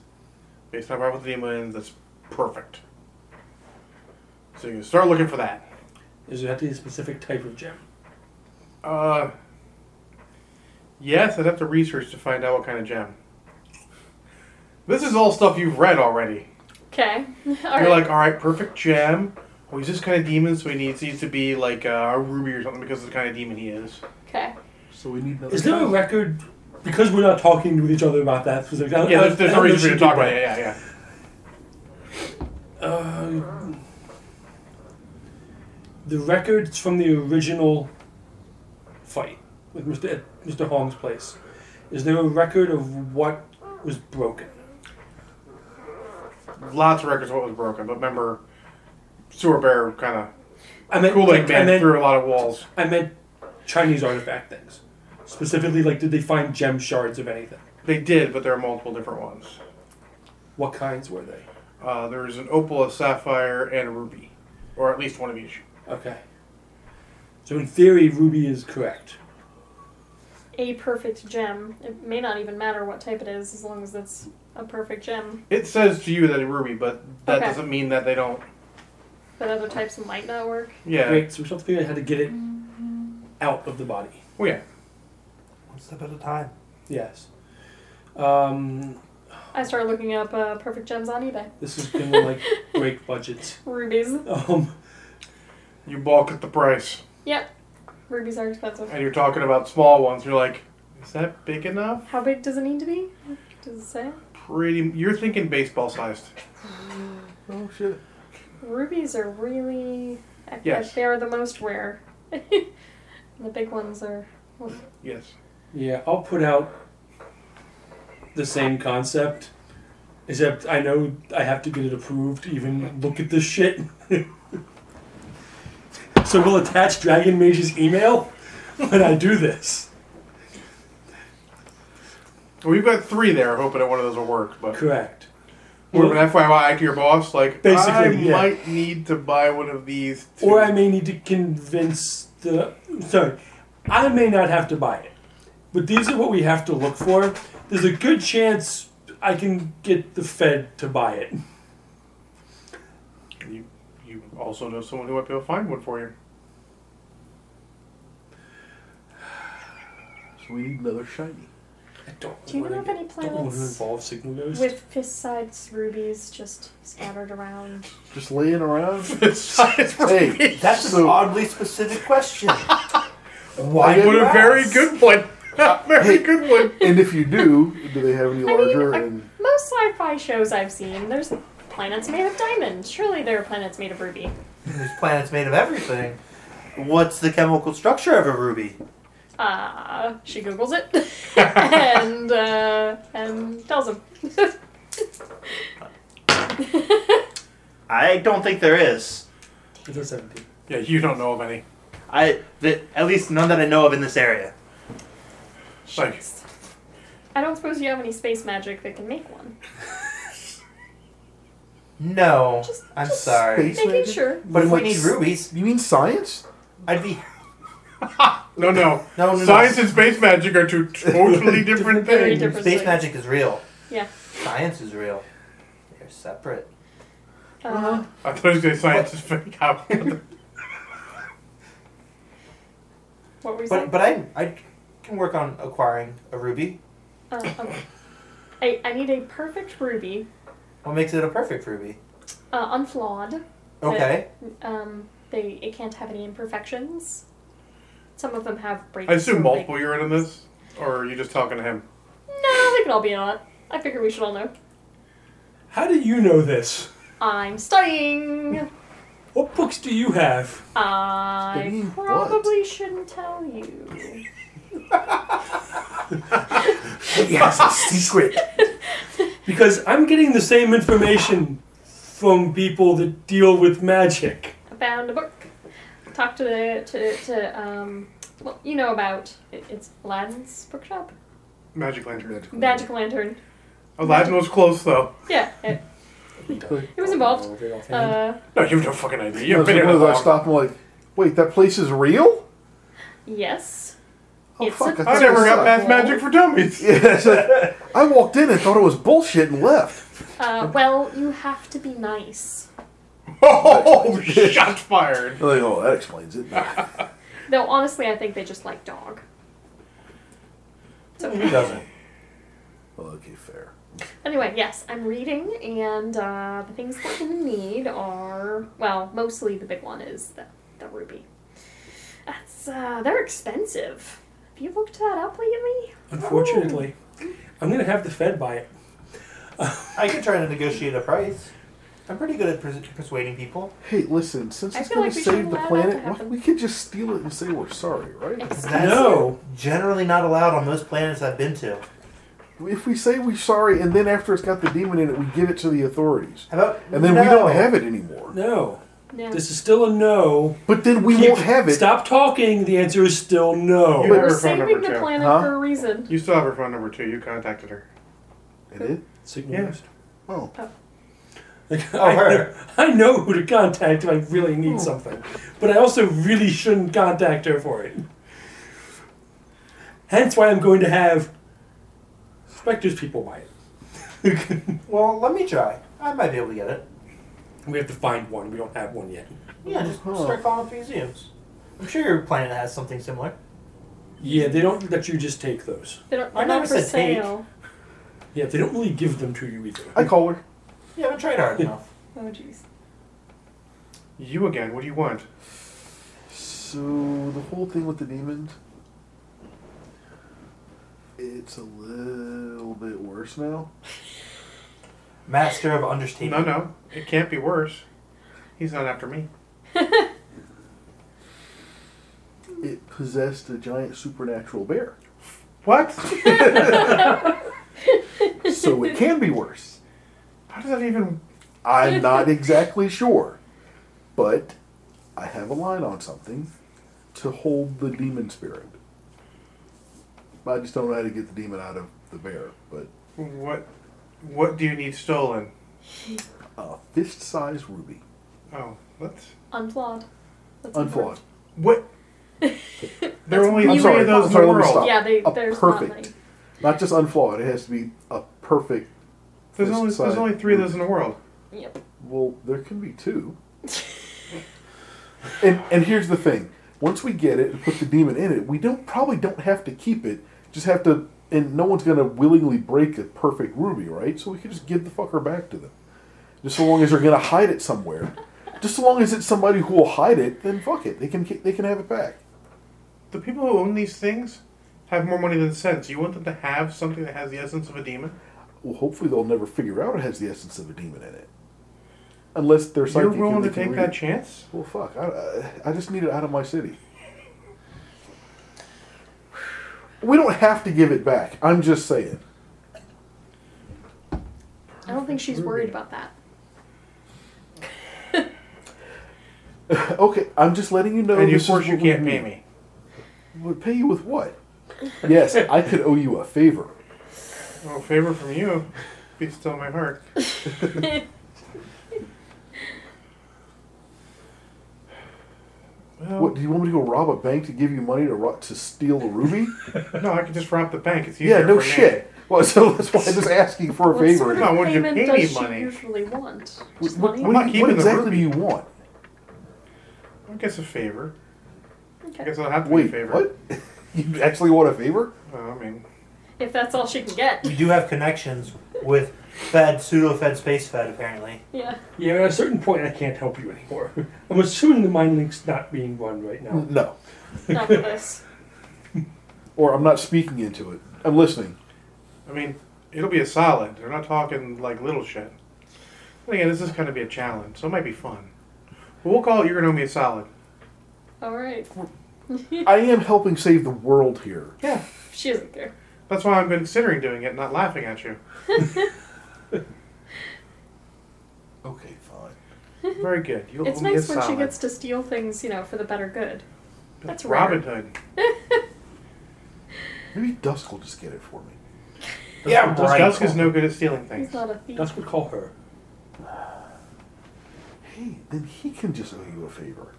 Speaker 1: based on rival demons, that's perfect. So you can start looking for that.
Speaker 5: Is that the specific type of gem?
Speaker 1: Uh, yes, I'd have to research to find out what kind of gem. This is all stuff you've read already.
Speaker 3: Okay. *laughs* All
Speaker 1: You're
Speaker 3: right.
Speaker 1: like, all right, perfect gem. Well, he's this kind of demon, so he needs needs to be like uh, a ruby or something because of the kind of demon he is.
Speaker 3: Okay.
Speaker 2: So we need another.
Speaker 5: Is there a record? Because we're not talking with each other about that. Specific, I don't-
Speaker 1: Yeah,
Speaker 5: I
Speaker 1: there's, there's
Speaker 5: don't- I
Speaker 1: no
Speaker 5: don't know
Speaker 1: reason for you to talk
Speaker 5: if she
Speaker 1: about
Speaker 5: did
Speaker 1: it. Yeah, yeah.
Speaker 5: that. Uh, the records from the original fight with Mr. Ed, Mr. Hong's place. Is there a record of what was broken?
Speaker 1: Lots of records of what was broken, but remember, Sewer Bear kind of
Speaker 5: I meant
Speaker 1: Kool Aid
Speaker 5: I
Speaker 1: Man
Speaker 5: meant,
Speaker 1: through a lot of walls.
Speaker 5: I meant Chinese artifact things. Specifically, like, did they find gem shards of anything?
Speaker 1: They did, but there are multiple different ones.
Speaker 5: What kinds were they?
Speaker 1: Uh, there's an opal, a sapphire, and a ruby, or at least one of each.
Speaker 5: Okay. So in theory, Ruby is correct.
Speaker 3: a perfect gem. It may not even matter what type it is, as long as it's a perfect gem.
Speaker 1: It says to you that a ruby, but that
Speaker 3: Okay.
Speaker 1: doesn't mean that they don't.
Speaker 3: But other types might not work.
Speaker 1: Yeah.
Speaker 5: Great. So we still have to figure out how to get it out of the body.
Speaker 1: Well, yeah.
Speaker 6: One step at a time.
Speaker 5: Yes. Um,
Speaker 3: I started looking up uh, perfect gems on eBay.
Speaker 5: this is gonna like break budgets. *laughs*
Speaker 3: Rubies.
Speaker 5: Um,
Speaker 1: You balk at the price,
Speaker 3: Yep. Rubies are expensive.
Speaker 1: and you're talking about small ones. You're like, is that big enough?
Speaker 3: How big does it need to be? Does it say?
Speaker 1: Pretty. You're thinking baseball sized.
Speaker 2: Oh shit!
Speaker 3: Rubies are really. I- I-
Speaker 1: Yes.
Speaker 3: They are the most rare. *laughs* the big ones are.
Speaker 1: Yes.
Speaker 5: yeah, I'll put out the same concept, except I know I have to get it approved. to Even look at this shit. *laughs* so we'll attach Dragon Mage's email when I do this.
Speaker 1: Well, you've got three there, hoping that one of those will work. But
Speaker 5: Correct.
Speaker 1: or an FYI to your boss, like
Speaker 5: Basically,
Speaker 1: I
Speaker 5: yeah.
Speaker 1: might need to buy one of these. Too.
Speaker 5: Or I may need to convince the. Sorry, I may not have to buy it. But these are what we have to look for. There's a good chance I can get the Fed to buy it.
Speaker 1: You, you also know someone who might be able to find one for you. *laughs*
Speaker 2: So we need another shiny.
Speaker 5: I don't
Speaker 3: Do you
Speaker 5: wanna
Speaker 3: have
Speaker 5: get-
Speaker 3: any
Speaker 5: Don't want to
Speaker 3: planets
Speaker 5: involve Signal Ghost.
Speaker 3: With fist sized rubies just scattered around.
Speaker 2: Just laying
Speaker 5: *laughs*
Speaker 2: around.
Speaker 1: It's science for
Speaker 2: hey,
Speaker 6: That's an
Speaker 2: So-
Speaker 6: oddly specific
Speaker 7: *laughs*
Speaker 6: question. Why?
Speaker 2: I
Speaker 1: What
Speaker 6: do
Speaker 1: a
Speaker 6: you
Speaker 1: very
Speaker 6: ask?
Speaker 1: good one. *laughs* very good one.
Speaker 2: and if you do, do they have any
Speaker 3: I mean,
Speaker 2: larger?
Speaker 3: I-
Speaker 2: and
Speaker 3: Most sci fi shows I've seen, there's planets made of diamonds. Surely there are planets made of ruby.
Speaker 6: This planet's made of everything.
Speaker 7: What's the chemical structure of a ruby?
Speaker 3: Uh, she Googles it and, uh, and tells him.
Speaker 7: I don't think there is.
Speaker 5: It's a 17.
Speaker 1: Yeah, you don't know of any.
Speaker 7: I that at least none that I know of in this area.
Speaker 1: Like,
Speaker 3: I don't suppose you have any space magic that can make one.
Speaker 6: No,
Speaker 3: Just-
Speaker 6: I'm
Speaker 3: just
Speaker 6: sorry.
Speaker 2: space
Speaker 3: Making
Speaker 2: magic?
Speaker 3: sure.
Speaker 6: But if we
Speaker 2: Like
Speaker 6: need
Speaker 2: s-
Speaker 6: rubies,
Speaker 2: You mean
Speaker 3: *laughs*
Speaker 2: science?
Speaker 6: I'd be
Speaker 1: no, no.
Speaker 6: no no. no.
Speaker 1: Science and space magic are *laughs* two totally different
Speaker 3: Very
Speaker 1: things.
Speaker 3: different.
Speaker 6: Space magic is real.
Speaker 3: Yeah.
Speaker 6: Science is real. They're separate.
Speaker 3: Uh,
Speaker 1: I thought you was going to say science is fake. out.
Speaker 3: what were you saying?
Speaker 6: But but I I can work on acquiring a ruby.
Speaker 3: Uh, okay. I, I need a perfect ruby,
Speaker 6: What makes it a perfect ruby?
Speaker 3: uh, unflawed.
Speaker 6: Okay.
Speaker 3: Um, they it can't have any imperfections. Some of them have
Speaker 1: *laughs*
Speaker 3: breaks.
Speaker 1: I assume
Speaker 3: or
Speaker 1: multiple
Speaker 3: break-
Speaker 1: you're in on this, or are you just talking to him?
Speaker 3: No, they can all be in on it. I figure we should all know.
Speaker 5: How do you know this?
Speaker 3: I'm studying.
Speaker 5: What books do you have?
Speaker 3: I
Speaker 2: Studying what?
Speaker 3: probably shouldn't tell you.
Speaker 2: Yes, *laughs* secret.
Speaker 5: Because I'm getting the same information from people that deal with magic.
Speaker 3: I found a book. Talked to the to to um. Well, you know about it, it's Aladdin's bookshop,
Speaker 1: Magic lantern.
Speaker 3: Magic Lantern.
Speaker 1: Aladdin was close, though.
Speaker 3: Yeah, it, it was involved. Uh,
Speaker 1: No, you have no fucking idea.
Speaker 2: You know,
Speaker 1: You've
Speaker 2: so
Speaker 1: been here that
Speaker 2: one of those I
Speaker 1: long.
Speaker 2: stop and like, wait, that place is real?
Speaker 3: yes.
Speaker 2: Oh
Speaker 3: It's
Speaker 2: fuck!
Speaker 3: a-
Speaker 2: I
Speaker 1: I
Speaker 2: thought
Speaker 1: never
Speaker 2: it
Speaker 1: got
Speaker 2: sucked.
Speaker 1: math magic for dummies.
Speaker 2: *laughs* Yeah, it's like, I walked in and thought it was bullshit and left.
Speaker 3: Uh, well, you have to be nice.
Speaker 1: *laughs* Oh, shots fired.
Speaker 2: I'm like, oh, that explains it.
Speaker 3: Though honestly, I think they just like dog.
Speaker 6: Who doesn't?
Speaker 2: Well, okay, fair.
Speaker 3: Anyway, yes, I'm reading, and uh, the things that you need are well, mostly the big one is the, the ruby. That's uh, they're expensive. Have you looked that up lately?
Speaker 5: Unfortunately,
Speaker 3: Oh.
Speaker 5: I'm gonna have the Fed buy it.
Speaker 6: I could try to negotiate a price. I'm pretty good at pers- persuading people.
Speaker 2: Hey, listen, since
Speaker 3: I
Speaker 2: it's
Speaker 3: feel
Speaker 2: gonna
Speaker 3: like we should
Speaker 2: save the
Speaker 3: allow that
Speaker 2: planet,
Speaker 3: to
Speaker 2: why-
Speaker 3: happen.
Speaker 2: we could just steal it and say we're sorry, right?
Speaker 3: Ex-
Speaker 6: That's
Speaker 5: No.
Speaker 6: generally not allowed on most planets I've been to.
Speaker 2: If we say we're sorry and then after it's got the demon in it, we give it to the authorities,
Speaker 6: How about
Speaker 2: and then we
Speaker 6: no.
Speaker 2: don't have it anymore.
Speaker 5: No.
Speaker 3: No.
Speaker 5: This is still a no.
Speaker 2: But then we
Speaker 5: Keep-
Speaker 2: won't have it.
Speaker 5: Stop talking. The answer is still no.
Speaker 1: You have
Speaker 3: We're
Speaker 1: her phone
Speaker 3: saving
Speaker 1: number
Speaker 3: the
Speaker 1: too.
Speaker 3: planet
Speaker 2: Huh?
Speaker 3: for a reason.
Speaker 1: You still have her phone number too. You contacted her.
Speaker 2: I did?
Speaker 5: Signal
Speaker 7: Yeah.
Speaker 5: missed.
Speaker 2: Oh.
Speaker 5: Like,
Speaker 6: Oh,
Speaker 5: I, know,
Speaker 6: her.
Speaker 5: I know who to contact if I really need something, but I also really shouldn't contact her for it. Hence why I'm going to have Spectre's people buy it. *laughs*
Speaker 6: Well, let me try. I might be able to get it.
Speaker 5: we have to find one. We don't have one yet.
Speaker 6: Yeah, just
Speaker 2: Oh, Huh.
Speaker 6: start calling up museums. I'm sure your planet has something similar.
Speaker 5: Yeah, they don't let you just take those.
Speaker 3: They don't,
Speaker 6: I
Speaker 3: they're not
Speaker 6: never
Speaker 3: for
Speaker 6: said take.
Speaker 3: sale.
Speaker 5: Yeah, they don't really give them to you either.
Speaker 2: I call her.
Speaker 6: You haven't tried hard enough.
Speaker 3: Oh jeez.
Speaker 1: You again. What do you want?
Speaker 2: So the whole thing with the demons, it's a little bit worse now.
Speaker 6: Master of understatement.
Speaker 1: No, no. It can't be worse. He's not after me.
Speaker 2: It possessed a giant supernatural bear,
Speaker 1: *laughs* What?
Speaker 2: so it can be worse.
Speaker 1: How does that even?
Speaker 2: I'm not exactly sure, but I have a line on something to hold the demon spirit. I just don't know how to get the demon out of the bear, but
Speaker 1: What? What do you need stolen?
Speaker 2: a fist-sized ruby,
Speaker 1: Oh, that's
Speaker 3: Unflawed. That's
Speaker 2: unflawed. *laughs*
Speaker 1: what. There are only
Speaker 3: I'm
Speaker 1: three
Speaker 3: sorry,
Speaker 1: of those
Speaker 2: I'm sorry,
Speaker 1: in the
Speaker 2: let me
Speaker 1: world.
Speaker 2: stop.
Speaker 3: Yeah, they,
Speaker 2: A
Speaker 3: there's
Speaker 2: perfect.
Speaker 3: not many.
Speaker 2: Not just unflawed; it has to be a perfect.
Speaker 1: There's only there's
Speaker 2: fist-sized
Speaker 1: only three of
Speaker 2: ruby.
Speaker 1: those in the world.
Speaker 3: Yep.
Speaker 2: Well, there can be two. and and here's the thing: once we get it and put the demon in it, we don't probably don't have to keep it. Just have to, and no one's gonna willingly break a perfect ruby, right? So we could just give the fucker back to them, just so long as they're gonna hide it somewhere. Just so long as it's somebody who will hide it, then fuck it, they can they can have it back.
Speaker 1: The people who own these things have more money than sense. You want them to have something that has the essence of a demon?
Speaker 2: Well, hopefully they'll never figure out it has the essence of a demon in it, unless they're psychic.
Speaker 1: You're
Speaker 2: and
Speaker 1: willing
Speaker 2: they
Speaker 1: to
Speaker 2: can
Speaker 1: take
Speaker 2: read
Speaker 1: that
Speaker 2: it.
Speaker 1: chance?
Speaker 2: Well, fuck. I, I, I just need it out of my city. We don't have to give it back. I'm just saying. *laughs*
Speaker 3: I don't think she's worried about that.
Speaker 2: Okay, I'm just letting you know.
Speaker 1: and you,
Speaker 2: this
Speaker 1: of course,
Speaker 2: is
Speaker 1: you
Speaker 2: what we
Speaker 1: can't pay
Speaker 2: need.
Speaker 1: me.
Speaker 2: Would pay you with what? Yes, I could owe you a favor.
Speaker 1: Well, favor from you. Be still my
Speaker 2: *laughs*
Speaker 1: heart. well,
Speaker 2: What do you want me to go rob a bank to give you money to ro- to steal
Speaker 1: *laughs*
Speaker 2: the ruby?
Speaker 1: No, I can just rob the bank. It's easier
Speaker 2: yeah, no
Speaker 1: for me.
Speaker 2: shit. Well, so that's why
Speaker 1: *laughs*
Speaker 2: I'm just asking for a
Speaker 3: What
Speaker 2: favor.
Speaker 3: sort
Speaker 1: No, I
Speaker 3: of
Speaker 1: wouldn't you
Speaker 3: payment
Speaker 1: pay me
Speaker 3: does she
Speaker 1: money?
Speaker 3: usually want?
Speaker 2: What,
Speaker 3: Just
Speaker 2: what,
Speaker 3: money?
Speaker 2: what
Speaker 1: I'm not
Speaker 2: do you-
Speaker 1: keeping
Speaker 2: what
Speaker 1: the
Speaker 2: exactly do
Speaker 1: ruby.
Speaker 2: you want?
Speaker 1: I guess a favor. I
Speaker 3: Okay.
Speaker 1: guess I'll have to be a
Speaker 2: Wait,
Speaker 1: favor.
Speaker 2: what? *laughs* You actually want a favor?
Speaker 1: Well, I mean,
Speaker 3: If that's all she can get. *laughs*
Speaker 6: We do have connections with Fed, pseudo Fed, space Fed, apparently.
Speaker 3: Yeah.
Speaker 5: Yeah, at a certain point, I can't help you anymore. *laughs* I'm assuming the mind link's not being run right now.
Speaker 2: No.
Speaker 3: Not for this.
Speaker 2: Or I'm not speaking into it. I'm listening.
Speaker 1: I mean, it'll be a solid. They're not talking like little shit. But again, this is going to be a challenge, so it might be fun. But we'll call it. You're going to owe me a solid.
Speaker 3: All right.
Speaker 2: I am helping save the world here.
Speaker 1: Yeah.
Speaker 3: She doesn't care.
Speaker 1: That's why I'm considering doing it, not laughing at you.
Speaker 2: Okay, fine.
Speaker 1: Very good. You'll
Speaker 3: It's
Speaker 1: owe me
Speaker 3: nice
Speaker 1: a
Speaker 3: when she
Speaker 1: solid.
Speaker 3: gets to steal things, you know, for the better good. *laughs* That's rare.
Speaker 1: Robin Hood.
Speaker 2: Maybe Dusk will just get it for me.
Speaker 6: Yeah, right.
Speaker 1: Dusk is no good at stealing
Speaker 3: He's
Speaker 1: things.
Speaker 3: not a thief.
Speaker 5: That's what call her.
Speaker 2: Hey, then he can just owe you a favor.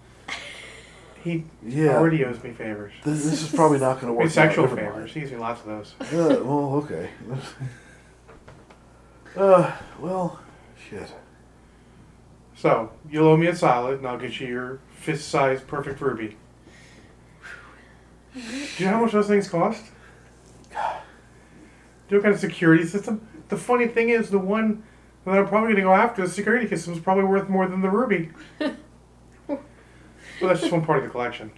Speaker 1: He
Speaker 2: Yeah.
Speaker 1: already owes me favors.
Speaker 2: This, this is probably not going
Speaker 1: I
Speaker 2: to work.
Speaker 1: mean,
Speaker 2: out.
Speaker 1: sexual
Speaker 2: Never
Speaker 1: favors.
Speaker 2: mind.
Speaker 1: He gives me lots of those.
Speaker 2: Uh, well, okay. *laughs* uh, well, shit.
Speaker 1: So, you'll owe me a solid, and I'll get you your fist sized perfect ruby. Do you know how much those things cost? Do you know what kind of security system? The funny thing is, the one that I'm probably going to go after, the security system, is probably worth more than the ruby. well, that's just one part of the collection.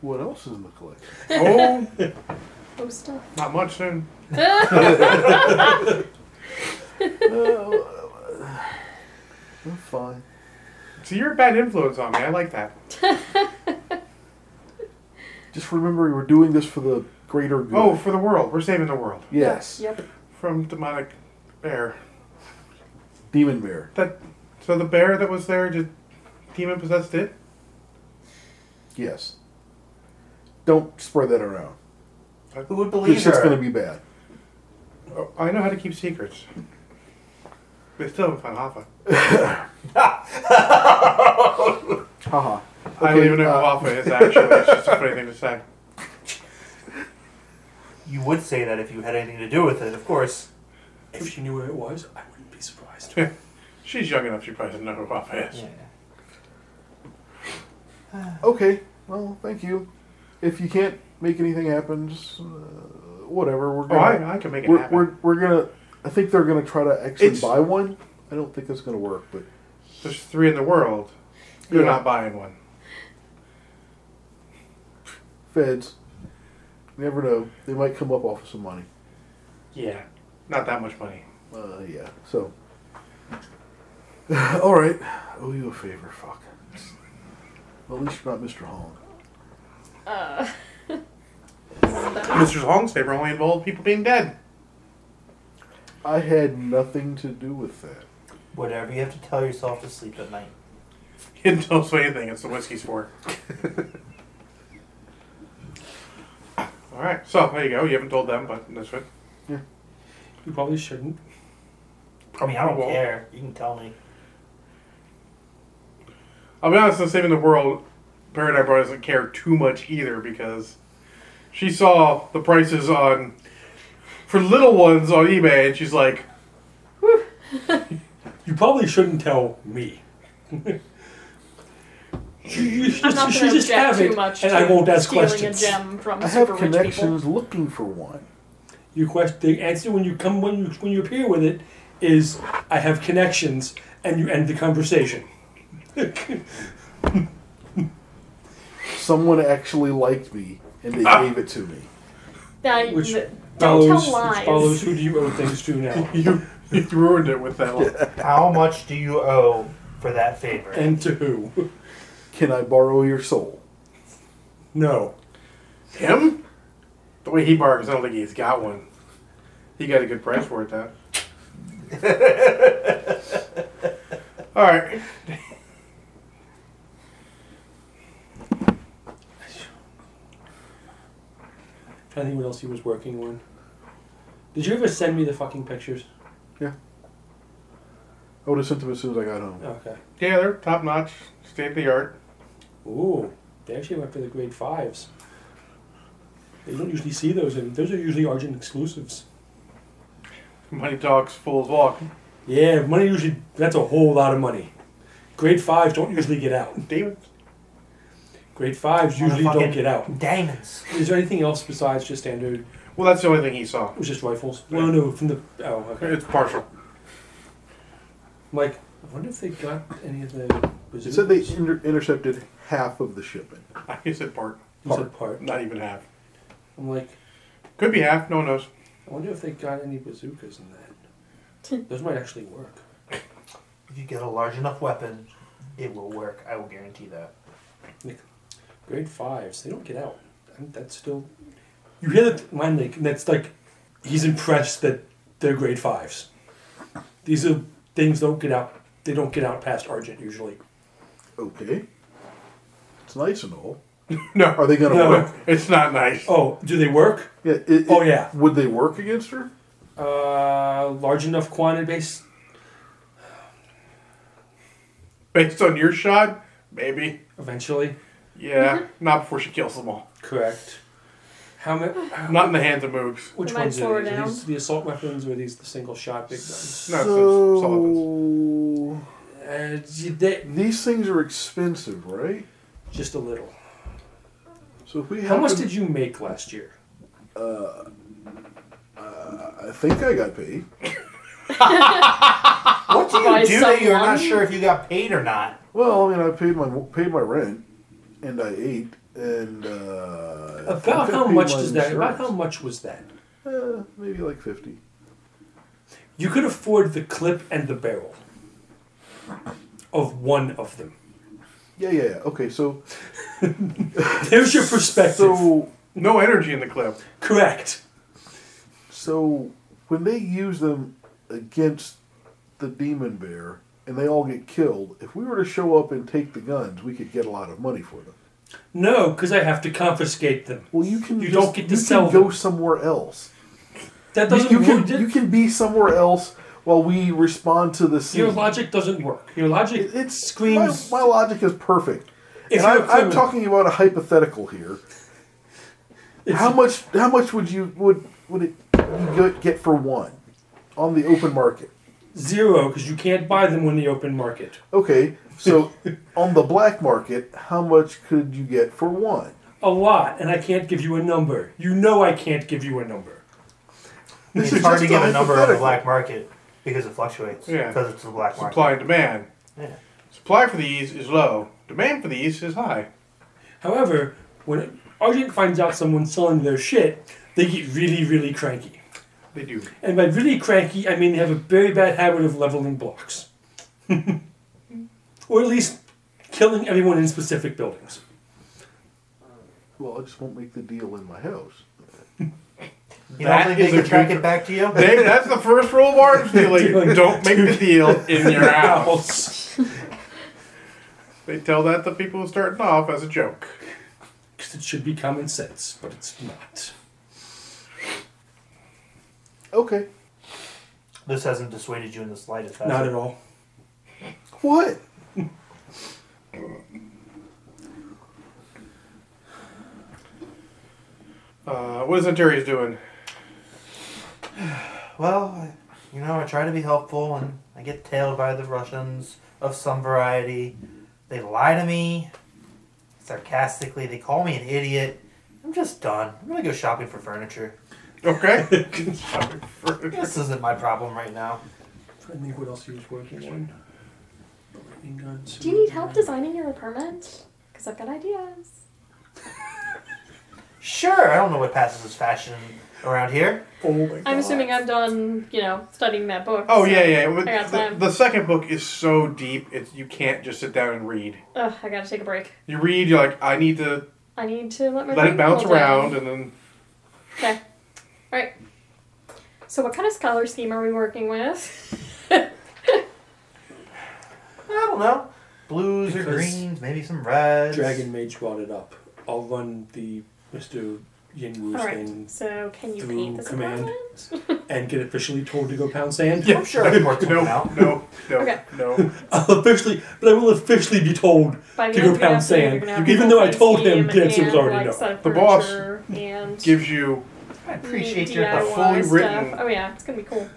Speaker 2: What else is in the collection?
Speaker 1: Oh,
Speaker 3: Oh, stuff.
Speaker 1: not much soon.
Speaker 2: Uh, I'm fine.
Speaker 1: So you're a bad influence on me. I like that.
Speaker 2: Just remember, we're doing this for the greater good.
Speaker 1: Oh, for the world. We're saving the world
Speaker 2: yes.
Speaker 5: *laughs*
Speaker 3: Yep.
Speaker 1: from demonic air.
Speaker 2: Demon Bear.
Speaker 1: That So the bear that was there, did demon possessed it?
Speaker 2: Yes. Don't spread that around.
Speaker 6: Who would believe
Speaker 2: Because it's
Speaker 6: her?
Speaker 2: going to be bad.
Speaker 1: Oh, I know how to keep secrets. They still haven't found Hoffa.
Speaker 2: Haha.
Speaker 1: I don't
Speaker 2: Okay,
Speaker 1: even know
Speaker 2: uh,
Speaker 1: who Hoffa is, actually. It's just a
Speaker 2: *laughs*
Speaker 1: funny thing to say.
Speaker 6: You would say that if you had anything to do with it, of course.
Speaker 5: If she knew where it was, I wouldn't be *laughs* surprised.
Speaker 1: She's young enough, she probably doesn't know who Hoffa is.
Speaker 2: Okay. Well, thank you. If you can't make anything happen, just uh, whatever. We're
Speaker 1: Oh,
Speaker 2: gonna,
Speaker 1: I, I can make it
Speaker 2: we're,
Speaker 1: happen.
Speaker 2: we're, we're gonna. I think they're gonna try to actually
Speaker 1: It's-
Speaker 2: buy one. I don't think that's gonna work, but
Speaker 1: There's three in the world. You're
Speaker 2: Yeah.
Speaker 1: not buying one.
Speaker 2: feds. you Never know. They might come up off of some money.
Speaker 1: Yeah. Not that much money.
Speaker 2: Uh, yeah. So. *sighs* All right. Owe you a favor. Fuck. Well, at least you're not Mr. Holland.
Speaker 3: Uh, *laughs*
Speaker 1: Mr. Hong's favor only involved people being dead. *laughs*
Speaker 2: I had nothing to do with that.
Speaker 6: Whatever you have to tell yourself to sleep at night.
Speaker 1: He didn't tell us anything. It's the whiskey's
Speaker 2: *laughs*
Speaker 1: for. All right. So there you go. You haven't told them, but that's it.
Speaker 5: You probably shouldn't.
Speaker 6: I mean, I don't
Speaker 1: Oh, Well-
Speaker 6: care. You can tell me.
Speaker 1: I'll be honest. In saving the world, Paradise Bride doesn't care too much either because she saw the prices on for little ones on eBay, and she's like, *laughs*
Speaker 5: You probably shouldn't tell me. *laughs* You- you should-
Speaker 3: I'm not
Speaker 5: you
Speaker 3: going
Speaker 5: should
Speaker 3: to
Speaker 5: just
Speaker 3: object
Speaker 5: have
Speaker 3: too
Speaker 5: it,
Speaker 3: much
Speaker 5: and
Speaker 3: to
Speaker 5: I won't ask
Speaker 3: stealing
Speaker 5: questions.
Speaker 3: a gem from
Speaker 2: I
Speaker 3: super
Speaker 2: have
Speaker 3: rich people.
Speaker 2: connections looking for one.
Speaker 5: Your question, the answer when you come when you when you appear with it is, I have connections, and you end
Speaker 3: *laughs*
Speaker 5: the conversation.
Speaker 2: Someone actually liked me and they
Speaker 5: Ah.
Speaker 2: gave it to me.
Speaker 3: Now,
Speaker 5: Which
Speaker 3: th- don't
Speaker 5: follows,
Speaker 3: tell
Speaker 5: which
Speaker 3: lies.
Speaker 5: follows who do you owe things to
Speaker 3: *laughs*
Speaker 5: now,
Speaker 1: "You, you ruined it with that." one."
Speaker 6: How much do you owe for that favor?
Speaker 5: and to who?
Speaker 2: Can I borrow your soul?
Speaker 5: No.
Speaker 1: Him? The way he bargains, I don't think he's got one. He got a good price for it, *laughs* though. All right.
Speaker 5: trying to think what else he was working on. Did you ever send me the fucking pictures?
Speaker 2: I would have sent them as soon as I got home.
Speaker 5: Okay.
Speaker 1: Yeah, they're top notch, state of the art.
Speaker 5: Ooh, they actually went for the grade fives. You don't usually see those, and those are usually Argent exclusives.
Speaker 1: Money talks, fools walk.
Speaker 5: Yeah, money usually, that's a whole lot of money. Grade fives don't usually get out.
Speaker 1: Demons.
Speaker 5: Grade fives usually don't
Speaker 6: Motherfucking
Speaker 5: get out.
Speaker 6: Diamonds.
Speaker 5: Is there anything else besides just standard?
Speaker 1: Well, that's the only thing he saw.
Speaker 5: It was just rifles. No, no, from the. Oh, okay.
Speaker 1: It's partial.
Speaker 5: Like, I wonder if they got any of the. Was
Speaker 2: It said they inter- intercepted half of the shipment.
Speaker 1: *laughs* I guess it part,
Speaker 5: You said part.
Speaker 1: not even half.
Speaker 5: I'm like,
Speaker 1: Could be half. No one knows. *laughs*
Speaker 5: I wonder if they got any bazookas in that. Those might actually work.
Speaker 6: If you get a large enough weapon, it will work. I will guarantee that.
Speaker 5: Grade fives, they don't get out. And that's still. You hear that line, like, and that's like, he's impressed that they're grade fives. These are things don't get out. They don't get out past Argent usually.
Speaker 2: Okay. It's nice and all.
Speaker 1: No, *laughs*
Speaker 2: Are they going to
Speaker 5: No.
Speaker 2: work?
Speaker 1: it's not nice.
Speaker 5: Oh, do they work?
Speaker 2: Yeah, it- it-
Speaker 5: Oh, yeah.
Speaker 2: Would they work against her?
Speaker 5: Uh, large enough quantity base.
Speaker 1: Based on your shot, maybe.
Speaker 5: Eventually,
Speaker 1: Yeah, not before she kills them all.
Speaker 5: correct. How many?
Speaker 1: Not in the hands of moogs.
Speaker 5: Which
Speaker 3: Might
Speaker 5: ones
Speaker 3: slow
Speaker 5: are
Speaker 3: her
Speaker 5: these? Are
Speaker 3: down.
Speaker 5: these the assault weapons or are these the single shot big guns?
Speaker 1: No, it's- it's all
Speaker 2: so
Speaker 5: Uh, j- they-
Speaker 2: these things are expensive, right?
Speaker 5: just a little.
Speaker 2: So if we
Speaker 5: How much
Speaker 2: happen-
Speaker 5: did you make last year?
Speaker 2: I think I got paid.
Speaker 6: What do you
Speaker 3: By
Speaker 6: do that you're
Speaker 3: someone?
Speaker 6: not sure if you got paid or not?
Speaker 2: Well, I mean, I paid my paid my rent, and I ate, and uh, I think
Speaker 5: About
Speaker 2: I
Speaker 5: how
Speaker 2: paid
Speaker 5: much
Speaker 2: my
Speaker 5: does that? About
Speaker 2: insurance.
Speaker 5: how much was that?
Speaker 2: Uh, maybe like fifty.
Speaker 5: You could afford the clip and the barrel of one of them.
Speaker 2: Yeah, yeah, yeah. Okay, so
Speaker 5: There's your perspective.
Speaker 2: so
Speaker 1: No energy in the clip.
Speaker 5: Correct.
Speaker 2: so when they use them against the demon bear and they all get killed, if we were to show up and take the guns, we could get a lot of money for them.
Speaker 5: No, because I have to confiscate them.
Speaker 2: Well, you can
Speaker 5: You
Speaker 2: just-
Speaker 5: don't get to
Speaker 2: you
Speaker 5: sell
Speaker 2: can go
Speaker 5: them.
Speaker 2: somewhere else.
Speaker 5: That
Speaker 2: You,
Speaker 5: doesn't
Speaker 2: you
Speaker 5: work.
Speaker 2: can you can be somewhere else while we respond to the scene.
Speaker 5: Your logic doesn't work. Your logic
Speaker 2: It- it's
Speaker 5: screams.
Speaker 2: My, my logic is perfect.
Speaker 5: If
Speaker 2: and
Speaker 5: you're a
Speaker 2: I'm, I'm
Speaker 5: criminal-
Speaker 2: talking about a hypothetical here.
Speaker 5: It's-
Speaker 2: how much? How much would you would would it you get- get for one on the open market?
Speaker 5: Zero, because you can't buy them on the open market.
Speaker 2: Okay,
Speaker 5: *laughs*
Speaker 2: so on the black market, how much could you get for one?
Speaker 5: A lot, and I can't give you a number. You know I can't give you a number.
Speaker 2: This
Speaker 7: it's
Speaker 2: is
Speaker 7: hard to
Speaker 2: just a
Speaker 7: give a number on the
Speaker 2: hypothetical.
Speaker 7: black market because it fluctuates.
Speaker 1: Yeah.
Speaker 7: Because it's the black market.
Speaker 1: Supply and demand.
Speaker 7: Yeah.
Speaker 1: Supply for these is low. Demand for these is high.
Speaker 5: However, when Argent finds out someone's selling their shit, they get really, really cranky.
Speaker 1: They do.
Speaker 5: And by really cranky, I mean they have a very bad habit of leveling
Speaker 3: *laughs*
Speaker 5: blocks. or at least killing everyone in specific buildings.
Speaker 2: Well, I just won't make the deal in my house.
Speaker 6: You
Speaker 1: That
Speaker 6: don't think they
Speaker 1: is a
Speaker 6: can track
Speaker 1: good-
Speaker 6: it back to you?
Speaker 1: Dave, that's the first rule of *laughs* arms dealing. Don't make the deal in *laughs* your house. They tell that to people starting off as a joke.
Speaker 5: Because it should be common sense, but it's not.
Speaker 2: Okay,
Speaker 7: This hasn't dissuaded you in the slightest. has
Speaker 5: Not
Speaker 7: it?
Speaker 5: at all.
Speaker 2: what?
Speaker 1: Uh, what is Antares doing?
Speaker 7: Well, I- you know, I try to be helpful, and I get tailed by the Russians of some variety. They lie to me sarcastically. They call me an idiot. I'm just done. I'm gonna go shopping for furniture.
Speaker 1: Okay. *laughs*
Speaker 7: This isn't my problem right now.
Speaker 5: trying to think what else he was working on. Lightning guns.
Speaker 3: Do you need help designing your apartment? Because I've got ideas.
Speaker 7: Sure, I don't know what passes as fashion around here.
Speaker 5: Oh my
Speaker 3: I'm assuming I'm done, you know, studying that book.
Speaker 1: oh
Speaker 3: so-
Speaker 1: yeah, yeah.
Speaker 3: I got
Speaker 1: The,
Speaker 3: time.
Speaker 1: the second book is so deep, it's you can't just sit down and read.
Speaker 3: Ugh, I gotta take a break.
Speaker 1: You read, you're like, I need to
Speaker 3: I need to let my
Speaker 1: let
Speaker 3: brain
Speaker 1: it bounce
Speaker 3: cool down.
Speaker 1: around, and then
Speaker 3: Okay. All right. So, what kind of scholar scheme are we working with? *laughs*
Speaker 7: I don't know. Blues or
Speaker 5: Because-
Speaker 7: greens, maybe some reds.
Speaker 5: Dragon Mage brought it up. I'll run the Mr. Yin Wu's
Speaker 3: All right.
Speaker 5: thing
Speaker 3: So, can you
Speaker 5: through
Speaker 3: paint this
Speaker 5: command.
Speaker 3: apartment? *laughs*
Speaker 5: and get officially told to go pound sand.
Speaker 7: I'm sure I can work something
Speaker 1: no,
Speaker 7: out.
Speaker 1: no, no,
Speaker 3: *laughs* Okay.
Speaker 1: no.
Speaker 5: *laughs* I'll officially, but I will officially be told.
Speaker 3: By
Speaker 5: To go pound sand, even though I told him Dancer was already done.
Speaker 1: The boss
Speaker 3: and
Speaker 1: Gives you
Speaker 7: I appreciate your
Speaker 1: a
Speaker 3: DIY
Speaker 1: fully
Speaker 3: stuff.
Speaker 1: written-
Speaker 3: Oh yeah, it's gonna be cool.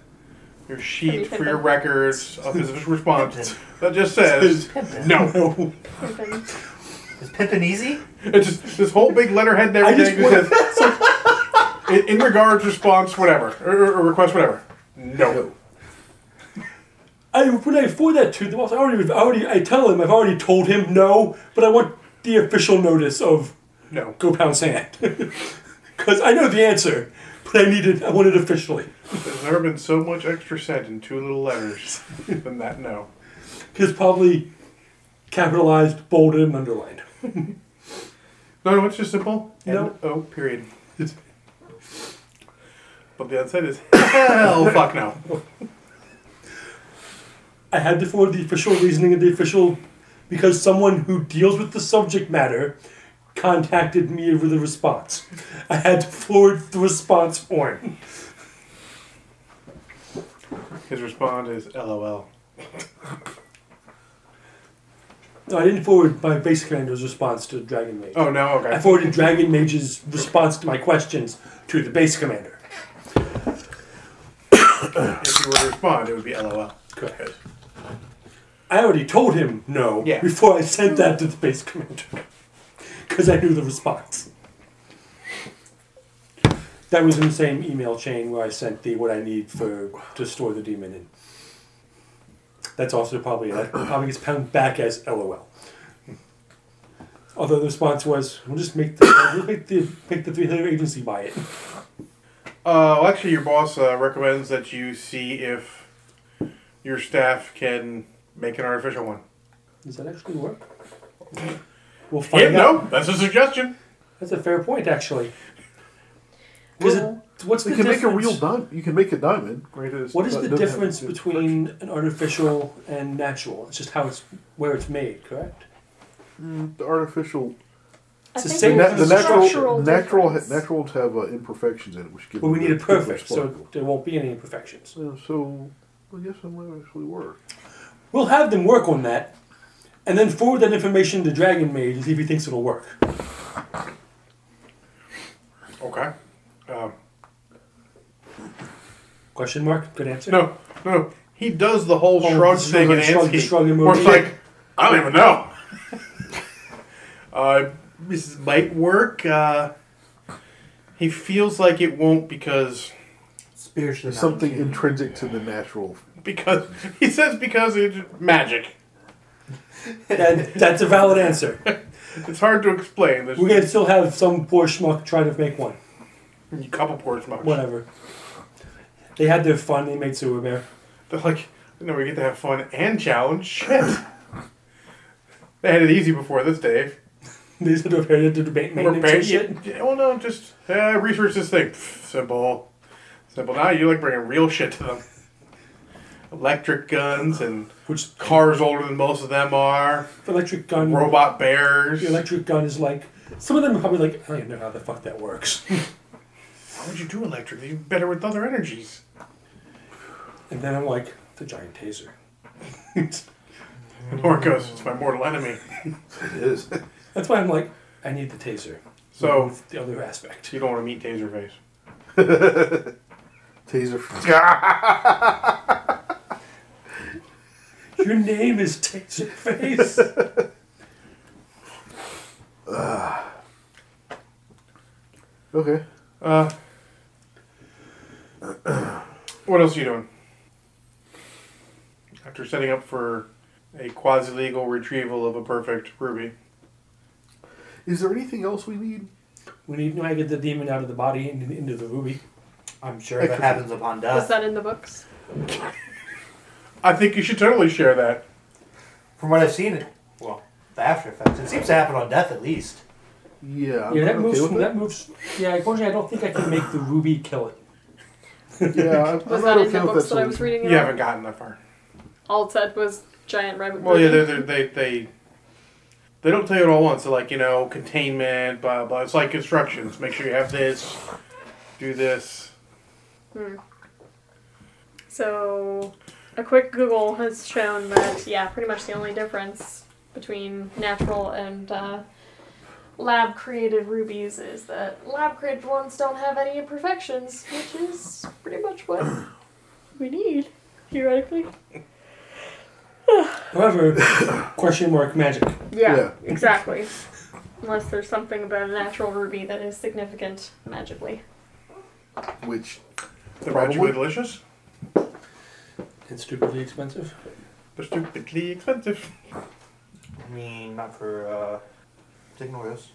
Speaker 1: your sheet
Speaker 3: Everything.
Speaker 1: for your records of his response that just says
Speaker 7: Pimpin'.
Speaker 1: no.
Speaker 3: Everything.
Speaker 7: Is pimpin' easy?
Speaker 1: It's just this whole big letterhead and
Speaker 5: I just
Speaker 1: everything that says in, in regards, response, whatever, or, or- or request, whatever. No.
Speaker 5: I when I forward that to the boss, I already, I already, I tell him I've already told him no, but I want the official notice of
Speaker 1: No.
Speaker 5: go pound sand *laughs* because I know the answer, but I need it. I want it officially
Speaker 1: There's never been so much extra said in two little letters than that no.
Speaker 5: because probably capitalized, bolded, and underlined.
Speaker 1: No, no, it's just simple.
Speaker 5: No.
Speaker 1: Oh,
Speaker 5: *laughs*
Speaker 1: period. But the outside
Speaker 5: *laughs*
Speaker 1: is hell fuck no.
Speaker 5: I had to forward the official reasoning of the official because someone who deals with the subject matter contacted me with a response. I had to forward the response form.
Speaker 1: His response is LOL.
Speaker 5: No, I didn't forward my basic commander's response to Dragon Mage.
Speaker 1: Oh no, okay.
Speaker 5: I forwarded Dragon Mage's response to my questions to the base commander.
Speaker 1: if you were to respond, it would be
Speaker 5: *laughs*
Speaker 1: LOL. Uh,
Speaker 5: Correct. I already told him no
Speaker 1: Yeah.
Speaker 5: before I sent that to the base commander *laughs* because I knew the response. That was in the same email chain where I sent the what I need for to store the demon in. That's also probably that probably gets pounded back as LOL. Although the response was, "We'll just make the we'll make the make the three letter agency buy it."
Speaker 1: Uh, well, actually, your boss uh, recommends that you see if your staff can make an artificial one.
Speaker 5: Does that actually work? We'll find
Speaker 1: Yeah,
Speaker 5: out.
Speaker 1: no, that's a suggestion.
Speaker 5: That's a fair point, actually. Because
Speaker 3: Well-
Speaker 5: it what's
Speaker 2: You
Speaker 5: the
Speaker 2: can
Speaker 5: difference?
Speaker 2: make a real diamond. You can make a diamond. Granted, it's-
Speaker 5: What is
Speaker 2: that
Speaker 5: the
Speaker 2: doesn't have
Speaker 5: difference
Speaker 2: to do-
Speaker 5: between an artificial and natural? It's just how it's where it's made, correct?
Speaker 2: the artificial?
Speaker 5: It's the
Speaker 3: I think
Speaker 5: same
Speaker 2: na-
Speaker 5: with
Speaker 2: the
Speaker 5: the
Speaker 2: natural,
Speaker 3: structural
Speaker 2: natural,
Speaker 3: difference.
Speaker 2: naturals have uh, imperfections in it, which gives.
Speaker 5: But we
Speaker 2: them
Speaker 5: need it
Speaker 2: that particular
Speaker 5: perfect, so
Speaker 2: sparkle.
Speaker 5: there won't be any imperfections.
Speaker 2: Yeah, so I guess it might actually work.
Speaker 5: We'll have them work on that, and then forward that information to Dragon Mage and see if he thinks it'll work.
Speaker 1: Okay. Um,
Speaker 5: Question mark? Good answer.
Speaker 1: no, no. He does the whole
Speaker 5: Oh,
Speaker 1: shrug
Speaker 5: shrug,
Speaker 1: thing and
Speaker 5: shrug,
Speaker 1: Anthony-
Speaker 5: shrug emoji.
Speaker 1: where it's like, I don't even know. *laughs* uh, this might work. Uh, he feels like it won't because
Speaker 6: Spiritually,
Speaker 2: There's something intrinsic to the natural. *laughs*
Speaker 1: because *laughs* he says because it's magic.
Speaker 5: *laughs* That, that's a valid answer.
Speaker 1: It's hard to explain. There's
Speaker 5: We're gonna still have some poor schmuck try to make one.
Speaker 1: a couple ports much.
Speaker 5: Whatever. They had their fun. They made sewer bear.
Speaker 1: They're like, no, we get to have fun and challenge. Shit. they had it easy before this, Dave.
Speaker 5: *laughs* They had to repair it to debate
Speaker 1: We're
Speaker 5: maintenance and
Speaker 1: paying
Speaker 5: shit.
Speaker 1: you. Yeah, well, no, just uh, research this thing. Pff, simple, simple. Now you like bringing real shit to them. Electric guns and
Speaker 5: Which
Speaker 1: cars older than most of them are.
Speaker 5: electric gun?
Speaker 1: Robot bears.
Speaker 5: The electric gun is like some of them are probably like I don't even know how the fuck that works.
Speaker 1: Why would you do electric? You're better with other energies.
Speaker 5: And then I'm like the giant taser. *laughs*
Speaker 1: And Nora goes, it's my mortal enemy.
Speaker 2: It is.
Speaker 5: That's why I'm like I need the taser.
Speaker 1: So
Speaker 5: That's the other aspect.
Speaker 1: you don't want to meet Taserface.
Speaker 2: *laughs* Taser.
Speaker 5: Your name is Taserface.
Speaker 2: okay.
Speaker 1: Uh, what else are you doing? After setting up for a quasi legal retrieval of a perfect ruby.
Speaker 2: Is there anything else we need?
Speaker 5: we need to get the demon out of the body and into the ruby.
Speaker 6: I'm sure that happens upon
Speaker 3: Is
Speaker 6: death.
Speaker 3: that in the books?
Speaker 1: I think you should totally share that.
Speaker 6: From what I've seen, it well, the after effects. It seems to happen on death at least.
Speaker 2: Yeah. I'm
Speaker 5: yeah, that
Speaker 2: okay
Speaker 5: moves.
Speaker 2: with
Speaker 5: From,
Speaker 2: it.
Speaker 5: that moves. Yeah, unfortunately, I don't think I can make the ruby kill it.
Speaker 3: *laughs*
Speaker 2: Yeah. I'm,
Speaker 3: Was
Speaker 2: I'm
Speaker 3: that
Speaker 2: okay with
Speaker 3: in the books that I
Speaker 2: solution.
Speaker 3: was reading?
Speaker 1: You
Speaker 3: about?
Speaker 1: haven't gotten that far.
Speaker 3: All it said was giant rabbit.
Speaker 1: Well, yeah,
Speaker 3: burger.
Speaker 1: they're, they're, they they they don't tell you it all at once. They're like you know containment, blah blah. It's like instructions. Make sure you have this, do this.
Speaker 3: So, a quick Google has shown that, yeah, pretty much the only difference between natural and uh, lab created rubies is that lab created ones don't have any imperfections, which is pretty much what we need, theoretically.
Speaker 5: However, question mark magic.
Speaker 3: Yeah,
Speaker 2: Yeah.
Speaker 3: exactly. Unless there's something about a natural ruby that is significant magically.
Speaker 2: Which
Speaker 1: They're
Speaker 2: Probably.
Speaker 1: magically delicious.
Speaker 5: It's stupidly expensive.
Speaker 1: They're stupidly expensive.
Speaker 6: I mean, not for uh, Signal Rose.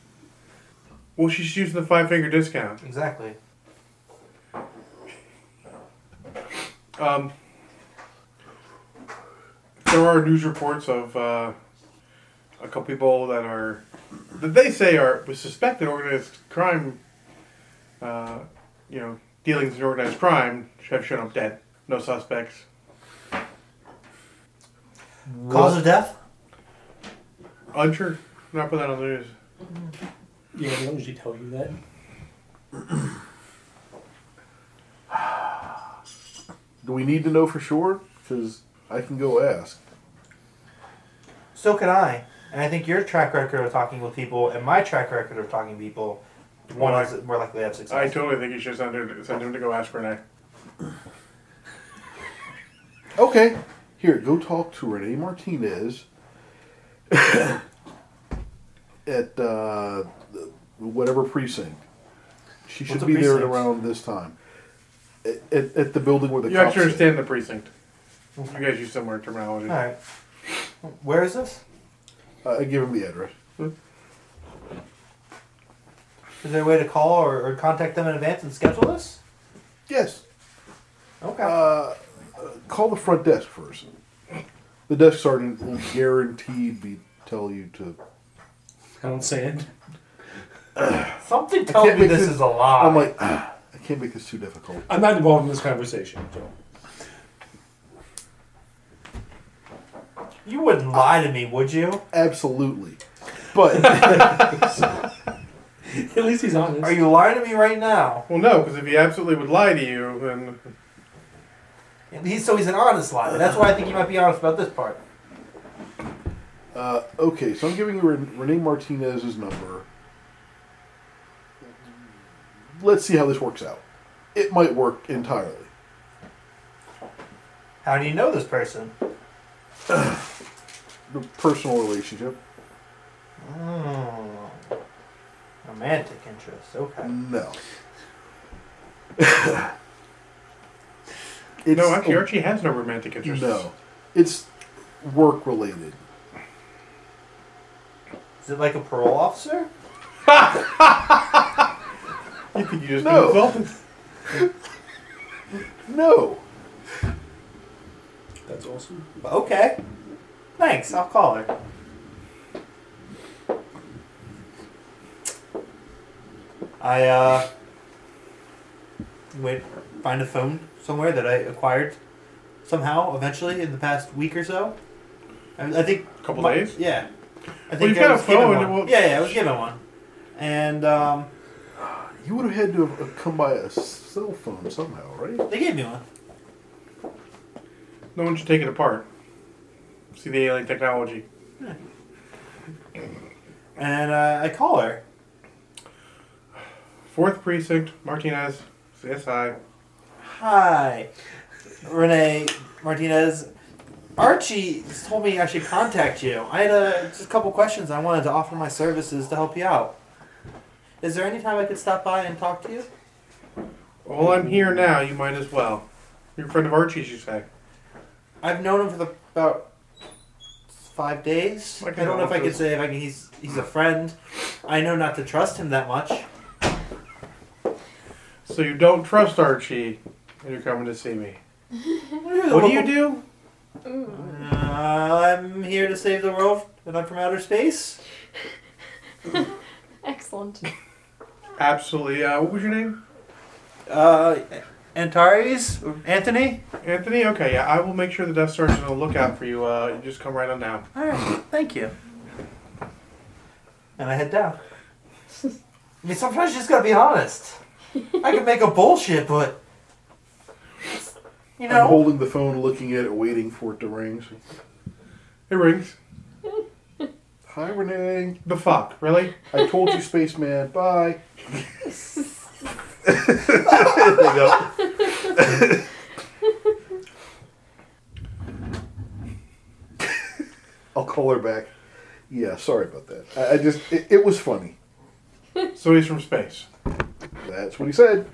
Speaker 1: Well, she's using the five finger discount.
Speaker 6: Exactly.
Speaker 1: Um, there are news reports of uh, a couple people that are that they say are with suspected organized crime. Uh, you know, dealings in organized crime have shown up dead. No suspects.
Speaker 6: Cause of death?
Speaker 1: Unsure. Not put that on the news.
Speaker 5: Yeah, they don't usually tell you that.
Speaker 2: do we need to know for sure? Because I can go ask.
Speaker 6: So could I. And I think your track record of talking with people and my track record of talking to people, one
Speaker 1: Well, I-
Speaker 6: is more likely to have success.
Speaker 1: I totally think you should send him, send him to go ask Renee.
Speaker 2: Okay. Here, go talk to Renee Martinez *coughs* at uh, whatever precinct. She should
Speaker 6: What's a
Speaker 2: be there at
Speaker 6: precinct?
Speaker 2: around this time. At, at, at the building where the
Speaker 1: You
Speaker 2: cops Mm-hmm.
Speaker 1: actually
Speaker 2: sit.
Speaker 1: understand the precinct. You guys use similar terminology.
Speaker 6: All right. Where is this?
Speaker 2: Uh, I give him the address.
Speaker 6: Is there a way to call or, or contact them in advance and schedule this?
Speaker 2: Yes.
Speaker 6: Okay.
Speaker 2: Uh, call the front desk first. The desk sergeant will guaranteed be tell you to.
Speaker 5: Pound sand.
Speaker 6: Something tells
Speaker 2: can't
Speaker 6: me
Speaker 2: make
Speaker 6: this
Speaker 2: this-
Speaker 6: is a lie.
Speaker 2: I'm like, "Ah, I can't make this too difficult.
Speaker 5: I'm not involved in this conversation, so.
Speaker 7: You wouldn't lie to me, would you?
Speaker 2: uh, Absolutely. But
Speaker 5: *laughs*
Speaker 2: *laughs*
Speaker 5: At least he's honest.
Speaker 7: Are you lying to me right now?
Speaker 1: Well, no, because if he absolutely would lie to you, then
Speaker 7: He's so he's an honest liar. That's why I think he might be honest about this part.
Speaker 2: uh, okay, so I'm giving you Ren- Rene Martinez's number. Let's see how this works out. It might work entirely.
Speaker 7: How do you know this person?
Speaker 2: The personal relationship?
Speaker 7: Mm. Romantic interest. Okay.
Speaker 2: No. *laughs* It's-
Speaker 1: no, actually, Archie has no romantic interests.
Speaker 2: No, it's work related.
Speaker 7: Is it like a parole officer?
Speaker 1: you think you just
Speaker 2: No.
Speaker 1: no. insulted?
Speaker 2: No,
Speaker 5: That's awesome.
Speaker 7: Okay. Thanks. I'll call her. I uh wait find a phone somewhere that I acquired somehow eventually in the past week or so. I, I think
Speaker 1: Couple
Speaker 7: my-
Speaker 1: days?
Speaker 7: Yeah. I
Speaker 1: you've
Speaker 7: I
Speaker 1: got a
Speaker 7: was given
Speaker 1: phone,
Speaker 7: one.
Speaker 1: well-
Speaker 7: Yeah, yeah, I was given one. And um,
Speaker 2: you would have had to have uh, come by a cell phone somehow, right?
Speaker 7: they gave me one.
Speaker 1: No one should take it apart. See the alien technology.
Speaker 7: And uh, I call her.
Speaker 1: Fourth precinct, Martinez, CSI.
Speaker 7: Hi, Renee Martinez. Archie told me I should contact you. I had a, just a couple questions. I wanted to offer my services to help you out. Is there any time I could stop by and talk to you?
Speaker 1: Well, I'm here now. You might as well. You're a friend of Archie's, you say.
Speaker 7: I've known him for the, about five days.
Speaker 1: I
Speaker 7: I,
Speaker 1: can
Speaker 7: don't know if I
Speaker 1: help
Speaker 7: could say if I can, he's he's a friend. I know not to trust him that much.
Speaker 1: So you don't trust Archie, and you're coming to see me. What do you do?
Speaker 7: Mm.
Speaker 3: Ooh.
Speaker 7: Uh, I'm here to save the world, and I'm from outer space.
Speaker 3: Excellent.
Speaker 1: Absolutely. Uh, what was your name?
Speaker 7: Uh, Antares, Anthony.
Speaker 1: Anthony? Okay, yeah, I will make sure the desk sergeant's on the lookout for you. Uh, you just come right on down.
Speaker 7: All right, thank you. And I head down. I mean, sometimes you just gotta be honest. I can make a bullshit, but you
Speaker 2: I'm
Speaker 7: know,
Speaker 2: holding the phone, looking at it, waiting for it to ring. So,
Speaker 1: It rings.
Speaker 2: Hi, Renee.
Speaker 1: The fuck, *laughs* really?
Speaker 2: I told you, spaceman. Bye. *laughs* Hang up. I'll call her back. Yeah, sorry about that. I, I just, it, it was funny.
Speaker 1: So he's from space.
Speaker 2: That's what he said.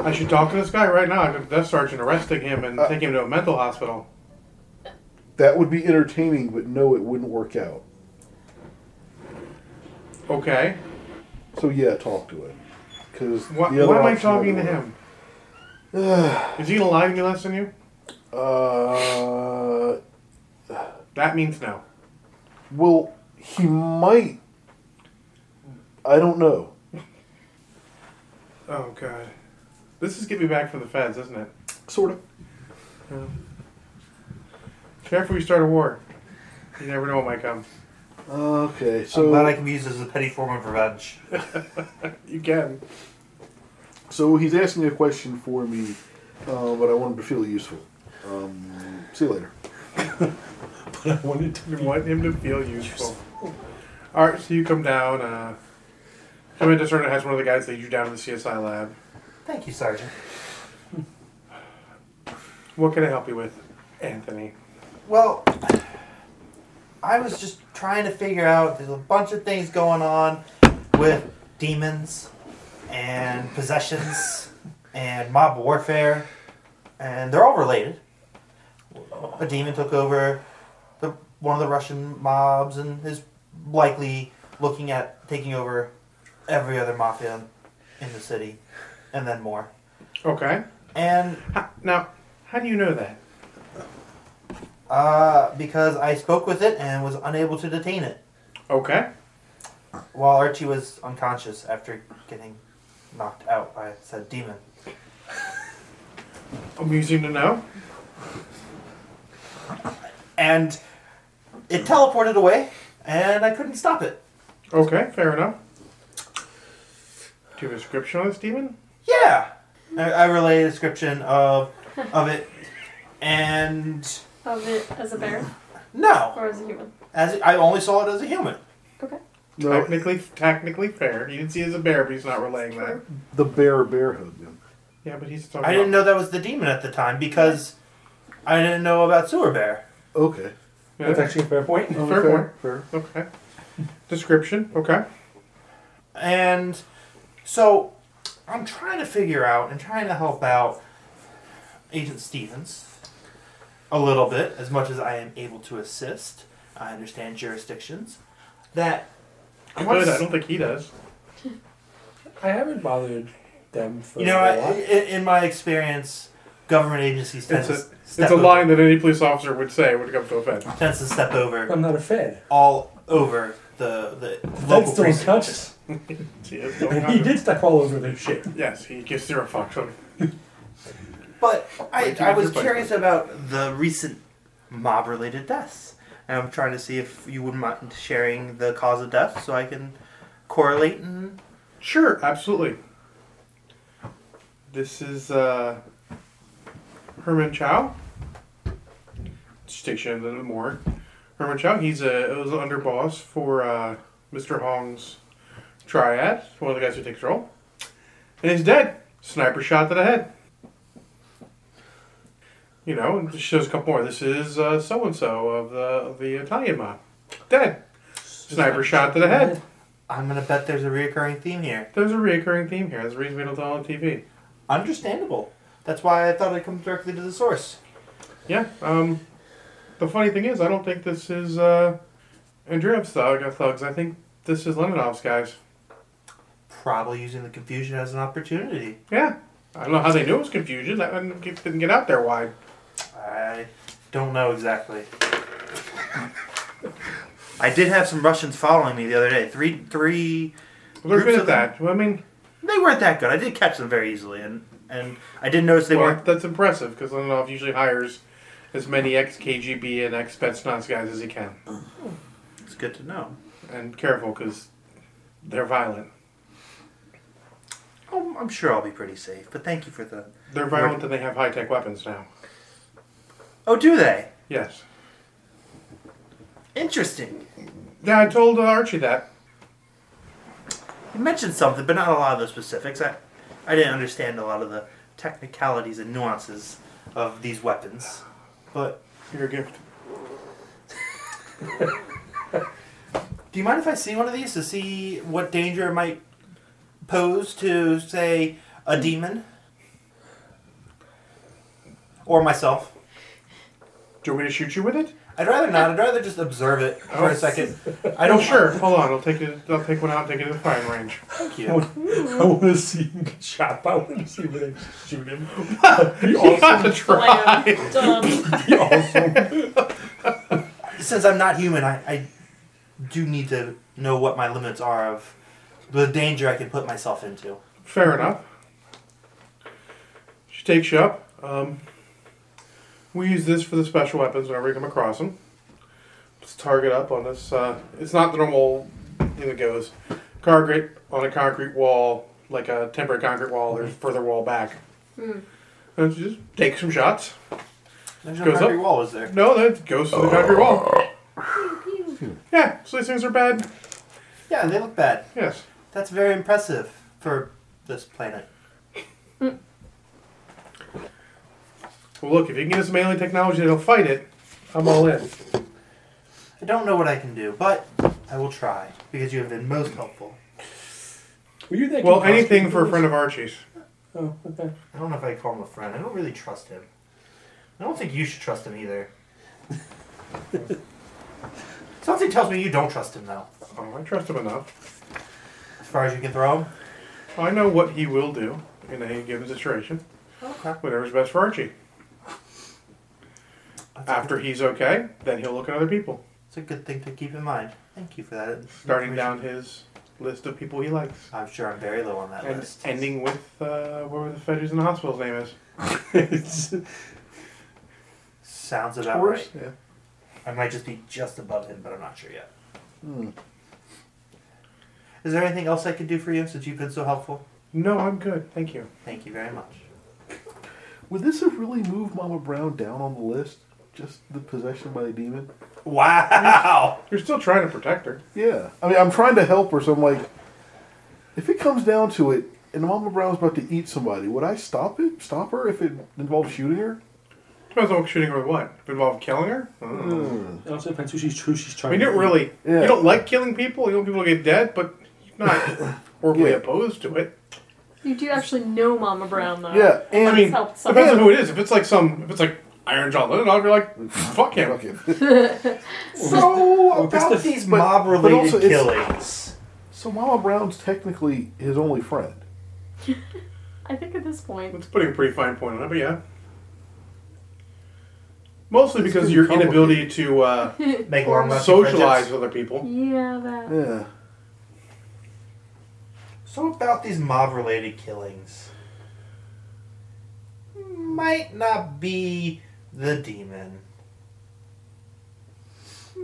Speaker 1: I should talk to this guy right now. I am the desk sergeant arresting him and
Speaker 2: Uh,
Speaker 1: taking him to a mental hospital.
Speaker 2: That would be entertaining, but no, it wouldn't work out.
Speaker 1: Okay.
Speaker 2: So yeah, talk to it. Because
Speaker 1: Why, why am I talking to him? Is he gonna lie any less than you?
Speaker 2: Uh,
Speaker 1: That means no.
Speaker 2: well, he might. I don't know.
Speaker 1: Oh god. This is get me back from the feds, isn't it?
Speaker 2: Sort of.
Speaker 1: Careful we start a war. You never know what might come.
Speaker 2: Okay,
Speaker 7: I'm glad I
Speaker 2: so
Speaker 7: can be used as a petty form of revenge.
Speaker 1: You can.
Speaker 2: so he's asking a question for me, uh, but I want him to feel useful. Um, see you later.
Speaker 5: But I wanted to
Speaker 1: You want him to feel useful. Alright, so you come down, uh come in discernment has one of the guys lead you down to the CSI lab.
Speaker 7: Thank you, Sergeant.
Speaker 1: What can I help you with, Anthony?
Speaker 7: Well, I was just trying to figure out. There's a bunch of things going on with demons and possessions and mob warfare, and they're all related. A demon took over the, one of the Russian mobs and is likely looking at taking over every other mafia in the city, and then more.
Speaker 1: Okay.
Speaker 7: And
Speaker 1: Ha- now, how do you know that?
Speaker 7: uh, because I spoke with it and was unable to detain it.
Speaker 1: Okay.
Speaker 7: While Archie was unconscious after getting knocked out by said demon.
Speaker 1: Amusing to know.
Speaker 7: And it teleported away, and I couldn't stop it.
Speaker 1: Okay, fair enough. Do you have a description on this demon?
Speaker 7: Yeah. I, I relay a description of of it, and
Speaker 3: Of it as a bear
Speaker 7: no,
Speaker 3: or as a human.
Speaker 7: as I only saw it as a human.
Speaker 3: Okay.
Speaker 2: No,
Speaker 1: Technically, technically fair. You didn't see it as a bear, but he's not relaying that.
Speaker 3: True.
Speaker 2: the bear bear hugged him.
Speaker 1: Yeah, but he's talking.
Speaker 7: I didn't
Speaker 1: about-
Speaker 7: know that was the demon at the time because I didn't know about sewer bear.
Speaker 2: Okay.
Speaker 5: That's
Speaker 1: Yeah.
Speaker 5: actually a fair point.
Speaker 1: Fair
Speaker 2: fair,
Speaker 1: point.
Speaker 2: fair.
Speaker 1: Okay. Description. Okay.
Speaker 7: And so I'm trying to figure out and trying to help out Agent Stevens a little bit, as much as I am able to assist. I understand jurisdictions. That I want
Speaker 1: Good. I
Speaker 7: to,
Speaker 1: don't think he does.
Speaker 5: I haven't bothered them for
Speaker 7: you know,
Speaker 5: a
Speaker 7: I,
Speaker 5: while.
Speaker 7: in, in my experience, government agencies tend
Speaker 1: It's
Speaker 7: to
Speaker 1: a-
Speaker 7: step
Speaker 1: It's a
Speaker 7: over,
Speaker 1: line that any police officer would say when it comes to a fence.
Speaker 7: tends to step over
Speaker 5: I'm not a fed.
Speaker 7: all over the the
Speaker 5: Fed's
Speaker 7: local
Speaker 5: still
Speaker 7: precinct.
Speaker 5: unconscious.
Speaker 1: He is going
Speaker 5: he
Speaker 1: under-
Speaker 5: did step all over their shit.
Speaker 1: Yes, he gives zero fucks. on-
Speaker 7: But I,
Speaker 1: Breaking
Speaker 7: I was
Speaker 1: into your
Speaker 7: curious about the recent mob related deaths. And I'm trying to see if you wouldn't mind sharing the cause of death so I can correlate and.
Speaker 1: Sure, absolutely. This is uh, Herman Chow. Just takes you into the morgue. Herman Chow, he's a was an underboss for uh, Mr. Hong's triad, one of the guys who takes roll. And he's dead. Sniper shot to the head. You know, and just shows a couple more. This is so and so of the of the Italian mob. Dead. Sniper shot to the head.
Speaker 7: I'm gonna bet there's a reoccurring theme here.
Speaker 1: There's a reoccurring theme here. There's a reason we don't do it on TV.
Speaker 7: Understandable. That's why I thought I'd come directly to the source.
Speaker 1: Yeah. Um, the funny thing is, I don't think this is uh, Andreev's thug, uh, thugs. I think this is Leninov's guys.
Speaker 7: Probably using the confusion as an opportunity.
Speaker 1: Yeah. I don't know how they knew it was confusion. That one get- didn't get out there wide.
Speaker 7: I don't know exactly. I did have some Russians following me the other day. Three, three
Speaker 1: Well, There's
Speaker 7: Groups
Speaker 1: been
Speaker 7: of them.
Speaker 1: that. Well, I mean,
Speaker 7: They weren't that good. I did catch them very easily, and and I did notice they
Speaker 1: well,
Speaker 7: weren't.
Speaker 1: that's impressive because Leninov usually hires as many ex KGB and ex Spetsnaz guys as he can.
Speaker 7: It's good to know.
Speaker 1: And careful because they're violent.
Speaker 7: Oh, I'm, I'm sure I'll be pretty safe. But thank you for the.
Speaker 1: They're violent and they have high tech weapons now.
Speaker 7: Oh, do they?
Speaker 1: Yes.
Speaker 7: Interesting.
Speaker 1: Yeah, I told uh, Archie that.
Speaker 7: You mentioned something, but not a lot of the specifics. I, I didn't understand a lot of the technicalities and nuances of these weapons. But
Speaker 1: Your gift.
Speaker 7: do you mind if I see one of these to see what danger it might pose to, say, a demon or myself?
Speaker 1: Do you want me to shoot you with it?
Speaker 7: I'd rather not. I'd rather just observe it for
Speaker 1: Oh.
Speaker 7: a second.
Speaker 1: I *laughs* don't. Sure. Hold on. I'll take it. I'll take one out. and Take it to the firing range. *laughs*
Speaker 7: Thank you.
Speaker 5: I want to see him get shot. I want to see when I shoot him. *laughs* he
Speaker 1: You got
Speaker 5: also,
Speaker 1: to
Speaker 3: Blam.
Speaker 1: try.
Speaker 7: *laughs*
Speaker 3: Done.
Speaker 5: he also
Speaker 7: Since I'm not human, I, I do need to know what my limits are of the danger I can put myself into.
Speaker 1: Fair enough. She takes you up. Um, we use this for the special weapons whenever we come across them. Let's target up on this. Uh, it's not the normal thing that goes. Target on a concrete wall, like a temporary concrete wall. There's further wall back. And she just take some shots.
Speaker 7: There's no
Speaker 1: Goes
Speaker 7: concrete
Speaker 1: up.
Speaker 7: wall, was there?
Speaker 1: No, that goes to the concrete wall.
Speaker 8: Pew, pew.
Speaker 1: Yeah. So these things are bad.
Speaker 7: Yeah, they look bad.
Speaker 1: Yes.
Speaker 7: That's very impressive for this planet.
Speaker 1: Well, look, if you can get us some alien technology that'll fight it, I'm all in.
Speaker 7: I don't know what I can do, but I will try because you have been most helpful.
Speaker 5: Were you that
Speaker 1: Well,
Speaker 5: Kid Cosby
Speaker 1: anything for a
Speaker 5: dude?
Speaker 1: friend of Archie's.
Speaker 5: Oh, okay.
Speaker 7: I don't know if I call him a friend. I don't really trust him. I don't think you should trust
Speaker 1: *laughs*
Speaker 7: him either. Something tells me you don't trust him though.
Speaker 1: Oh, I trust him enough.
Speaker 7: As far as you can throw him.
Speaker 1: I know what he will do in any given situation.
Speaker 7: Okay.
Speaker 1: Whatever's best for Archie. After he's okay, then he'll look at other people,
Speaker 7: It's a good thing to keep in mind. Thank you for that.
Speaker 1: starting
Speaker 7: information.
Speaker 1: down his list of people he likes.
Speaker 7: I'm sure I'm very low on that
Speaker 1: And
Speaker 7: list.
Speaker 1: ending with uh, whatever the fed who's in the hospital's name is.
Speaker 5: It's-
Speaker 7: Sounds about
Speaker 1: Taurus?
Speaker 7: right.
Speaker 1: Yeah.
Speaker 7: I might just be just above him, but I'm not sure yet.
Speaker 2: Hmm.
Speaker 7: Is there anything else I could do for you since you've been so helpful?
Speaker 1: No, I'm good. Thank you.
Speaker 7: Thank you very much.
Speaker 2: Would this have really moved Mama Brown down on the list? Just the possession by a demon?
Speaker 7: Wow!
Speaker 1: You're still trying to protect her.
Speaker 2: Yeah. I mean, I'm trying to help her, so I'm like, if it comes down to it, and Mama Brown's about to eat somebody, would I stop it? Stop her if it involved shooting her?
Speaker 1: Depends on shooting her with what? If it involved killing her? I don't know.
Speaker 2: Hmm.
Speaker 5: It also depends who she's, who she's
Speaker 1: I
Speaker 5: trying
Speaker 1: mean,
Speaker 5: to
Speaker 1: you don't really.
Speaker 2: Yeah.
Speaker 1: You don't like killing people. You don't want people to get dead, but you're
Speaker 2: *coughs*
Speaker 1: not horribly
Speaker 2: Yeah.
Speaker 1: opposed to it.
Speaker 3: You do actually know Mama Brown, though.
Speaker 2: Yeah, and
Speaker 1: I mean,
Speaker 3: helped some.
Speaker 1: depends on who it is. If it's like some, if it's like Iron John Lennon, I'll be
Speaker 2: *coughs*
Speaker 1: like, fuck him.
Speaker 2: *laughs* Fuck it. *laughs*
Speaker 7: So,
Speaker 5: Well, if it's
Speaker 7: about
Speaker 5: the-
Speaker 7: *laughs* these
Speaker 2: but-
Speaker 7: mob
Speaker 2: but also
Speaker 7: related
Speaker 2: it's-
Speaker 7: killings.
Speaker 2: So Mama Brown's technically his only friend.
Speaker 3: I think at this point,
Speaker 1: It's putting a pretty fine point on it, but yeah. Mostly because of
Speaker 2: pretty
Speaker 1: your
Speaker 2: complicated.
Speaker 1: inability to uh,
Speaker 7: Make long lasting
Speaker 1: socialize
Speaker 7: friendships.
Speaker 1: with other people.
Speaker 3: yeah, that.
Speaker 2: Yeah.
Speaker 7: So, about these mob related killings. Might not be the demon.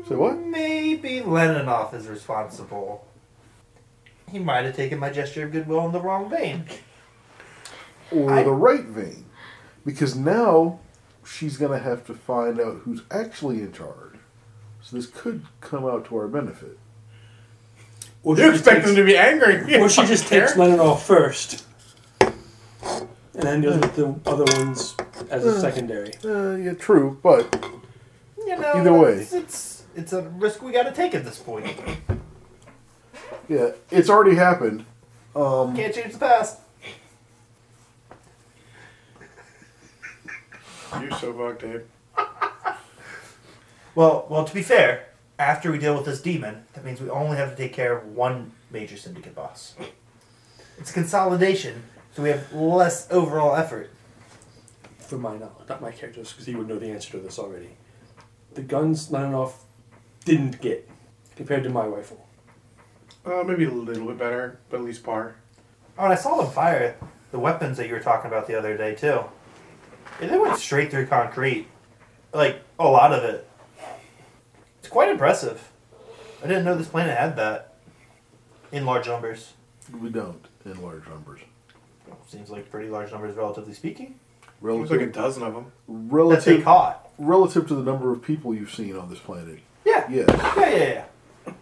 Speaker 2: Say what?
Speaker 7: Maybe Leninoff is responsible. He might have taken my gesture of goodwill in the wrong vein.
Speaker 2: Or
Speaker 7: I-
Speaker 2: the right vein. Because now she's going to have to find out who's actually in charge. So this could come out to our benefit.
Speaker 5: Or
Speaker 1: You
Speaker 5: she
Speaker 1: expect
Speaker 5: takes-
Speaker 1: them to be angry.
Speaker 2: *laughs*
Speaker 1: You
Speaker 5: Or she
Speaker 1: don't
Speaker 5: just
Speaker 1: care.
Speaker 5: takes Leninov first. And then deals with the other ones as a secondary.
Speaker 2: Uh, yeah, true, but
Speaker 7: You know,
Speaker 2: Either way.
Speaker 7: it's, it's it's a risk we got to take at this point.
Speaker 2: yeah, it's already happened. Um,
Speaker 7: Can't change the past.
Speaker 1: You're so fucked, Dave.
Speaker 7: Well, well, to be fair, after we deal with this demon, that means we only have to take care of one major syndicate boss. It's consolidation, so we have less overall effort.
Speaker 5: For my knowledge, not my characters, because he would know the answer to this already. The guns Leninov didn't get compared to my rifle.
Speaker 1: Uh, maybe a little bit better, but at least par.
Speaker 7: Oh, and I saw them fire the weapons that you were talking about the other day too. Yeah, they went straight through concrete, like a lot of it. It's quite impressive. I didn't know this planet had that in large numbers.
Speaker 2: we don't in large numbers.
Speaker 7: Seems like pretty large numbers, relatively speaking.
Speaker 1: Looks like a
Speaker 2: Relative,
Speaker 1: dozen of them.
Speaker 7: That they
Speaker 1: *laughs*
Speaker 2: relative,
Speaker 7: caught.
Speaker 2: relative to the number of people you've seen on this planet.
Speaker 7: Yeah.
Speaker 2: Yes,
Speaker 7: Yeah, yeah, yeah.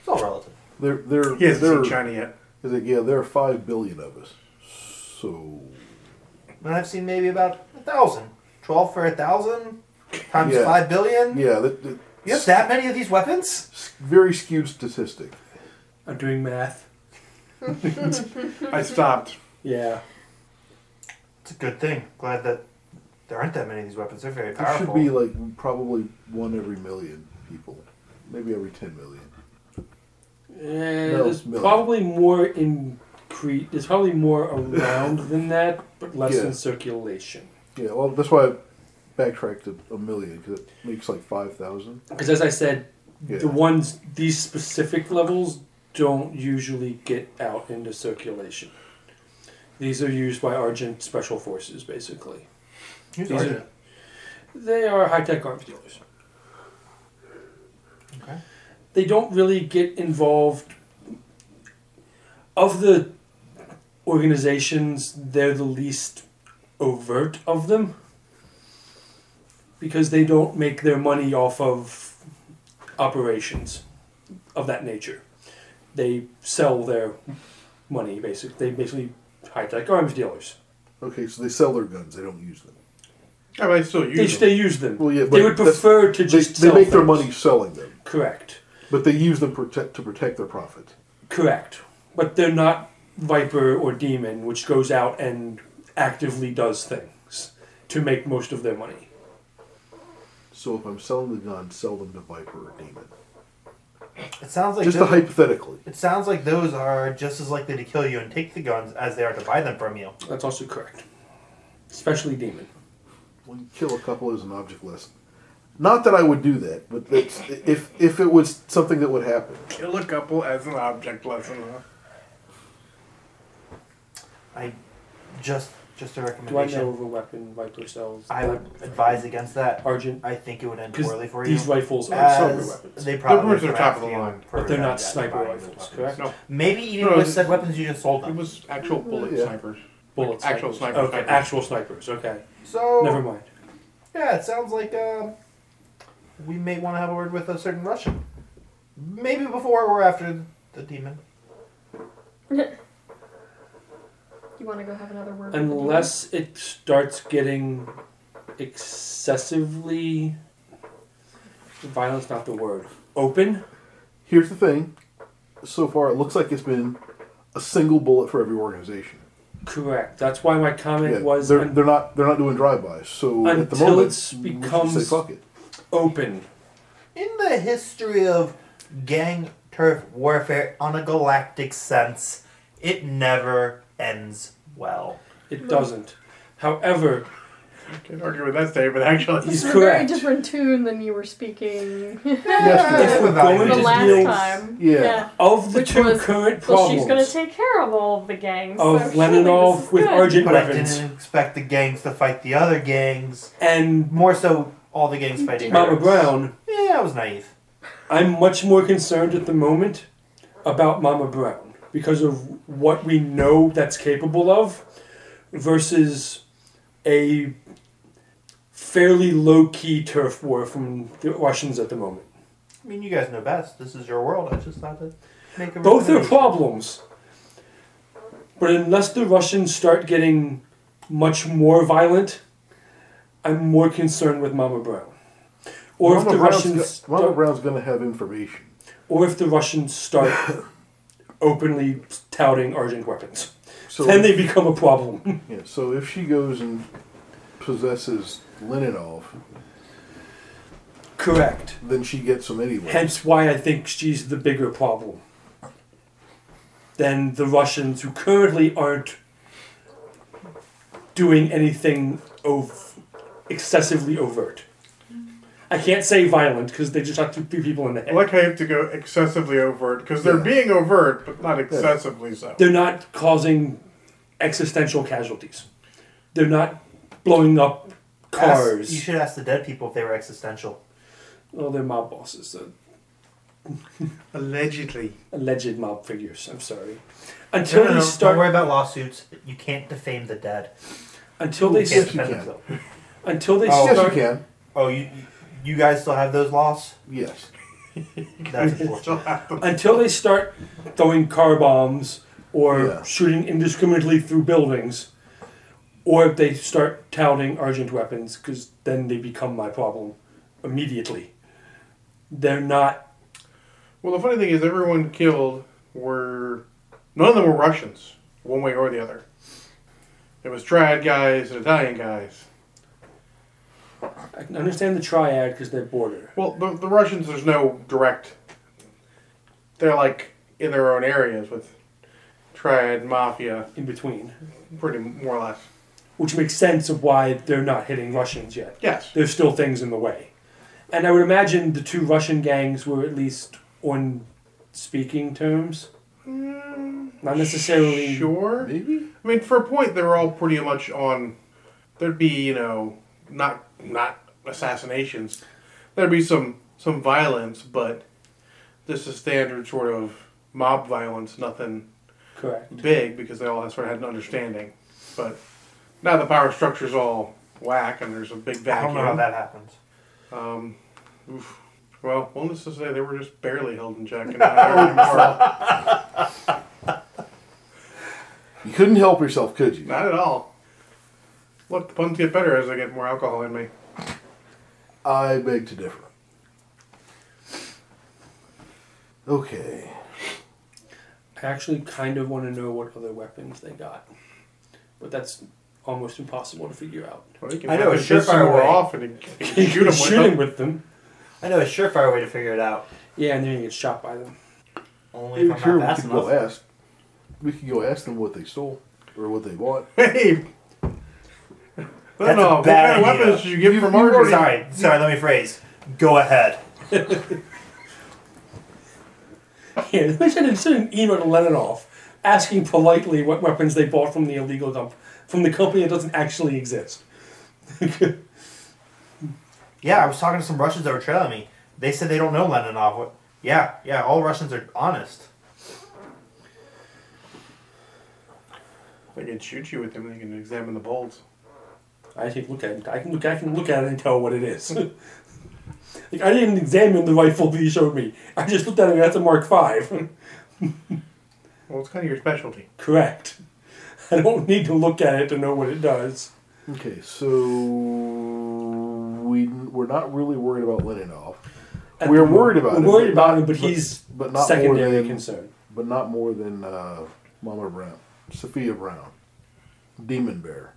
Speaker 7: It's all relative.
Speaker 2: they're they're
Speaker 1: He hasn't
Speaker 2: they're
Speaker 1: seen China yet.
Speaker 2: is it- yeah there are five billion of us. So
Speaker 7: And I've seen maybe about a thousand. Twelve for a thousand times
Speaker 2: Yeah.
Speaker 7: five billion.
Speaker 2: yeah, that, that-
Speaker 7: You have that many of these weapons?
Speaker 2: s- very skewed statistic.
Speaker 5: I'm doing math.
Speaker 1: I stopped.
Speaker 5: Yeah.
Speaker 7: It's a good thing. Glad that there aren't that many of these weapons. They're very
Speaker 2: There
Speaker 7: powerful.
Speaker 2: should be like probably one every million people, maybe every ten million.
Speaker 5: Eh, there's
Speaker 2: Miller.
Speaker 5: probably more in Crete. There's probably more around than that, but less
Speaker 2: Yeah.
Speaker 5: in circulation.
Speaker 2: Yeah, well that's why I backtracked to a million because it makes like five thousand.
Speaker 5: Because as I said,
Speaker 2: Yeah.
Speaker 5: the ones these specific levels don't usually get out into circulation. These are used by Argent special forces, basically.
Speaker 7: Who's
Speaker 5: These
Speaker 7: Argent?
Speaker 5: are, they are high tech arms dealers.
Speaker 7: Okay.
Speaker 5: They don't really get involved. Of the organizations, they're the least overt of them because they don't make their money off of operations of that nature. They sell their money, basically. They basically high tech arms dealers.
Speaker 2: Okay, so they sell their guns; they don't use them.
Speaker 1: Yeah, but I still
Speaker 5: They,
Speaker 1: use them.
Speaker 5: they use them.
Speaker 2: Well, yeah,
Speaker 5: they
Speaker 2: but
Speaker 5: would
Speaker 2: that's-
Speaker 5: prefer to
Speaker 2: They,
Speaker 5: just
Speaker 2: they
Speaker 5: sell
Speaker 2: make their
Speaker 5: things.
Speaker 2: money selling them,
Speaker 5: Correct.
Speaker 2: but they use them protect to protect their profits.
Speaker 5: Correct. But they're not Viper or Demon, which goes out and actively does things to make most of their money.
Speaker 2: So if I'm selling the gun, sell them to Viper or Demon.
Speaker 7: It sounds like
Speaker 2: Just a
Speaker 7: those,
Speaker 2: hypothetically.
Speaker 7: it sounds like those are just as likely to kill you and take the guns as they are to buy them from you.
Speaker 5: That's also correct. Especially Demon.
Speaker 2: When you kill a couple is an object lesson. Not that I would do that, but that's, if if it was something that would happen,
Speaker 1: Kill a couple as an object lesson. Huh?
Speaker 7: I just just a
Speaker 5: Do I
Speaker 7: recommendation.
Speaker 5: know of a weapon like yourselves?
Speaker 7: I would advise against that.
Speaker 5: Argent.
Speaker 7: I think it would end
Speaker 5: 'Cause
Speaker 7: poorly for you.
Speaker 5: These rifles are
Speaker 7: As
Speaker 5: sniper weapons.
Speaker 7: They probably
Speaker 1: Those are
Speaker 7: would
Speaker 1: top of
Speaker 7: draft
Speaker 1: the
Speaker 7: you
Speaker 1: line.
Speaker 7: for
Speaker 5: But they're not
Speaker 7: that
Speaker 5: sniper
Speaker 7: buying
Speaker 5: rifles,
Speaker 7: weapons.
Speaker 5: correct?
Speaker 1: No.
Speaker 7: Maybe even
Speaker 1: No,
Speaker 7: with
Speaker 1: it's-
Speaker 7: said weapons you just sold
Speaker 1: It
Speaker 7: them.
Speaker 1: was actual bullet
Speaker 2: Mm-hmm. Yeah.
Speaker 1: snipers.
Speaker 5: Bullet
Speaker 1: Actual
Speaker 5: snipers.
Speaker 1: sniper
Speaker 5: Okay,
Speaker 1: snipers.
Speaker 5: actual snipers. Okay,
Speaker 7: So
Speaker 5: never mind.
Speaker 7: yeah, it sounds like uh, we may want to have a word with a certain Russian. Maybe before or after the demon.
Speaker 3: you want to go have another word? with the demon?
Speaker 5: Unless it starts getting excessively violence, not the word. Open.
Speaker 2: here's the thing. So far, it looks like it's been a single bullet for every organization.
Speaker 5: Correct. That's why my comment
Speaker 2: Yeah,
Speaker 5: was
Speaker 2: they're,
Speaker 5: un-
Speaker 2: they're not they're not doing drive-bys. So at the
Speaker 5: Until
Speaker 2: moment,
Speaker 5: it's
Speaker 2: we should
Speaker 5: becomes-
Speaker 2: say, fuck it.
Speaker 5: open.
Speaker 7: In the history of gang turf warfare on a galactic sense, it never ends well.
Speaker 5: It doesn't. However,
Speaker 1: Can't argue with that statement, actually.
Speaker 5: he's
Speaker 3: This is a very
Speaker 5: correct.
Speaker 3: different tune than you were speaking
Speaker 2: Yes,
Speaker 5: If we're
Speaker 3: *laughs*
Speaker 5: going
Speaker 3: the
Speaker 5: to
Speaker 3: last
Speaker 5: deal
Speaker 3: time.
Speaker 2: Yeah.
Speaker 5: of the
Speaker 3: Which
Speaker 5: two
Speaker 3: was-
Speaker 5: current
Speaker 3: Well,
Speaker 5: problems
Speaker 3: she's going to take care of all of the gangs.
Speaker 5: of
Speaker 3: so surely this
Speaker 5: Leninov
Speaker 3: is
Speaker 5: with
Speaker 3: good.
Speaker 5: urgent
Speaker 7: But I
Speaker 5: weapons
Speaker 7: didn't expect the gangs to fight the other gangs.
Speaker 5: and
Speaker 7: More so, all the gangs fighting.
Speaker 5: Mama
Speaker 7: others.
Speaker 5: Brown,
Speaker 7: Yeah, I was naive.
Speaker 5: I'm much more concerned at the moment about Mama Brown because of what we know that's capable of versus a fairly low key turf war from the Russians at the moment.
Speaker 7: I mean, you guys know best. This is your world. I just thought to make a
Speaker 5: Both are
Speaker 7: recommendation.
Speaker 5: problems. But unless the Russians start getting much more violent, I'm more concerned with Mama Brown. Or if
Speaker 2: Mama
Speaker 5: the
Speaker 2: Brown's
Speaker 5: Russians
Speaker 2: go- Mama
Speaker 5: start-
Speaker 2: Brown's going to have information.
Speaker 5: or if the Russians start openly touting urgent weapons.
Speaker 2: So
Speaker 5: then they become a problem.
Speaker 2: Yeah, so if she goes and possesses Leninov,
Speaker 5: Correct.
Speaker 2: then she gets him anyway.
Speaker 5: Hence why I think she's the bigger problem than the Russians who currently aren't doing anything ov- excessively overt. I can't say violent because they just knocked two three people in the
Speaker 1: I
Speaker 5: head.
Speaker 1: like how you have to go excessively overt because they're
Speaker 2: Yeah.
Speaker 1: being overt, but not excessively so.
Speaker 5: They're not causing existential casualties. They're not blowing up
Speaker 7: Ask-
Speaker 5: cars.
Speaker 7: you should ask the dead people if they were existential.
Speaker 5: Well, they're mob bosses, the
Speaker 1: Allegedly.
Speaker 5: alleged mob figures. I'm sorry. Until they start,
Speaker 7: Don't worry about lawsuits. You can't defame the dead.
Speaker 5: until they
Speaker 7: Can't
Speaker 2: Yes,
Speaker 5: s-
Speaker 2: you
Speaker 7: defend
Speaker 2: can.
Speaker 7: themselves.
Speaker 5: until they
Speaker 2: yes,
Speaker 5: start,
Speaker 2: you can.
Speaker 7: Oh, you you guys still have those laws?
Speaker 2: Yes.
Speaker 5: *laughs*
Speaker 7: That's unfortunate.
Speaker 5: until they start throwing car bombs or
Speaker 2: Yeah.
Speaker 5: shooting indiscriminately through buildings, or if they start touting urgent weapons, because then they become my problem immediately. They're not.
Speaker 1: Well, the funny thing is, everyone killed were none of them were Russians, one way or the other. It was triad guys and Italian guys.
Speaker 5: I can understand the triad because they're border.
Speaker 1: Well, the, the Russians, there's no direct. They're like in their own areas with triad mafia,
Speaker 5: In between,
Speaker 1: pretty more or less.
Speaker 5: which makes sense of why they're not hitting Russians yet.
Speaker 1: Yes.
Speaker 5: there's still things in the way. And I would imagine the two Russian gangs were at least on speaking terms. Not necessarily.
Speaker 1: Sure.
Speaker 2: Maybe?
Speaker 1: I mean, for a point, they were all pretty much on. There'd be you know not not assassinations. There'd be some some violence, but this is standard sort of mob violence. Nothing
Speaker 5: Correct.
Speaker 1: big because they all sort of had an understanding. But now the power structure's all whack and there's a big
Speaker 7: I don't
Speaker 1: vacuum.
Speaker 7: know how that happens.
Speaker 1: Um, oof. Well, one is to say they were just barely held in
Speaker 7: *laughs*
Speaker 1: check. And not
Speaker 2: You couldn't help yourself, could you?
Speaker 1: at all. Look, the puns get better as I get more alcohol in me.
Speaker 2: I beg to differ. Okay.
Speaker 5: I actually kind of want to know what other weapons they got. But that's almost impossible to figure *laughs* out.
Speaker 1: Well, you can
Speaker 7: I know,
Speaker 1: have
Speaker 7: a
Speaker 1: it just
Speaker 7: surefire
Speaker 1: somewhere
Speaker 7: way.
Speaker 9: *laughs*
Speaker 1: off and you can shoot 'em with
Speaker 5: Shooting
Speaker 1: them.
Speaker 5: with them.
Speaker 7: I know a surefire way to figure it out.
Speaker 5: Yeah, and then you get shot by them.
Speaker 7: Only if
Speaker 2: sure,
Speaker 7: I'm
Speaker 2: we
Speaker 7: not fast
Speaker 2: could go
Speaker 7: enough.
Speaker 2: ask. We could go ask them what they stole or what they bought.
Speaker 1: Hey,
Speaker 7: That's a
Speaker 1: no, what
Speaker 7: bad
Speaker 1: kind of
Speaker 7: idea.
Speaker 1: weapons did you get from
Speaker 2: you've
Speaker 1: Marjorie?
Speaker 7: Sorry, sorry. Let me phrase. Go ahead.
Speaker 5: *laughs* Yeah, they sent an, sent an email to Leninoff asking politely what weapons they bought from the illegal dump from the company that doesn't actually exist. *laughs*
Speaker 7: Yeah, I was talking to some Russians that were trailing me. They said they don't know Leninov. What? Yeah, yeah, all Russians are honest.
Speaker 9: They can shoot you with them. They can examine the bolts.
Speaker 5: I can look at it. I can look. I can look at it and tell what it is. *laughs* like I didn't examine the rifle that you showed me. I just looked at it. That's a Mark Five.
Speaker 9: Well, it's kind of your specialty.
Speaker 5: *laughs* Correct. I don't need to look at it to know what it does.
Speaker 2: Okay, so we we're not really worried about Leninov.
Speaker 5: At
Speaker 2: We're
Speaker 5: the-
Speaker 2: worried about
Speaker 5: we're
Speaker 2: him,
Speaker 5: worried
Speaker 2: but
Speaker 5: about
Speaker 2: not-
Speaker 5: him, but
Speaker 2: but-
Speaker 5: he's
Speaker 2: but not more
Speaker 5: secondary
Speaker 2: than-
Speaker 5: concern.
Speaker 2: but not more than uh, Mama Brown, Sophia Brown, Demon Bear.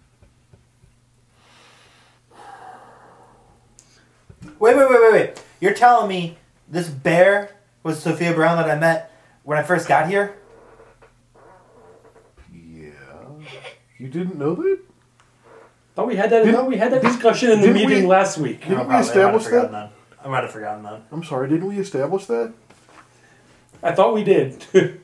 Speaker 7: Wait, wait, wait, wait, wait. You're telling me this bear was Sophia Brown that I met when I first got here?
Speaker 2: Yeah, you didn't know that?
Speaker 5: Thought we had that.
Speaker 2: Didn't-
Speaker 5: thought we had that discussion in the
Speaker 2: didn't
Speaker 5: meeting
Speaker 2: we-
Speaker 5: last week.
Speaker 2: Didn't we
Speaker 7: Oh, probably. I might have
Speaker 2: establish that?
Speaker 7: forgotten that? I might have forgotten that.
Speaker 2: I'm sorry, didn't we establish that?
Speaker 5: I thought we did. *laughs*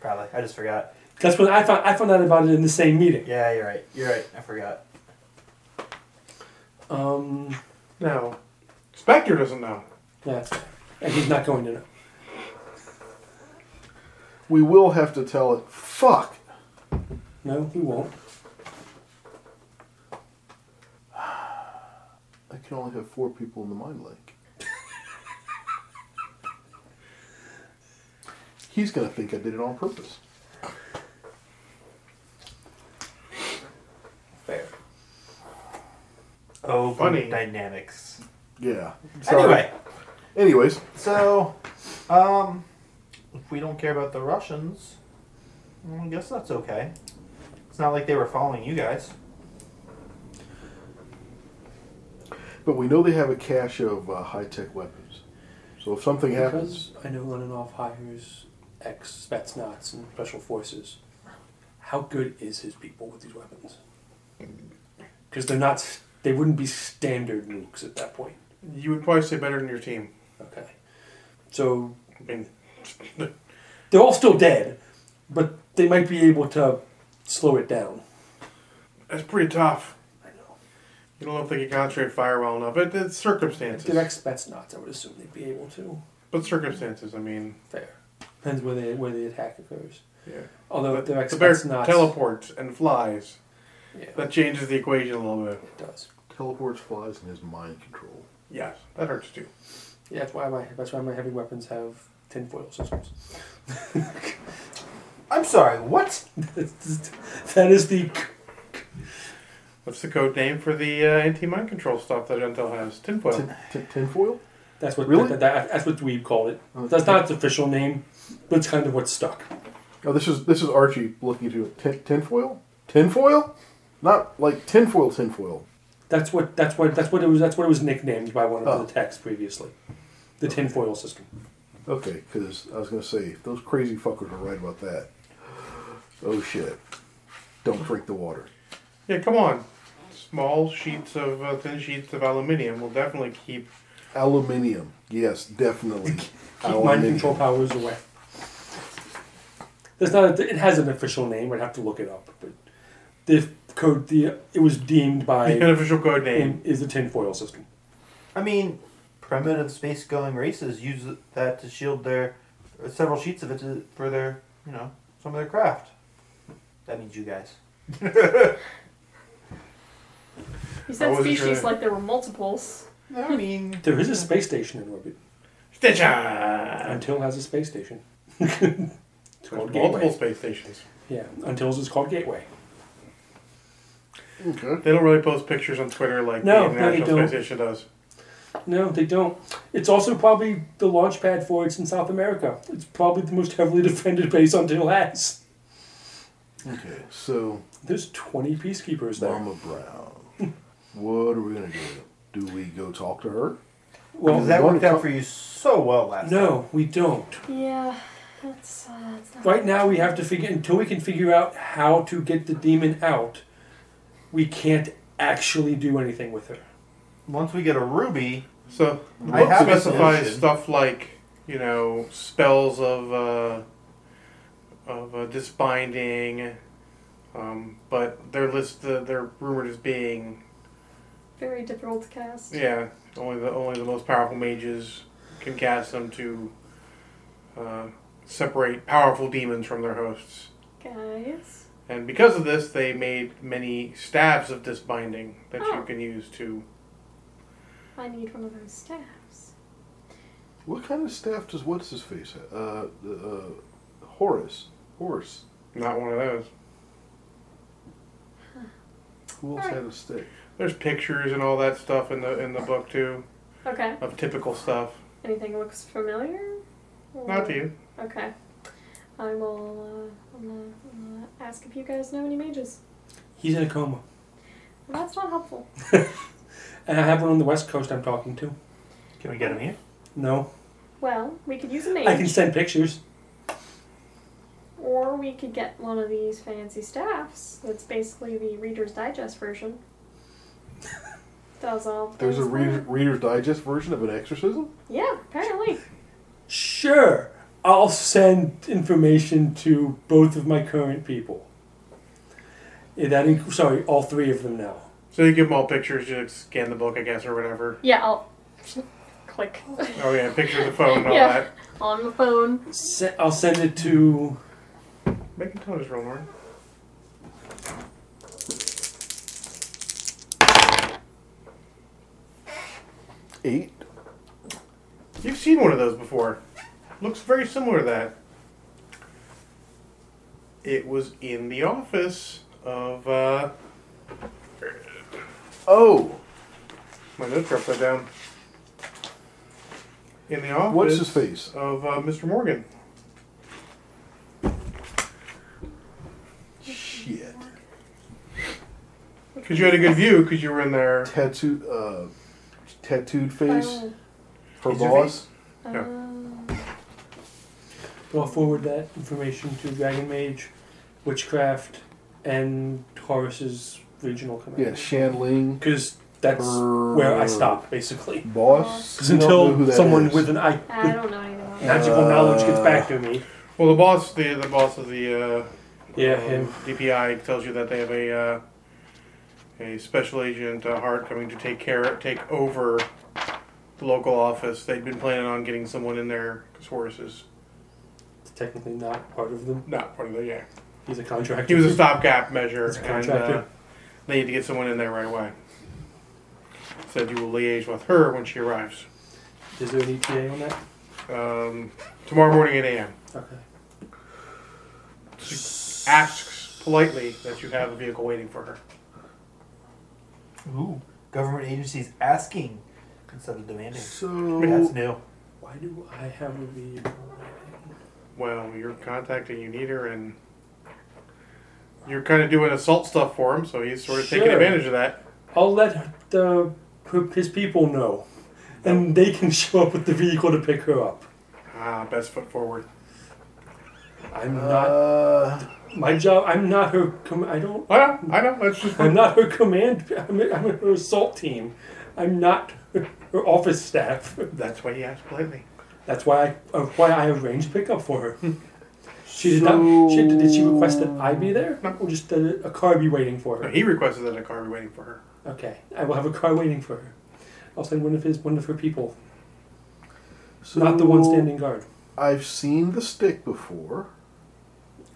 Speaker 7: Probably. I just forgot.
Speaker 5: That's when I found I found out about it in the same meeting.
Speaker 7: Yeah, you're right. You're right. I forgot.
Speaker 5: Um,
Speaker 9: Now, Spectre doesn't know.
Speaker 5: yeah, and he's not going to know.
Speaker 2: We will have to tell it. Fuck.
Speaker 5: No, he won't.
Speaker 2: I can only have four people in the mind link. He's gonna think I did it on purpose.
Speaker 7: Fair. Oh,
Speaker 9: Funny.
Speaker 7: dynamics.
Speaker 2: Yeah.
Speaker 7: Anyway,
Speaker 2: Anyways,
Speaker 7: so, um, if we don't care about the Russians, well, I guess that's okay. It's not like they were following you guys.
Speaker 2: but we know they have a cache of uh, high tech weapons. So if something happens,
Speaker 5: Because I know Leninoff hires ex Spetsnaz and special forces. How good is his people with these weapons? Because they're not. s- They wouldn't be standard nukes at that point.
Speaker 9: You would probably say better than your team.
Speaker 5: Okay, so
Speaker 9: I mean, *laughs*
Speaker 5: they're all still dead, but they might be able to slow it down.
Speaker 9: that's pretty tough.
Speaker 5: I know.
Speaker 9: You don't know if they can concentrate fire well enough. It, it's
Speaker 5: If they're
Speaker 9: circumstances.
Speaker 5: ex Spetsnaz, I would assume they'd be able to.
Speaker 9: But circumstances, I mean,
Speaker 5: Fair. Depends where they where the attack occurs.
Speaker 9: yeah.
Speaker 5: Although if they're ex
Speaker 9: the bear
Speaker 5: Spetsnaz,
Speaker 9: teleports and flies.
Speaker 5: yeah,
Speaker 9: That changes the equation a little bit.
Speaker 5: it does.
Speaker 2: teleports, flies, and is mind control.
Speaker 9: Yes, that hurts too.
Speaker 5: Yeah, that's why my that's why my heavy weapons have tinfoil systems.
Speaker 7: I'm sorry, what?
Speaker 5: that is the
Speaker 9: What's the code name for the uh, anti-mind control stuff that Intel has? Tinfoil.
Speaker 2: Tin, tin, tinfoil?
Speaker 5: that's what
Speaker 2: Really?
Speaker 5: that, that- that's what Dweeb called it.
Speaker 2: Oh,
Speaker 5: That's not its official name, but it's kind of what stuck.
Speaker 2: Oh, this is this is Archie looking to it. Tin, tinfoil? Tinfoil? Not like tinfoil, tinfoil.
Speaker 5: That's what that's what that's what it was that's what it was nicknamed by one of
Speaker 2: Oh.
Speaker 5: the texts previously. The tinfoil system.
Speaker 2: Okay, because I was gonna say if those crazy fuckers were right about that. Oh shit! Don't drink the water.
Speaker 9: Yeah, come on. Small sheets of uh, thin sheets of aluminium will definitely keep.
Speaker 2: Aluminium. Yes, definitely.
Speaker 5: *laughs* Keep mind control powers away. That's not it has an official name. I'd have to look it up, but the code the it was
Speaker 2: *laughs*
Speaker 5: deemed
Speaker 9: The
Speaker 5: by
Speaker 9: unofficial code name.
Speaker 5: in, is the tinfoil system.
Speaker 7: I mean, primitive space-going races use that to shield their several sheets of it to, for their, you know, some of their craft. That means you guys.
Speaker 3: You
Speaker 9: I
Speaker 3: said
Speaker 9: wasn't
Speaker 3: species
Speaker 9: sure.
Speaker 3: like there were multiples.
Speaker 7: I mean,
Speaker 5: There is a space station in orbit.
Speaker 9: Stitcher.
Speaker 5: Until has a space station. *laughs* it's called
Speaker 9: Multiple
Speaker 5: Gateway.
Speaker 9: space stations.
Speaker 5: Yeah, Until's is called Gateway.
Speaker 2: Okay.
Speaker 9: They don't really post pictures on Twitter like
Speaker 5: No,
Speaker 9: the
Speaker 5: no, they
Speaker 9: National
Speaker 5: don't.
Speaker 9: Space Station does.
Speaker 5: No, they don't. It's also probably the launch pad for it in South America. It's probably the most heavily *laughs* defended base Until has.
Speaker 2: Okay. So
Speaker 5: There's 20 peacekeepers there.
Speaker 2: Mama Brown. what are we gonna do? Do we go talk to her?
Speaker 5: well,
Speaker 7: because that
Speaker 2: going
Speaker 7: worked
Speaker 2: to
Speaker 7: out
Speaker 2: talk-
Speaker 7: for you so well last time.
Speaker 5: no, we don't.
Speaker 3: Yeah, that's, uh, that's not
Speaker 5: Right now, we have to figure until we can figure out how to get the demon out. We can't actually do anything with her.
Speaker 10: once we get a ruby,
Speaker 1: So
Speaker 10: I
Speaker 1: it
Speaker 10: have a
Speaker 1: specifies
Speaker 10: solution.
Speaker 1: stuff like you know spells of uh, of uh, disbinding, um, but they're list uh, they're rumored as being
Speaker 3: Very difficult to cast.
Speaker 1: yeah only the only the most powerful mages can cast them to uh, separate powerful demons from their hosts.
Speaker 3: Guys.
Speaker 1: And because of this, they made many staves of disbinding that
Speaker 3: Oh.
Speaker 1: you can use to.
Speaker 3: I need one of those staffs.
Speaker 2: What kind of staff does what's his face? have? Uh, uh, Horace. Horace.
Speaker 1: Not one of those.
Speaker 2: Who else had a stick?
Speaker 1: There's pictures and all that stuff in the in the book too
Speaker 3: Okay.
Speaker 1: of typical stuff.
Speaker 3: Anything looks familiar?
Speaker 1: Not to you.
Speaker 3: Okay. I will uh, I'm gonna, I'm gonna ask if you guys know any mages.
Speaker 5: He's in a coma.
Speaker 3: Well, that's not helpful.
Speaker 5: And I have one on the West Coast I'm talking to.
Speaker 10: can we get him here?
Speaker 5: No.
Speaker 3: Well, we could use a mage.
Speaker 5: I can send pictures.
Speaker 3: Or we could get one of these fancy staffs that's basically the Reader's Digest version. Does all
Speaker 2: There's a
Speaker 3: things
Speaker 2: reader,
Speaker 3: work.
Speaker 2: Reader's Digest version of an exorcism?
Speaker 3: Yeah, apparently.
Speaker 5: Sure. I'll send information to both of my current people. Yeah, that inc- sorry, all three of them now.
Speaker 1: So you give them all pictures, you like, scan the book, I guess, or whatever.
Speaker 3: Yeah, I'll *laughs* click
Speaker 1: Oh yeah, picture of the phone and all
Speaker 3: *laughs* Yeah.
Speaker 1: that.
Speaker 3: on the phone.
Speaker 5: Se- I'll send it to
Speaker 1: Make a notice roll, Lauren.
Speaker 2: Eight.
Speaker 1: You've seen one of those before. Looks very similar to that. It was in the office of uh,
Speaker 2: Oh!
Speaker 1: my notes are upside down. In the office.
Speaker 2: What's his face?
Speaker 1: of uh, Mr. Morgan.
Speaker 2: Shit.
Speaker 1: Because you had a good view, because you were in there.
Speaker 2: Tattooed, uh, tattooed face?
Speaker 3: Oh,
Speaker 2: Her
Speaker 10: Is your
Speaker 2: boss?
Speaker 3: uh,
Speaker 5: I'll forward that information to Dragon Mage, Witchcraft, and Horus's regional command.
Speaker 2: Yeah, Shan Ling.
Speaker 5: Because that's
Speaker 2: Her
Speaker 5: where I stop, basically.
Speaker 2: Boss?
Speaker 5: Because
Speaker 2: You don't know who
Speaker 5: until
Speaker 2: that
Speaker 5: someone
Speaker 2: is.
Speaker 5: with an I-
Speaker 3: Uh, I don't know anything about that.
Speaker 5: magical
Speaker 2: Uh,
Speaker 5: knowledge gets back to me.
Speaker 1: Well, the boss, the the boss of the uh,
Speaker 5: Yeah,
Speaker 1: um,
Speaker 5: him.
Speaker 1: DPI tells you that they have a uh, a special agent uh, Hart coming to take care, take over the local office. They'd been planning on getting someone in there because Horace is
Speaker 5: It's technically not part of them.
Speaker 1: not part of the yeah.
Speaker 5: He's a contractor.
Speaker 1: He was a stopgap measure,
Speaker 5: He's a
Speaker 1: and uh,
Speaker 5: contractor.
Speaker 1: they need to get someone in there right away. Said you will liaise with her when she arrives
Speaker 5: Is there an ETA on that?
Speaker 1: um, tomorrow morning at 8 a.m.
Speaker 5: Okay.
Speaker 1: Asks politely that you have a vehicle waiting for her.
Speaker 7: Ooh, government agencies asking instead of demanding. That's
Speaker 2: So,
Speaker 7: new.
Speaker 5: Why do I have a V?
Speaker 1: Well, you're contacting, you need her, and you're kind of doing assault stuff for him, so he's sort of taking
Speaker 5: Sure.
Speaker 1: advantage of that.
Speaker 5: I'll let the, his people know. And they can show up with the vehicle to pick her up.
Speaker 1: Ah, best foot forward.
Speaker 5: I'm not
Speaker 2: uh,
Speaker 5: my job. I'm not her. Com- I don't
Speaker 1: I know, I know, that's just.
Speaker 5: I'm not her command. I'm, I'm her assault team. I'm not her, her office staff.
Speaker 1: That's why he asked politely.
Speaker 5: That's why I, uh, why I arranged pickup for her. She did not. She, did she request that I be there, or just that a car be waiting for
Speaker 1: No,
Speaker 5: her?
Speaker 1: he requested that a car be waiting for her.
Speaker 5: Okay, I will have a car waiting for her. I'll send one of his one of her people,
Speaker 2: so
Speaker 5: not the one standing guard.
Speaker 2: I've seen the stick before.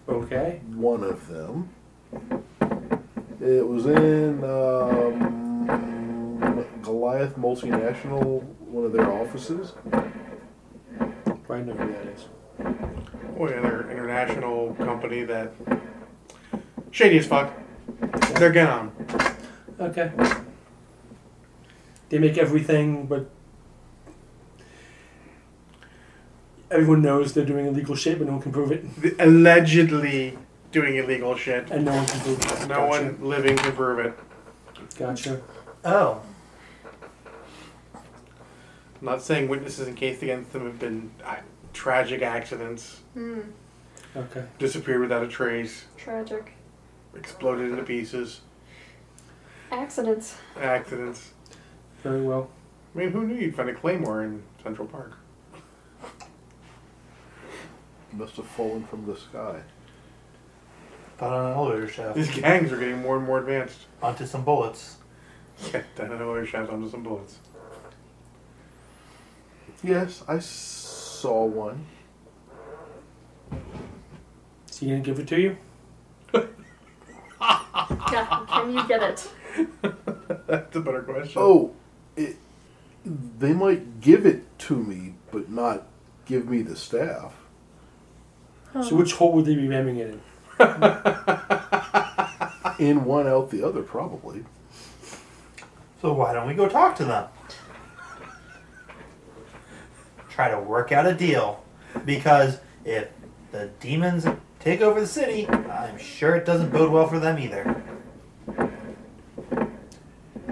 Speaker 5: Okay.
Speaker 2: one of them. It was in um, Goliath Multinational, one of their offices.
Speaker 5: I know who that is.
Speaker 1: Oh, yeah, they're an international company that. Shady as fuck. They're gone.
Speaker 5: Okay. They make everything, but everyone knows they're doing illegal shit, but no one can prove it.
Speaker 1: The- Allegedly doing illegal shit.
Speaker 5: And no one can prove it.
Speaker 1: No one living can prove it.
Speaker 5: Gotcha.
Speaker 7: Oh,
Speaker 1: I'm not saying witnesses encased against them have been uh, tragic accidents,
Speaker 3: Hmm,
Speaker 5: Okay.
Speaker 1: disappeared without a trace,
Speaker 3: tragic.
Speaker 1: exploded into pieces,
Speaker 3: Accidents.
Speaker 1: accidents.
Speaker 5: very well.
Speaker 1: I mean, who knew you'd find a claymore in Central Park?
Speaker 2: Must have fallen from the sky.
Speaker 7: But on an elevator shaft.
Speaker 1: These gangs are getting more and more advanced.
Speaker 7: Onto some bullets.
Speaker 1: Yeah, down an elevator shaft onto some bullets. *laughs*
Speaker 2: Yes, I saw one.
Speaker 5: Is he gonna give it to you?
Speaker 3: God, can you get it?
Speaker 1: That's a better question.
Speaker 2: Oh, it, they might give it to me, but not give me the staff.
Speaker 5: So which hole would they be ramming it in?
Speaker 2: In one, out the other, probably.
Speaker 7: So why don't we go talk to them? Try to work out a deal. Because if the demons take over the city, I'm sure it doesn't bode well for them either.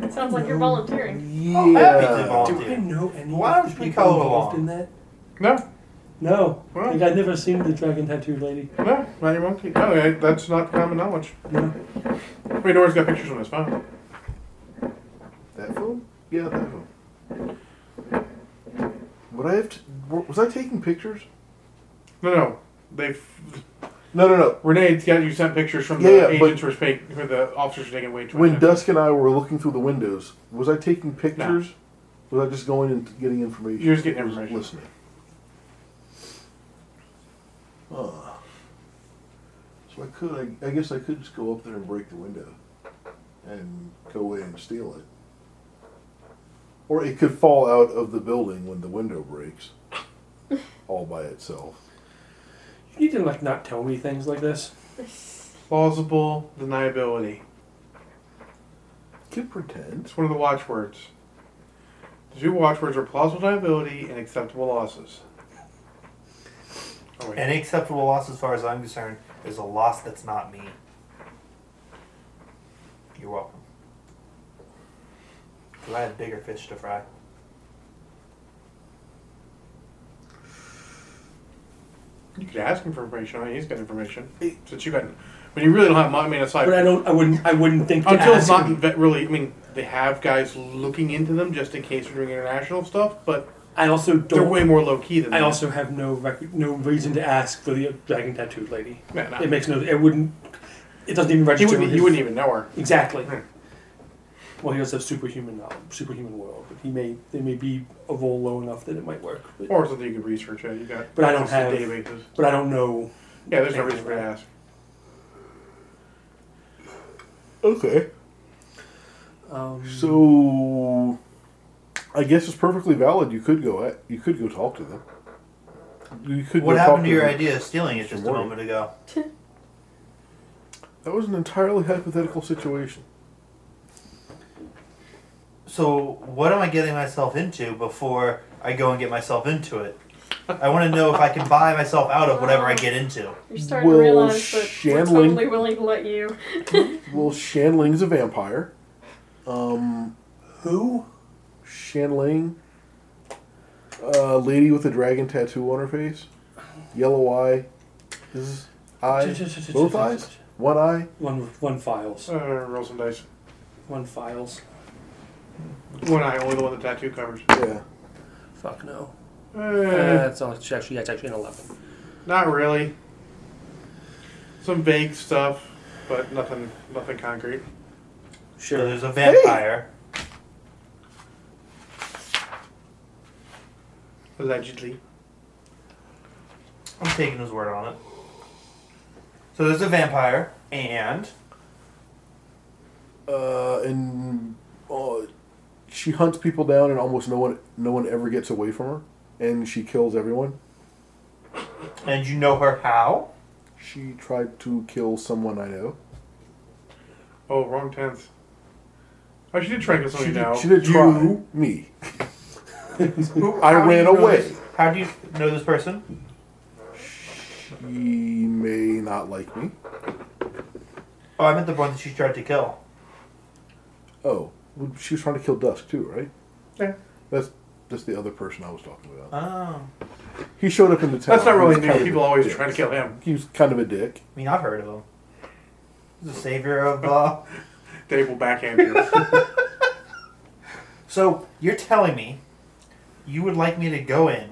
Speaker 3: Sounds like you're volunteering.
Speaker 7: Oh, happy to
Speaker 2: Yeah.
Speaker 5: Do I
Speaker 7: volunteer.
Speaker 5: know any
Speaker 7: Why
Speaker 5: of
Speaker 7: don't
Speaker 5: the
Speaker 7: we
Speaker 5: people
Speaker 7: call
Speaker 5: involved
Speaker 7: along?
Speaker 5: in that?
Speaker 1: No,
Speaker 5: No,
Speaker 1: Well-
Speaker 5: like I've never seen the dragon tattooed lady.
Speaker 1: no, not your monkey. No, I- that's not common knowledge.
Speaker 5: No,
Speaker 1: Wait, Dora's got pictures on his phone.
Speaker 2: That phone? Yeah, that phone. Would I have? T- was I taking pictures?
Speaker 1: No, no, they've.
Speaker 2: No, no, no.
Speaker 1: Renee, it's got you sent pictures from
Speaker 2: Yeah,
Speaker 1: the
Speaker 2: yeah, but-
Speaker 1: agents were spa- who the officers were taking away.
Speaker 2: When Dusk and I were looking through the windows, was I taking pictures? Was I just going and getting information?
Speaker 1: You're just getting
Speaker 2: I was
Speaker 1: information.
Speaker 2: Listening. Uh, so I could. I, I guess I could just go up there and break the window, and go in and steal it. Or it could fall out of the building when the window breaks, all by itself.
Speaker 5: you need to like not tell me things like this.
Speaker 1: plausible deniability.
Speaker 2: Could pretend.
Speaker 1: It's one of the watchwords. The two watchwords are plausible deniability and acceptable losses. Oh, wait.
Speaker 7: Any acceptable loss, as far as I'm concerned, is a loss that's not me. You're welcome. 'Cause I have bigger fish to fry.
Speaker 1: You could ask him for information on it. He's got information. Since you got, when you really don't have money, I mean, aside
Speaker 5: But I don't. I wouldn't. I wouldn't think to
Speaker 1: until it's
Speaker 5: ask
Speaker 1: not
Speaker 5: him.
Speaker 1: inve- really. I mean, they have guys looking into them just in case we're doing international stuff, but
Speaker 5: I also
Speaker 1: they're
Speaker 5: don't.
Speaker 1: way more low key than
Speaker 5: I
Speaker 1: that.
Speaker 5: also have no rec- no reason to ask for the dragon tattooed lady.
Speaker 1: Yeah, no.
Speaker 5: It makes no. It wouldn't. It doesn't even
Speaker 1: He
Speaker 5: register.
Speaker 1: wouldn't.
Speaker 5: with
Speaker 1: You
Speaker 5: his-
Speaker 1: wouldn't even know her.
Speaker 5: Exactly.
Speaker 1: Hmm.
Speaker 5: Well, he does have superhuman knowledge, superhuman world, but he may they may be a role low enough that it might work. But,
Speaker 1: Or something you could research. Yeah, you got.
Speaker 5: But I don't
Speaker 1: access to
Speaker 5: have-
Speaker 1: databases.
Speaker 5: but I don't know.
Speaker 1: Yeah, there's no reason for me to ask.
Speaker 2: Okay.
Speaker 5: Um,
Speaker 2: So, I guess it's perfectly valid. You could go at, you could go talk to them. You could.
Speaker 7: What
Speaker 2: go
Speaker 7: happened
Speaker 2: talk
Speaker 7: to your
Speaker 2: them.
Speaker 7: idea of stealing it just a
Speaker 2: Morning.
Speaker 7: moment ago?
Speaker 2: That was an entirely hypothetical situation.
Speaker 7: So, what am I getting myself into before I go and get myself into it? I want to know if I can buy myself out of whatever I get into.
Speaker 3: You're starting
Speaker 2: Well,
Speaker 3: to realize that we're
Speaker 2: Shandling-
Speaker 3: totally willing to let you.
Speaker 2: Well, Shanling's a vampire. Um,
Speaker 5: who?
Speaker 2: Shanling, uh, lady with a dragon tattoo on her face, yellow eye, this is eye, both eyes, one eye.
Speaker 5: One one files.
Speaker 1: Uh, roll some dice.
Speaker 5: One files.
Speaker 1: One eye, only the one the tattoo covers.
Speaker 2: Yeah.
Speaker 5: Fuck no.
Speaker 1: Eh,
Speaker 5: Uh, that's not- it's actually yeah, it's actually an eleven.
Speaker 1: not really. Some vague stuff, but nothing, nothing concrete.
Speaker 7: So,
Speaker 5: Sure.
Speaker 7: there's a vampire.
Speaker 1: Allegedly.
Speaker 7: I'm taking his word on it. So, there's a vampire, and
Speaker 2: Uh, and uh, she hunts people down, and almost no one no one ever gets away from her, and she kills everyone.
Speaker 7: and you know her how?
Speaker 2: She tried to kill someone I know.
Speaker 1: Oh, wrong tense. Oh, she did try and get
Speaker 2: She
Speaker 1: somebody
Speaker 2: did,
Speaker 1: now.
Speaker 2: she did
Speaker 1: You-
Speaker 2: try me.
Speaker 7: Who-
Speaker 2: I
Speaker 7: how do
Speaker 2: ran
Speaker 7: you know
Speaker 2: away.
Speaker 7: this- how do you know this person?
Speaker 2: She may not like me.
Speaker 7: Oh, I meant the one that she tried to kill.
Speaker 2: Oh, well, she was trying to kill Dusk too, right?
Speaker 1: Yeah.
Speaker 2: That's that's the other person I was talking about.
Speaker 7: Oh,
Speaker 2: He showed up in the town.
Speaker 1: That's not
Speaker 2: He was
Speaker 1: really new.
Speaker 2: kind of
Speaker 1: People
Speaker 2: a
Speaker 1: always
Speaker 2: dick.
Speaker 1: try to kill him.
Speaker 2: He was kind of a dick.
Speaker 7: I mean, I've heard of him. He's the savior of. Uh, *laughs*
Speaker 5: *laughs*
Speaker 1: Dave will backhand you.
Speaker 7: So you're telling me you would like me to go in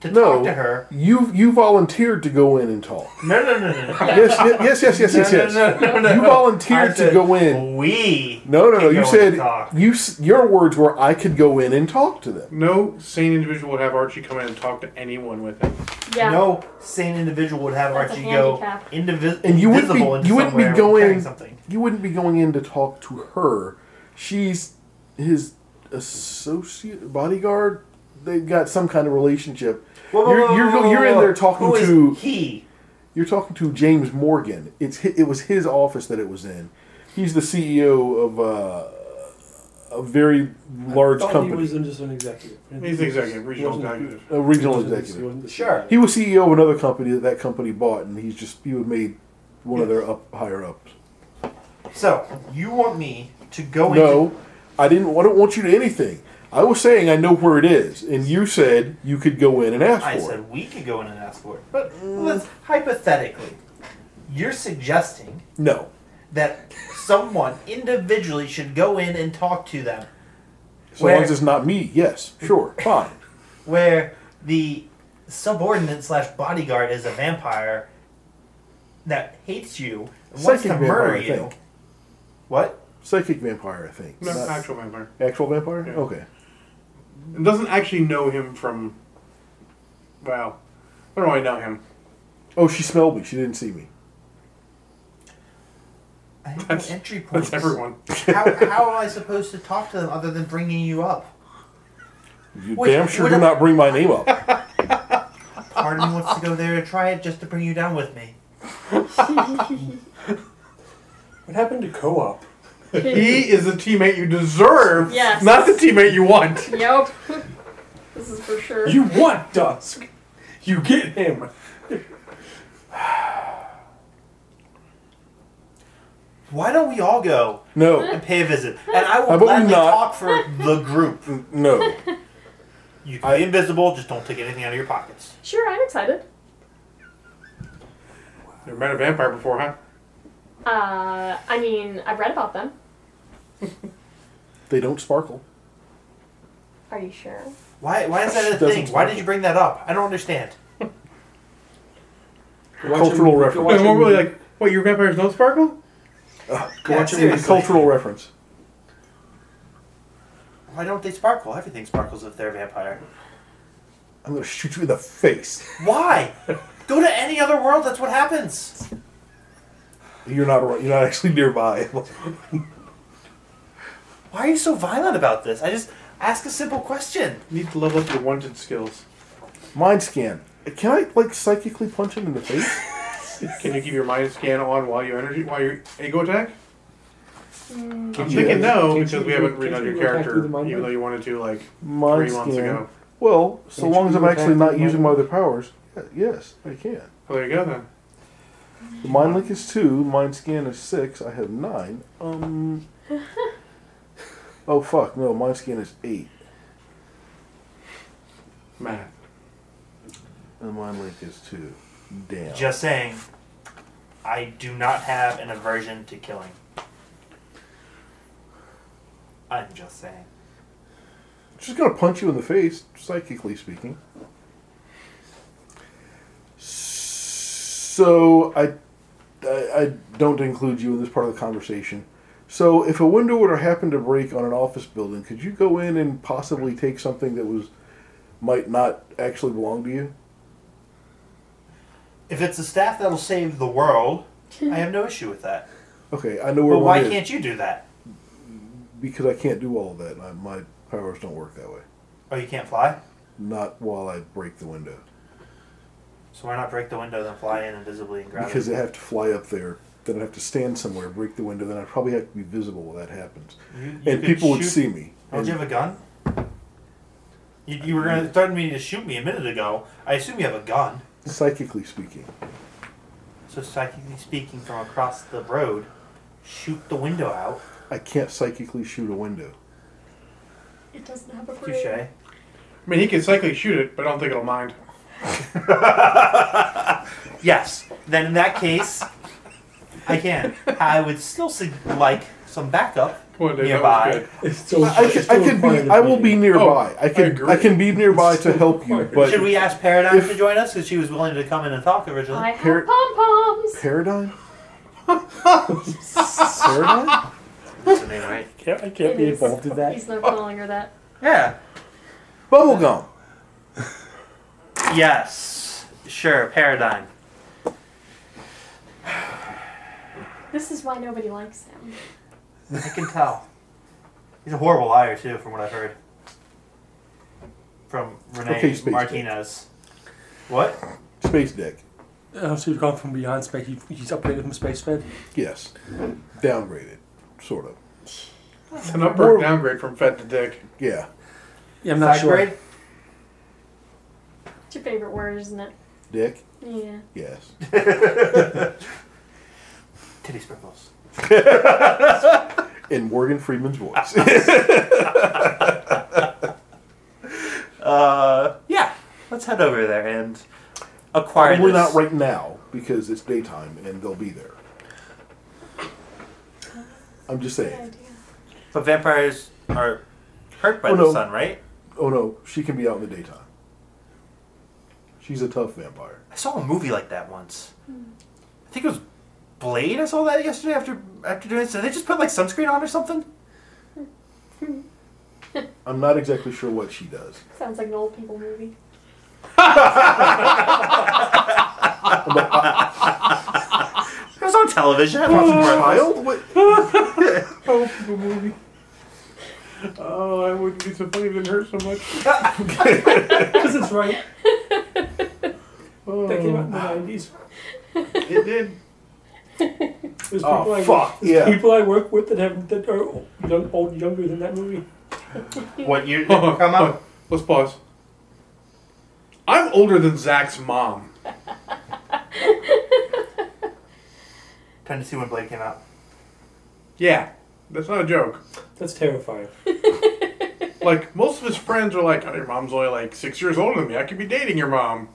Speaker 7: to
Speaker 2: No.
Speaker 7: talk to her?
Speaker 2: You you volunteered to go in and
Speaker 1: *laughs*
Speaker 2: talk.
Speaker 7: No, no, no, *laughs* no, no.
Speaker 2: Yes, yes, yes, yes, yes, yes. yes.
Speaker 7: no, no, no,
Speaker 2: You
Speaker 7: no.
Speaker 2: volunteered
Speaker 7: I
Speaker 2: to
Speaker 7: said
Speaker 2: go in.
Speaker 7: We.
Speaker 2: No, no, no.
Speaker 7: can
Speaker 2: You
Speaker 7: go
Speaker 2: said
Speaker 7: and talk.
Speaker 2: you s- your words were I could go in and talk to them.
Speaker 9: No sane individual would have Archie come in and talk to anyone with him.
Speaker 3: Yeah.
Speaker 7: No sane individual would have
Speaker 3: That's a
Speaker 7: Archie go
Speaker 3: handicap.
Speaker 7: indivi-
Speaker 2: And you wouldn't
Speaker 7: invisible
Speaker 2: be
Speaker 7: into
Speaker 2: you wouldn't be
Speaker 7: somewhere
Speaker 2: going
Speaker 7: carrying something.
Speaker 2: you wouldn't be going in to talk to her. She's his associate bodyguard. They've got some kind of relationship.
Speaker 7: Whoa, whoa,
Speaker 2: You're-
Speaker 7: whoa,
Speaker 2: you're
Speaker 7: whoa,
Speaker 2: go-
Speaker 7: whoa,
Speaker 2: you're in
Speaker 7: whoa.
Speaker 2: there talking
Speaker 7: Who is
Speaker 2: to-
Speaker 7: he.
Speaker 2: You're talking to James Morgan. It's hi- it was his office that it was in. He's the CEO of uh, a very large
Speaker 5: Thought
Speaker 2: company,
Speaker 5: He was just an executive.
Speaker 9: He's the executive, regional
Speaker 5: He wasn't-
Speaker 9: executive.
Speaker 2: a
Speaker 5: he
Speaker 2: regional
Speaker 5: wasn't- he
Speaker 2: executive.
Speaker 5: wasn't the
Speaker 6: Sure.
Speaker 2: He was CEO of another company that that company bought, and he's just he was made one of their up higher ups.
Speaker 7: So you want me to go
Speaker 2: No,
Speaker 7: into
Speaker 2: I didn't. I don't want you to anything. I was saying I know where it is, and you said you could go in and ask for
Speaker 7: I
Speaker 2: it.
Speaker 7: said we could go in and ask for it. But let's hypothetically, you're suggesting
Speaker 2: No,
Speaker 7: that someone individually should go in and talk to them,
Speaker 2: so
Speaker 7: Where-
Speaker 2: long as it's not me. Yes,
Speaker 7: *laughs*
Speaker 2: sure, fine.
Speaker 7: where the subordinate slash bodyguard is a vampire that hates you and wants
Speaker 2: Psychic
Speaker 7: to murder
Speaker 2: vampire, I
Speaker 7: you.
Speaker 2: think.
Speaker 7: What?
Speaker 2: Psychic vampire, I think.
Speaker 9: No,
Speaker 2: Not-
Speaker 9: actual vampire.
Speaker 2: actual vampire.
Speaker 9: Yeah.
Speaker 2: Okay.
Speaker 9: And doesn't actually know him from. Well, I don't really know him.
Speaker 2: Oh, she smelled me. She didn't see me.
Speaker 7: I have no
Speaker 9: That's-
Speaker 7: entry points.
Speaker 9: That's everyone.
Speaker 7: how, how am I supposed to talk to them other than bringing you up?
Speaker 2: You
Speaker 7: Wait,
Speaker 2: damn sure
Speaker 7: what
Speaker 2: did
Speaker 7: if-
Speaker 2: not bring my name up.
Speaker 7: *laughs* Part of me wants to go there to try it just to bring you down with me.
Speaker 5: What happened to co-op?
Speaker 9: He is the teammate you deserve,
Speaker 3: Yes.
Speaker 9: not the teammate you want.
Speaker 3: Yep. *laughs* this is for sure.
Speaker 5: You want Dusk. You get him.
Speaker 7: Why don't we all go
Speaker 2: No,
Speaker 7: *laughs* and pay a visit? And I
Speaker 2: How
Speaker 7: will
Speaker 2: about we
Speaker 7: gladly
Speaker 2: not?
Speaker 7: talk for the group.
Speaker 2: no.
Speaker 7: You can be invisible, just don't take anything out of your pockets.
Speaker 3: sure, I'm excited.
Speaker 9: Never met a vampire before, huh?
Speaker 3: Uh, I mean, I've read about them.
Speaker 2: They don't sparkle.
Speaker 3: Are you sure?
Speaker 7: Why, why is that a
Speaker 2: Doesn't
Speaker 7: thing? Why
Speaker 2: matter.
Speaker 7: did you bring that up? I don't understand.
Speaker 5: Go watch
Speaker 2: Cultural
Speaker 5: a- go
Speaker 2: reference.
Speaker 5: watch
Speaker 9: And
Speaker 5: a
Speaker 9: we're really
Speaker 5: movie.
Speaker 9: like, what, your vampires don't sparkle?
Speaker 5: Go
Speaker 7: Yeah,
Speaker 5: watch a movie.
Speaker 7: seriously.
Speaker 2: Cultural reference.
Speaker 7: Why don't they sparkle? Everything sparkles if they're a vampire.
Speaker 2: I'm gonna shoot you in the face. *laughs*
Speaker 7: Why? go to any other world, that's what happens.
Speaker 2: You're not. ar- You're not actually nearby.
Speaker 7: Why are you so violent about this? I just ask a simple question.
Speaker 9: You need to level up your wanted skills.
Speaker 2: Mind scan. Can I like psychically punch him in the face?
Speaker 9: Can you keep your mind scan on while you energy while you ego attack? I'm
Speaker 2: you-
Speaker 9: thinking no
Speaker 5: can't
Speaker 9: because
Speaker 5: you-
Speaker 9: we haven't read
Speaker 5: can't
Speaker 9: out
Speaker 5: you
Speaker 9: your
Speaker 5: attack
Speaker 9: character,
Speaker 5: with the mind
Speaker 9: even
Speaker 5: map?
Speaker 9: though you wanted to like
Speaker 2: Mind
Speaker 9: three
Speaker 2: scan.
Speaker 9: months ago.
Speaker 2: Well, so
Speaker 5: Can't
Speaker 2: long as
Speaker 5: you
Speaker 2: I'm
Speaker 5: attack
Speaker 2: actually not
Speaker 5: with
Speaker 2: using
Speaker 5: mind
Speaker 2: my other powers. y- Yes, I can.
Speaker 9: Well, there you go then.
Speaker 2: The mind link is two. Mind scan is six. I have nine. Um. oh fuck! No, mind scan is eight,
Speaker 9: Math.
Speaker 2: and mind link is two. Damn.
Speaker 7: Just saying, I do not have an aversion to killing. I'm just saying.
Speaker 2: She's gonna punch you in the face, psychically speaking. So I, I, I don't include you in this part of the conversation. So if a window were to happen to break on an office building, could you go in and possibly take something that was might not actually belong to you?
Speaker 7: If it's a staff that'll save the world, I have no issue with that.
Speaker 2: Okay, I know where
Speaker 7: But
Speaker 2: one
Speaker 7: why
Speaker 2: is
Speaker 7: can't you do that?
Speaker 2: because I can't do all of that. I, my powers don't work that way.
Speaker 7: Oh, you can't fly?
Speaker 2: Not while I break the window
Speaker 7: So why not break the window then fly in invisibly and grab
Speaker 2: because
Speaker 7: it?
Speaker 2: I have to fly up there. Then I would have to stand somewhere, break the window. Then I would probably have to be visible when that happens.
Speaker 7: You- you
Speaker 2: and
Speaker 7: could
Speaker 2: people would
Speaker 7: shoot-
Speaker 2: see me.
Speaker 7: Don't
Speaker 2: And
Speaker 7: you have a gun? You, you were going to threaten me to shoot me a minute ago. I assume you have a gun.
Speaker 2: psychically speaking,
Speaker 7: So psychically speaking, from across the road, shoot the window out.
Speaker 2: I can't psychically shoot a window.
Speaker 3: It doesn't have a brain.
Speaker 7: Touche.
Speaker 9: I mean, he can cyclically shoot it, but I don't think it'll mind.
Speaker 7: Yes. Then in that case, I can. I would still sig- like some backup
Speaker 1: Well, that was
Speaker 11: Nearby.
Speaker 1: good.
Speaker 5: It's still,
Speaker 2: I can, I can be. I will be nearby. I can.
Speaker 1: agree.
Speaker 2: Oh, I, can be nearby to help you. But
Speaker 7: Should we ask Paradigm
Speaker 2: If-
Speaker 7: to join us? Because she was willing to come in and talk originally.
Speaker 3: I have
Speaker 2: Parrot-
Speaker 3: pom poms.
Speaker 7: *laughs*
Speaker 2: paradigm. paradigm.
Speaker 7: That's the name, right?
Speaker 5: Can't, I can't be involved in that. Oh.
Speaker 3: He's no longer that.
Speaker 7: Yeah.
Speaker 2: Bubblegum.
Speaker 7: Yes. Sure, Paradigm.
Speaker 3: This is why nobody likes him.
Speaker 7: I can tell. He's a horrible liar, too, from what I've heard. From Renee
Speaker 2: Okay, speak.
Speaker 7: Martinez. What?
Speaker 2: Space deck.
Speaker 5: Uh, so he's gone from beyond space. He, he's upgraded from space fed.
Speaker 2: Yes. Downgraded. Sort of.
Speaker 1: It's an upward downgrade from fed to dick.
Speaker 2: Yeah.
Speaker 5: Yeah, I'm not
Speaker 7: Side
Speaker 5: sure. *laughs*
Speaker 7: grade?
Speaker 3: It's your favorite word, isn't it?
Speaker 2: Dick.
Speaker 3: Yeah.
Speaker 2: Yes.
Speaker 7: Titty sprinkles.
Speaker 2: In Morgan Freeman's voice.
Speaker 7: Uh, yeah. Let's head over there and acquire
Speaker 2: Probably
Speaker 7: this.
Speaker 2: not right now because it's daytime and they'll be there. I'm just
Speaker 3: Good
Speaker 2: saying.
Speaker 3: idea.
Speaker 7: But vampires are hurt by
Speaker 2: Oh,
Speaker 7: the
Speaker 2: no.
Speaker 7: sun, right?
Speaker 2: Oh no, she can be out in the daytime. She's a tough vampire.
Speaker 7: I saw a movie like that once. I think it was Blade. I saw that yesterday after after doing it. Did they just put like sunscreen on or something?
Speaker 2: I'm not exactly sure what she does.
Speaker 3: Sounds like an old people movie.
Speaker 7: It was on television. I watched it more than once.
Speaker 2: Child? What?
Speaker 1: Oh, the movie. Oh, I wouldn't be so funny if it hurt so much.
Speaker 5: Because it's right.
Speaker 1: Oh,
Speaker 5: That came out in the 90s.
Speaker 1: it *laughs* did.
Speaker 5: There's
Speaker 2: Oh,
Speaker 5: people I
Speaker 2: fuck,
Speaker 5: Work, there's
Speaker 2: yeah.
Speaker 5: People I work with that have that are young, old, younger than that movie.
Speaker 7: *laughs* What year did it
Speaker 11: *laughs*
Speaker 7: come out?
Speaker 1: Let's pause. I'm older than Zach's mom.
Speaker 7: Trying to see when Blade came out.
Speaker 1: Yeah, that's not a joke.
Speaker 5: That's terrifying.
Speaker 1: Like most of his friends are like, "Oh, your mom's only like six years older than me. I could be dating your mom."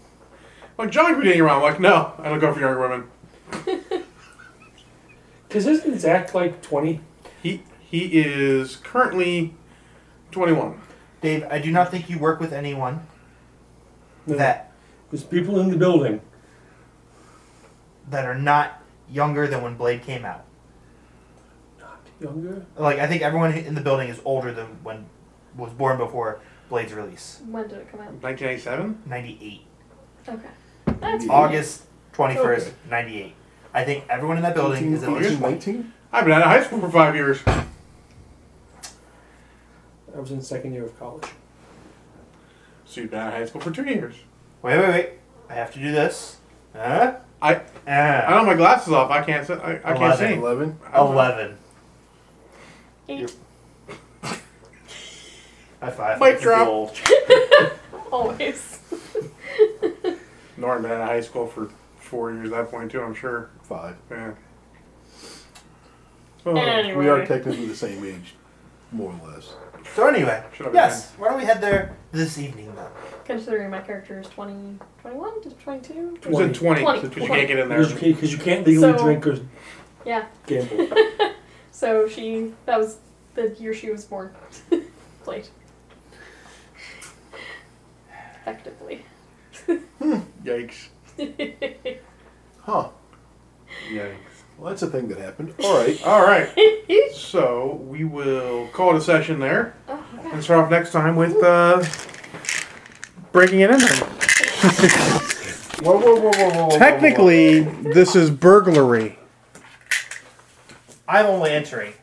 Speaker 1: Like John could be dating your mom. I'm like, no, I don't go for younger women.
Speaker 5: Because isn't Zach like 20?
Speaker 1: He he is currently 21.
Speaker 11: Dave, I do not think you work with anyone
Speaker 7: Hmm.
Speaker 5: No.
Speaker 11: that
Speaker 5: There's people in the building.
Speaker 11: that are not younger than when Blade came out.
Speaker 5: Not younger?
Speaker 11: Like I think everyone in the building is older than when was born before Blade's release.
Speaker 3: *laughs* When did it come out?
Speaker 1: 1987.
Speaker 11: Ninety eight.
Speaker 3: Okay.
Speaker 7: Hmm.
Speaker 3: That's
Speaker 11: August twenty first, ninety eight. I think everyone in that building is at least
Speaker 2: 19?
Speaker 1: I've been out of high school for five years.
Speaker 5: I was in second year of college.
Speaker 1: So you've been out of high school for two years.
Speaker 11: Wait, wait, wait. I have to do this. Huh?
Speaker 1: I I
Speaker 11: Uh,
Speaker 1: don't have my glasses off. I can't. si- I, I can't
Speaker 11: Eleven.
Speaker 1: see.
Speaker 2: 11?
Speaker 11: Eleven.
Speaker 3: Eight.
Speaker 11: High five.
Speaker 1: Mic
Speaker 11: This is
Speaker 1: drop.
Speaker 11: the old-
Speaker 3: Always.
Speaker 1: Norm been out of high school for four years at that point too. I'm sure.
Speaker 2: 5.
Speaker 1: Yeah. Oh.
Speaker 3: anyway.
Speaker 2: We are technically the same age, more or less.
Speaker 11: So
Speaker 1: *laughs*
Speaker 11: anyway,
Speaker 1: Should've been
Speaker 11: yes. Why don't we head there this evening then?
Speaker 3: Considering my character is 20, 21 to 22?
Speaker 1: It was in 20,
Speaker 3: 20.
Speaker 1: but you can't get in there.
Speaker 5: Because you, can't- 'cause you can't legally
Speaker 3: So-
Speaker 5: drink or
Speaker 3: Yeah.
Speaker 5: gamble.
Speaker 3: So she, that was the year she was born. *laughs* Late. Effectively.
Speaker 1: Yikes.
Speaker 2: Huh.
Speaker 1: Yikes.
Speaker 2: Well, that's a thing that happened. All right.
Speaker 1: All right. so we will call it a session there
Speaker 3: Oh, okay.
Speaker 1: and start off next time with uh, breaking it in. There.
Speaker 11: Whoa, whoa, whoa, whoa, whoa, whoa.
Speaker 12: Technically, this is burglary.
Speaker 7: I'm only entering.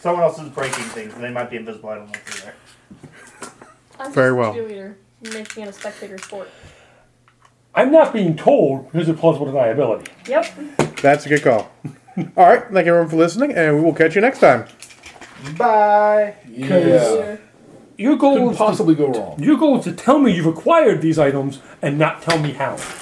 Speaker 7: Someone else is breaking things, and they might be invisible. I don't know if they're there.
Speaker 3: I'm
Speaker 12: Very
Speaker 3: just a
Speaker 12: well.
Speaker 3: Cheerleader, making it a spectator sport.
Speaker 5: I'm not being told because of plausible deniability.
Speaker 3: Yep.
Speaker 12: That's a good
Speaker 1: *laughs*
Speaker 12: call. All right. Thank everyone for listening, and we will catch you next time.
Speaker 11: Bye.
Speaker 2: Yeah.
Speaker 5: Your goal
Speaker 2: Couldn't
Speaker 5: is to,
Speaker 2: possibly go wrong.
Speaker 5: your goal is to tell me you've acquired these items and not tell me how.